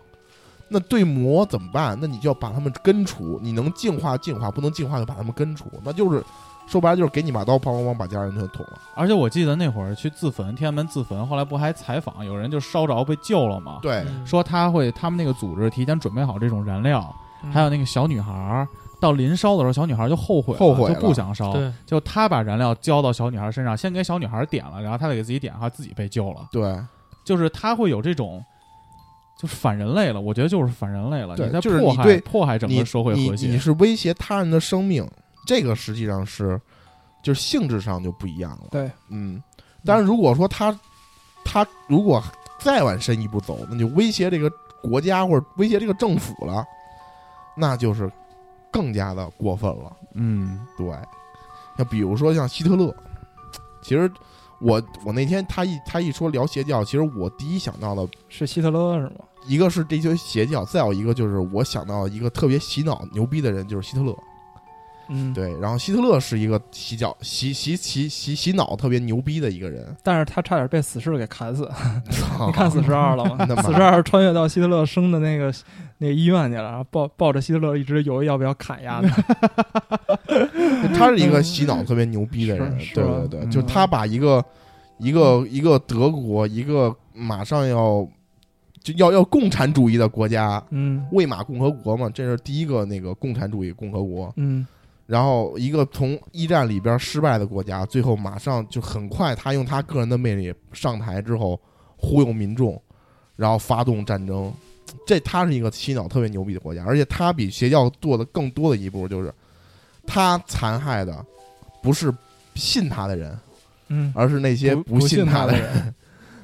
[SPEAKER 7] 那对魔怎么办？那你就要把他们根除。你能净化净化，不能净化就把他们根除。那就是说白了就是给你把刀，梆梆梆把家人全捅了。
[SPEAKER 4] 而且我记得那会儿去自焚，天安门自焚，后来不还采访有人就烧着被救了吗？，
[SPEAKER 7] 对，
[SPEAKER 6] 嗯
[SPEAKER 4] 说他会他们那个组织提前准备好这种燃料，还有那个小女孩儿到临烧的时候，小女孩儿就后悔了，
[SPEAKER 7] 后悔了
[SPEAKER 4] 就不想烧，
[SPEAKER 7] 哦
[SPEAKER 6] 对
[SPEAKER 4] 就他把燃料浇到小女孩儿身上，先给小女孩儿点了，然后他再给自己点，还自己被救了，
[SPEAKER 7] 对
[SPEAKER 4] 就是他会有这种。就是反人类了，我觉得就是反人类了。
[SPEAKER 7] 对
[SPEAKER 4] 你在
[SPEAKER 7] 就是
[SPEAKER 4] 迫
[SPEAKER 7] 你
[SPEAKER 4] 害
[SPEAKER 7] 对
[SPEAKER 4] 迫害整
[SPEAKER 7] 你
[SPEAKER 4] 个社会
[SPEAKER 7] 你
[SPEAKER 4] 和
[SPEAKER 7] 你
[SPEAKER 4] 谐，
[SPEAKER 7] 是威胁他人的生命，这个实际上是就是性质上就不一样了。
[SPEAKER 3] 对，
[SPEAKER 7] 嗯，但是如果说他他如果再往深一步走，那就威胁这个国家或者威胁这个政府了，那就是更加的过分了。
[SPEAKER 4] 嗯，
[SPEAKER 7] 对，那比如说像希特勒，其实我我那天他一他一说聊邪教，其实我第一想到的
[SPEAKER 3] 是希特勒是吗？
[SPEAKER 7] 一个是这些邪教，再有一个就是我想到一个特别洗脑牛逼的人，就是希特勒。
[SPEAKER 3] 嗯，。
[SPEAKER 7] 对，然后希特勒是一个洗脚洗洗洗洗洗脑特别牛逼的一个人。
[SPEAKER 3] 但是他差点被死士给砍死，
[SPEAKER 7] 你
[SPEAKER 3] *laughs* 你 *laughs* 看四十二了吗？
[SPEAKER 7] 那么
[SPEAKER 3] 四十二穿越到希特勒生的那个那个医院去了，然后抱抱着希特勒一直犹豫要不要砍丫
[SPEAKER 7] *laughs*
[SPEAKER 3] 的。
[SPEAKER 7] 他是一个洗脑特别牛逼的人
[SPEAKER 3] 是，是
[SPEAKER 7] 对
[SPEAKER 3] 吧
[SPEAKER 7] 对对，
[SPEAKER 3] 嗯
[SPEAKER 7] 就他把一个一个一个德国，一个马上要就要要共产主义的国家，
[SPEAKER 3] 嗯
[SPEAKER 7] 魏玛共和国嘛，这是第一个那个共产主义共和国，
[SPEAKER 3] 嗯
[SPEAKER 7] 然后一个从一战里边失败的国家，最后马上就很快，他用他个人的魅力上台之后忽悠民众，然后发动战争。这他是一个洗脑特别牛逼的国家，而且他比邪教做的更多的一步就是，他残害的不是信他的人，
[SPEAKER 3] 嗯，
[SPEAKER 7] 而是啊那些
[SPEAKER 3] 不
[SPEAKER 7] 信
[SPEAKER 3] 信
[SPEAKER 7] 他
[SPEAKER 3] 的
[SPEAKER 7] 的人。
[SPEAKER 3] 人，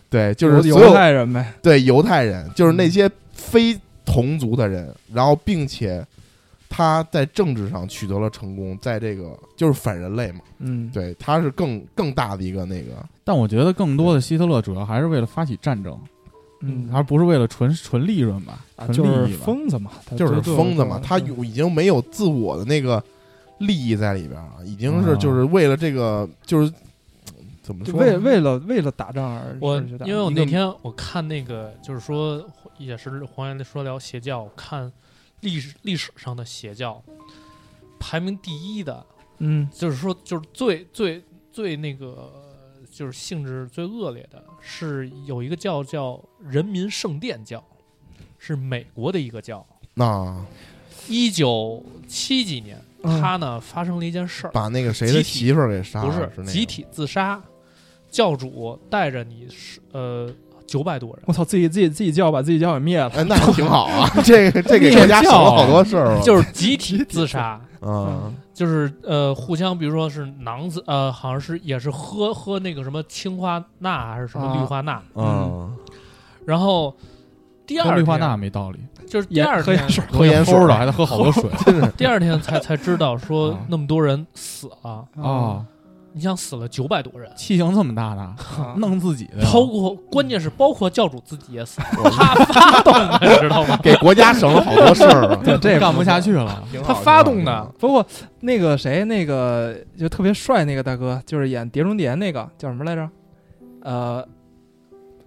[SPEAKER 7] 对， *laughs* 就是所
[SPEAKER 3] 犹
[SPEAKER 7] 有
[SPEAKER 3] 太人呗。
[SPEAKER 7] 对犹太人，就是
[SPEAKER 6] 嗯
[SPEAKER 7] 那些非同族的人，然后并且他在政治上取得了成功，在这个就是反人类嘛。
[SPEAKER 3] 嗯，
[SPEAKER 7] 对，他是更更大的一个那个，
[SPEAKER 4] 但我觉得更多的希特勒主要还是为了发起战争，
[SPEAKER 3] 嗯，
[SPEAKER 4] 而不是为了纯纯利润吧，
[SPEAKER 3] 啊
[SPEAKER 4] 纯
[SPEAKER 3] 就是
[SPEAKER 4] 利益吧。
[SPEAKER 3] 疯子嘛，他
[SPEAKER 7] 就是疯子嘛，
[SPEAKER 3] 对
[SPEAKER 7] 他
[SPEAKER 3] 对
[SPEAKER 7] 有已经没有自我的那个利益在里边了，已经
[SPEAKER 6] 嗯
[SPEAKER 7] 是
[SPEAKER 4] 啊
[SPEAKER 7] 就是为了这个就是怎么
[SPEAKER 3] 就
[SPEAKER 7] 说呢？
[SPEAKER 3] 为为了为了打仗而
[SPEAKER 6] 我
[SPEAKER 3] 而去打
[SPEAKER 6] 因为我
[SPEAKER 7] 一
[SPEAKER 6] 那
[SPEAKER 7] 个
[SPEAKER 6] 天我看那个，就是说也是黄岩说聊邪教，我看历史历史上的邪教排名第一的，
[SPEAKER 3] 嗯
[SPEAKER 6] 就是说就是最最最那个就是性质最恶劣的是有一个教叫人民圣殿教，是美国的一个教。
[SPEAKER 7] 那
[SPEAKER 6] 一九七几年，
[SPEAKER 3] 嗯
[SPEAKER 6] 他呢发生了一件事儿，
[SPEAKER 7] 把那个谁的
[SPEAKER 6] 集体
[SPEAKER 7] 媳妇儿给
[SPEAKER 4] 啊
[SPEAKER 7] 杀
[SPEAKER 6] 不
[SPEAKER 7] 了，
[SPEAKER 6] 是
[SPEAKER 7] 是那
[SPEAKER 6] 集
[SPEAKER 7] 个
[SPEAKER 6] 体自杀，教主带着你是呃九百
[SPEAKER 4] 哦
[SPEAKER 6] 多人。
[SPEAKER 3] 我操，自己自己自己叫把自己叫给灭了，
[SPEAKER 7] 哎，那挺好
[SPEAKER 6] *laughs*
[SPEAKER 7] 啊，这个这给国家省了好多事儿了，
[SPEAKER 6] 啊就是
[SPEAKER 4] *laughs*
[SPEAKER 6] 集体自杀，
[SPEAKER 7] 嗯
[SPEAKER 6] 就是呃互相，比如说是囊子，呃好像是也是喝喝那个什么氰化钠还是什么氯化钠，
[SPEAKER 7] 嗯，
[SPEAKER 6] 然后第
[SPEAKER 4] 喝
[SPEAKER 6] 二
[SPEAKER 4] 氯化
[SPEAKER 6] 天
[SPEAKER 4] 钠没道理，
[SPEAKER 6] 就是第
[SPEAKER 3] 盐
[SPEAKER 6] 二
[SPEAKER 3] 喝
[SPEAKER 6] 天
[SPEAKER 3] 盐水，
[SPEAKER 7] 喝盐水
[SPEAKER 4] 齁的还得喝好多水
[SPEAKER 6] 第二天才才知道说
[SPEAKER 3] 嗯
[SPEAKER 4] 啊
[SPEAKER 6] 那么多人死了，
[SPEAKER 4] 啊！
[SPEAKER 3] 哦
[SPEAKER 6] 你想死了九百多人。
[SPEAKER 4] 气性这么大呢，
[SPEAKER 3] 啊
[SPEAKER 4] 弄自己
[SPEAKER 6] *laughs*
[SPEAKER 4] 的呀，
[SPEAKER 6] 包括关键是包括教主自己也死了，他发动的，知道吗？
[SPEAKER 7] 给国家省了好多事儿啊了，
[SPEAKER 3] 对这
[SPEAKER 4] 干不下去了。
[SPEAKER 6] 他发动
[SPEAKER 7] 挺好
[SPEAKER 6] 的，
[SPEAKER 3] 不过那个谁，那个就特别帅那个大哥，就是演《碟中谍》那个叫什么来着？呃，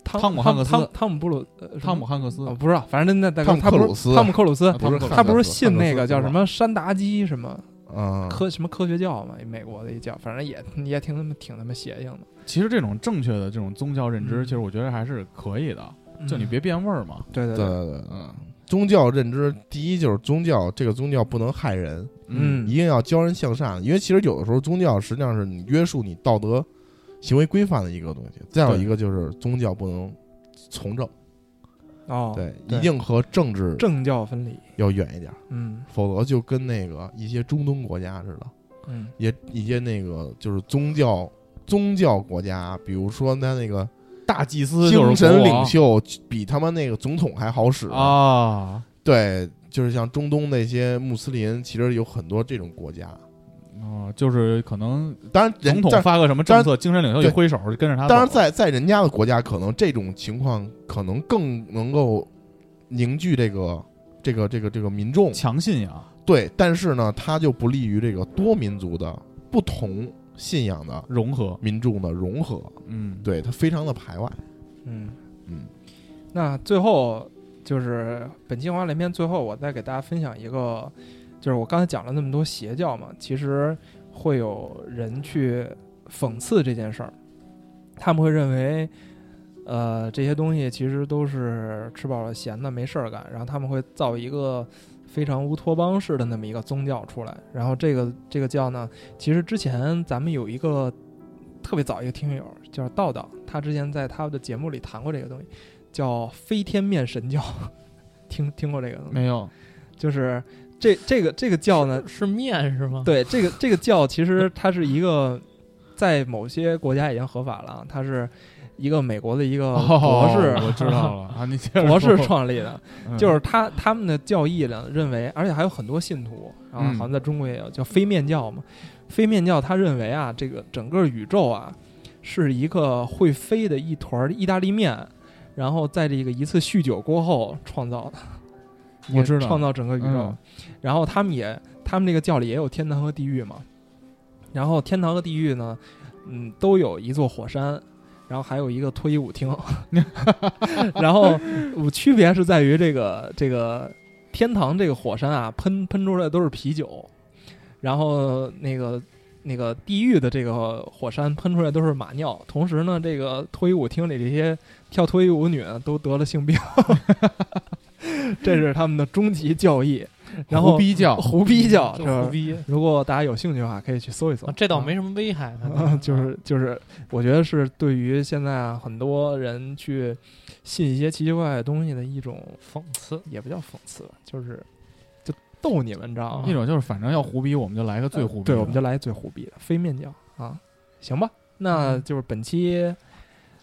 [SPEAKER 3] 汤
[SPEAKER 4] 汤姆汉克斯
[SPEAKER 3] 汤汤姆布鲁呃
[SPEAKER 4] 汤姆汉克斯
[SPEAKER 3] 什么哦不知道，反正那大哥
[SPEAKER 7] 汤姆
[SPEAKER 3] 他
[SPEAKER 7] 克
[SPEAKER 3] 不
[SPEAKER 7] 鲁
[SPEAKER 3] 是
[SPEAKER 7] 斯
[SPEAKER 3] 汤姆克鲁斯
[SPEAKER 7] 啊，不是
[SPEAKER 3] 他不是信那个
[SPEAKER 7] 汉克斯
[SPEAKER 3] 叫什么山达基什么
[SPEAKER 7] 嗯，
[SPEAKER 3] 科什么科学教嘛，美国的一教，反正也也挺他妈挺他妈邪性的。
[SPEAKER 4] 其实这种正确的这种宗教认知，
[SPEAKER 3] 嗯
[SPEAKER 4] 其实我觉得还是可以的，就你
[SPEAKER 3] 嗯
[SPEAKER 4] 别变味儿嘛。
[SPEAKER 3] 对对
[SPEAKER 7] 对对，对，嗯，宗教认知第一就是宗教，这个宗教不能害人，
[SPEAKER 3] 嗯
[SPEAKER 7] 一定要教人向善，因为其实有的时候宗教实际上是你约束你道德行为规范的一个东西。再有
[SPEAKER 4] 对
[SPEAKER 7] 一个就是宗教不能从政，
[SPEAKER 3] 哦，
[SPEAKER 7] 对，
[SPEAKER 3] 对
[SPEAKER 7] 一定和政治
[SPEAKER 3] 政教分离，
[SPEAKER 7] 要远一点，
[SPEAKER 3] 嗯
[SPEAKER 7] 否则就跟那个一些中东国家似的，
[SPEAKER 3] 嗯
[SPEAKER 7] 也一些那个就是宗教宗教国家，比如说他那个
[SPEAKER 4] 大祭司就是
[SPEAKER 7] 精神
[SPEAKER 4] 国
[SPEAKER 7] 领
[SPEAKER 4] 王
[SPEAKER 7] 袖比他们那个总统还好使
[SPEAKER 4] 啊，
[SPEAKER 7] 对，就是像中东那些穆斯林，其实有很多这种国家。
[SPEAKER 4] 哦，就是可能
[SPEAKER 7] 当然人，
[SPEAKER 4] 总统
[SPEAKER 7] 但
[SPEAKER 4] 发个什么
[SPEAKER 7] 当
[SPEAKER 4] 政
[SPEAKER 7] 然
[SPEAKER 4] 策，精神领袖一
[SPEAKER 7] 对
[SPEAKER 4] 挥手就跟着他走了。
[SPEAKER 7] 当然在在人家的国家，可能这种情况可能更能够凝聚这个这个这个这个民众。
[SPEAKER 4] 强信仰
[SPEAKER 7] 对，但是呢，它就不利于这个多民族的不同信仰的
[SPEAKER 4] 融合，
[SPEAKER 7] 民众的融合。
[SPEAKER 4] 嗯，
[SPEAKER 7] 对，它非常的排外。
[SPEAKER 3] 嗯
[SPEAKER 7] 嗯，
[SPEAKER 3] 那最后就是本期文化连篇，最后我再给大家分享一个，就是我刚才讲了那么多邪教嘛，其实会有人去讽刺这件事儿，他们会认为，呃，这些东西其实都是吃饱了闲的没事儿干，然后他们会造一个。非常乌托邦式的那么一个宗教出来，然后这个这个教呢，其实之前咱们有一个特别早一个听友叫道道，他之前在他的节目里谈过这个东西，叫飞天面神教， *laughs* 听听过这个东西？
[SPEAKER 4] 没有，
[SPEAKER 3] 就是这这个这个教呢，
[SPEAKER 6] 是面是吗？，
[SPEAKER 3] 对这个这个教其实它是一个在某些国家已经合法了啊，它是一个美国的一个呃博士、 *laughs*
[SPEAKER 4] 哦我知道了啊，你接着说
[SPEAKER 3] 博士创立的，
[SPEAKER 4] 嗯
[SPEAKER 3] 就是他他们的教义呢，认为，而且还有很多信徒，然后
[SPEAKER 4] 嗯
[SPEAKER 3] 好像在中国也有叫非面教嘛。非面教他认为啊，这个整个宇宙啊，是一个会飞的一团儿意大利面，然后在这个一次酗酒过后创造的，
[SPEAKER 4] 我知道
[SPEAKER 3] 创造整个宇宙。
[SPEAKER 4] 嗯
[SPEAKER 3] 然后他们也，他们这个教里也有天堂和地狱嘛。然后天堂和地狱呢，嗯，都有一座火山，然后还有一个脱衣舞厅。 *laughs* 然后我区别是在于这个这个天堂这个火山啊，喷喷出来都是啤酒，然后那个那个地狱的这个火山喷出来都是马尿。同时呢，这个脱衣舞厅里这些跳脱衣舞女呢都得了性病， *laughs* 这是他们的终极教义。然后
[SPEAKER 4] 胡逼教，
[SPEAKER 3] 胡逼教，
[SPEAKER 6] 就
[SPEAKER 3] 这
[SPEAKER 6] 胡逼。
[SPEAKER 3] 如果大家有兴趣的话，可以去搜一搜。
[SPEAKER 6] 啊这倒没什么危害，反
[SPEAKER 3] 啊，
[SPEAKER 6] 正
[SPEAKER 3] *laughs* 就是就是，我觉得是对于现在啊很多人去信一些奇奇怪怪的东西的一种，
[SPEAKER 6] 讽刺。
[SPEAKER 3] 也不叫讽刺，就是就逗你们，你知道吗
[SPEAKER 4] 一？种就是反正要胡逼，我们就来嗯个最胡逼的，
[SPEAKER 3] 对，我们就来最虎逼的非面教啊，行吧，那
[SPEAKER 4] 嗯
[SPEAKER 3] 就是本期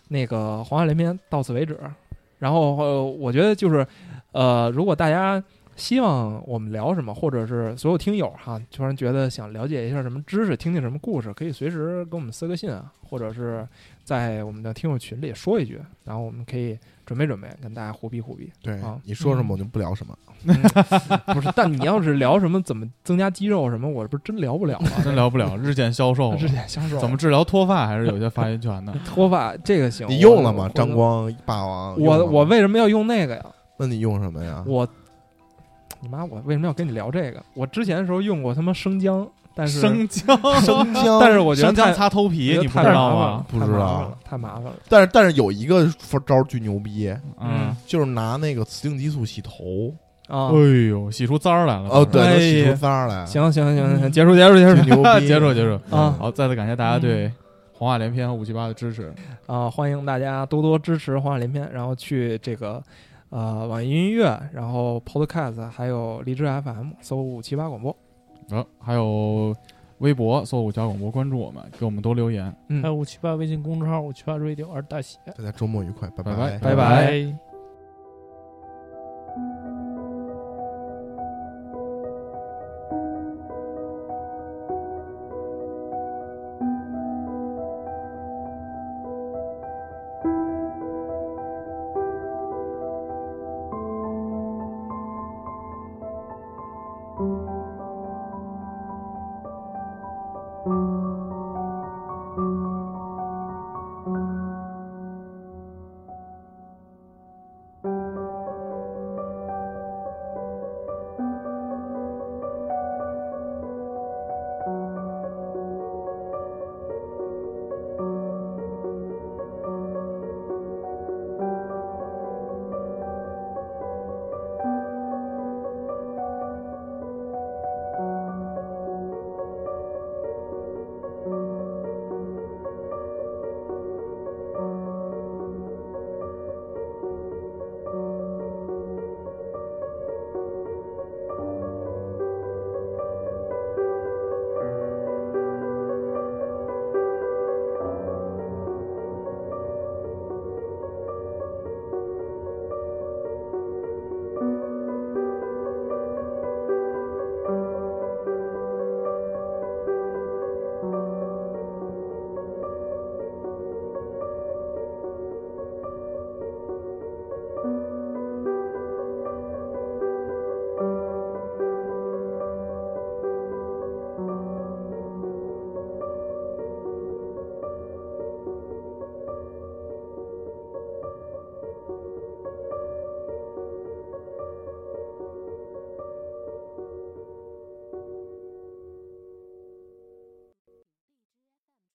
[SPEAKER 3] 那个黄花连篇到此为止。然后、呃、我觉得就是，呃，如果大家希望我们聊什么，或者是所有听友哈，突然觉得想了解一下什么知识，听听什么故事，可以随时给我们私个信啊，或者是在我们的听友群里说一句，然后我们可以准备准备，跟大家胡逼胡逼。
[SPEAKER 7] 对
[SPEAKER 3] 啊
[SPEAKER 7] 你说什么我就不聊什么。
[SPEAKER 3] 嗯不是，但你要是聊什么怎么增加肌肉什么，我不是真聊不了啊，
[SPEAKER 4] 真聊不了，日渐消瘦了，
[SPEAKER 3] 日渐相守。
[SPEAKER 4] 怎么治疗脱发还是有些发言权的。
[SPEAKER 3] 哦脱发这个行，
[SPEAKER 7] 你
[SPEAKER 3] 我
[SPEAKER 7] 用了吗？
[SPEAKER 3] 嗯我
[SPEAKER 7] 张光霸王，用了
[SPEAKER 3] 我
[SPEAKER 7] 吗啊
[SPEAKER 3] 我为什么要用那个呀？
[SPEAKER 7] 那你用什么呀？
[SPEAKER 3] 我你妈！我为什么要跟你聊这个？我之前的时候用过他妈生姜， *laughs* 但是
[SPEAKER 4] 生
[SPEAKER 3] *laughs*
[SPEAKER 4] 姜，
[SPEAKER 7] *laughs* 生姜，
[SPEAKER 3] 但是我觉得
[SPEAKER 4] 生
[SPEAKER 3] 太
[SPEAKER 4] 姜擦头
[SPEAKER 3] 我觉
[SPEAKER 4] 皮，
[SPEAKER 3] 得
[SPEAKER 4] 你不
[SPEAKER 3] 太
[SPEAKER 4] 知
[SPEAKER 3] 麻
[SPEAKER 4] 道吗
[SPEAKER 3] 烦了？
[SPEAKER 7] 不
[SPEAKER 3] 太
[SPEAKER 7] 知
[SPEAKER 3] 麻
[SPEAKER 7] 道
[SPEAKER 3] 烦了，太麻烦了。
[SPEAKER 7] 但是但是有一个招儿巨牛逼，
[SPEAKER 4] 嗯，
[SPEAKER 7] 就是拿那个雌性激素洗头。
[SPEAKER 3] 啊！
[SPEAKER 4] 哎呦，洗出脏儿来了。
[SPEAKER 7] 哦，
[SPEAKER 4] *laughs*
[SPEAKER 7] 对，
[SPEAKER 3] 哎
[SPEAKER 7] 能洗
[SPEAKER 3] 呀
[SPEAKER 7] 出脏儿来，
[SPEAKER 3] 行行行行，结束结束 *laughs* 结
[SPEAKER 7] 巨
[SPEAKER 3] 束
[SPEAKER 7] 牛逼。
[SPEAKER 4] 结束结束
[SPEAKER 3] 啊
[SPEAKER 4] 好，再次感谢大家对
[SPEAKER 3] 嗯
[SPEAKER 4] 《黄话连篇》和五七八的支持。
[SPEAKER 3] 啊！欢迎大家多多支持《黄海连篇》，然后去这个呃网易云音乐，然后 Podcast，还有荔枝 FM 搜五七八广播。
[SPEAKER 4] 好，还有微博搜“五七八广播”，关注我们，给我们多留言。
[SPEAKER 3] 嗯
[SPEAKER 6] 哎还有，五七八微信公众号五七八 radio 二大写，
[SPEAKER 7] 大家周末愉快，拜
[SPEAKER 4] 拜拜
[SPEAKER 7] 拜
[SPEAKER 3] 拜拜
[SPEAKER 6] 拜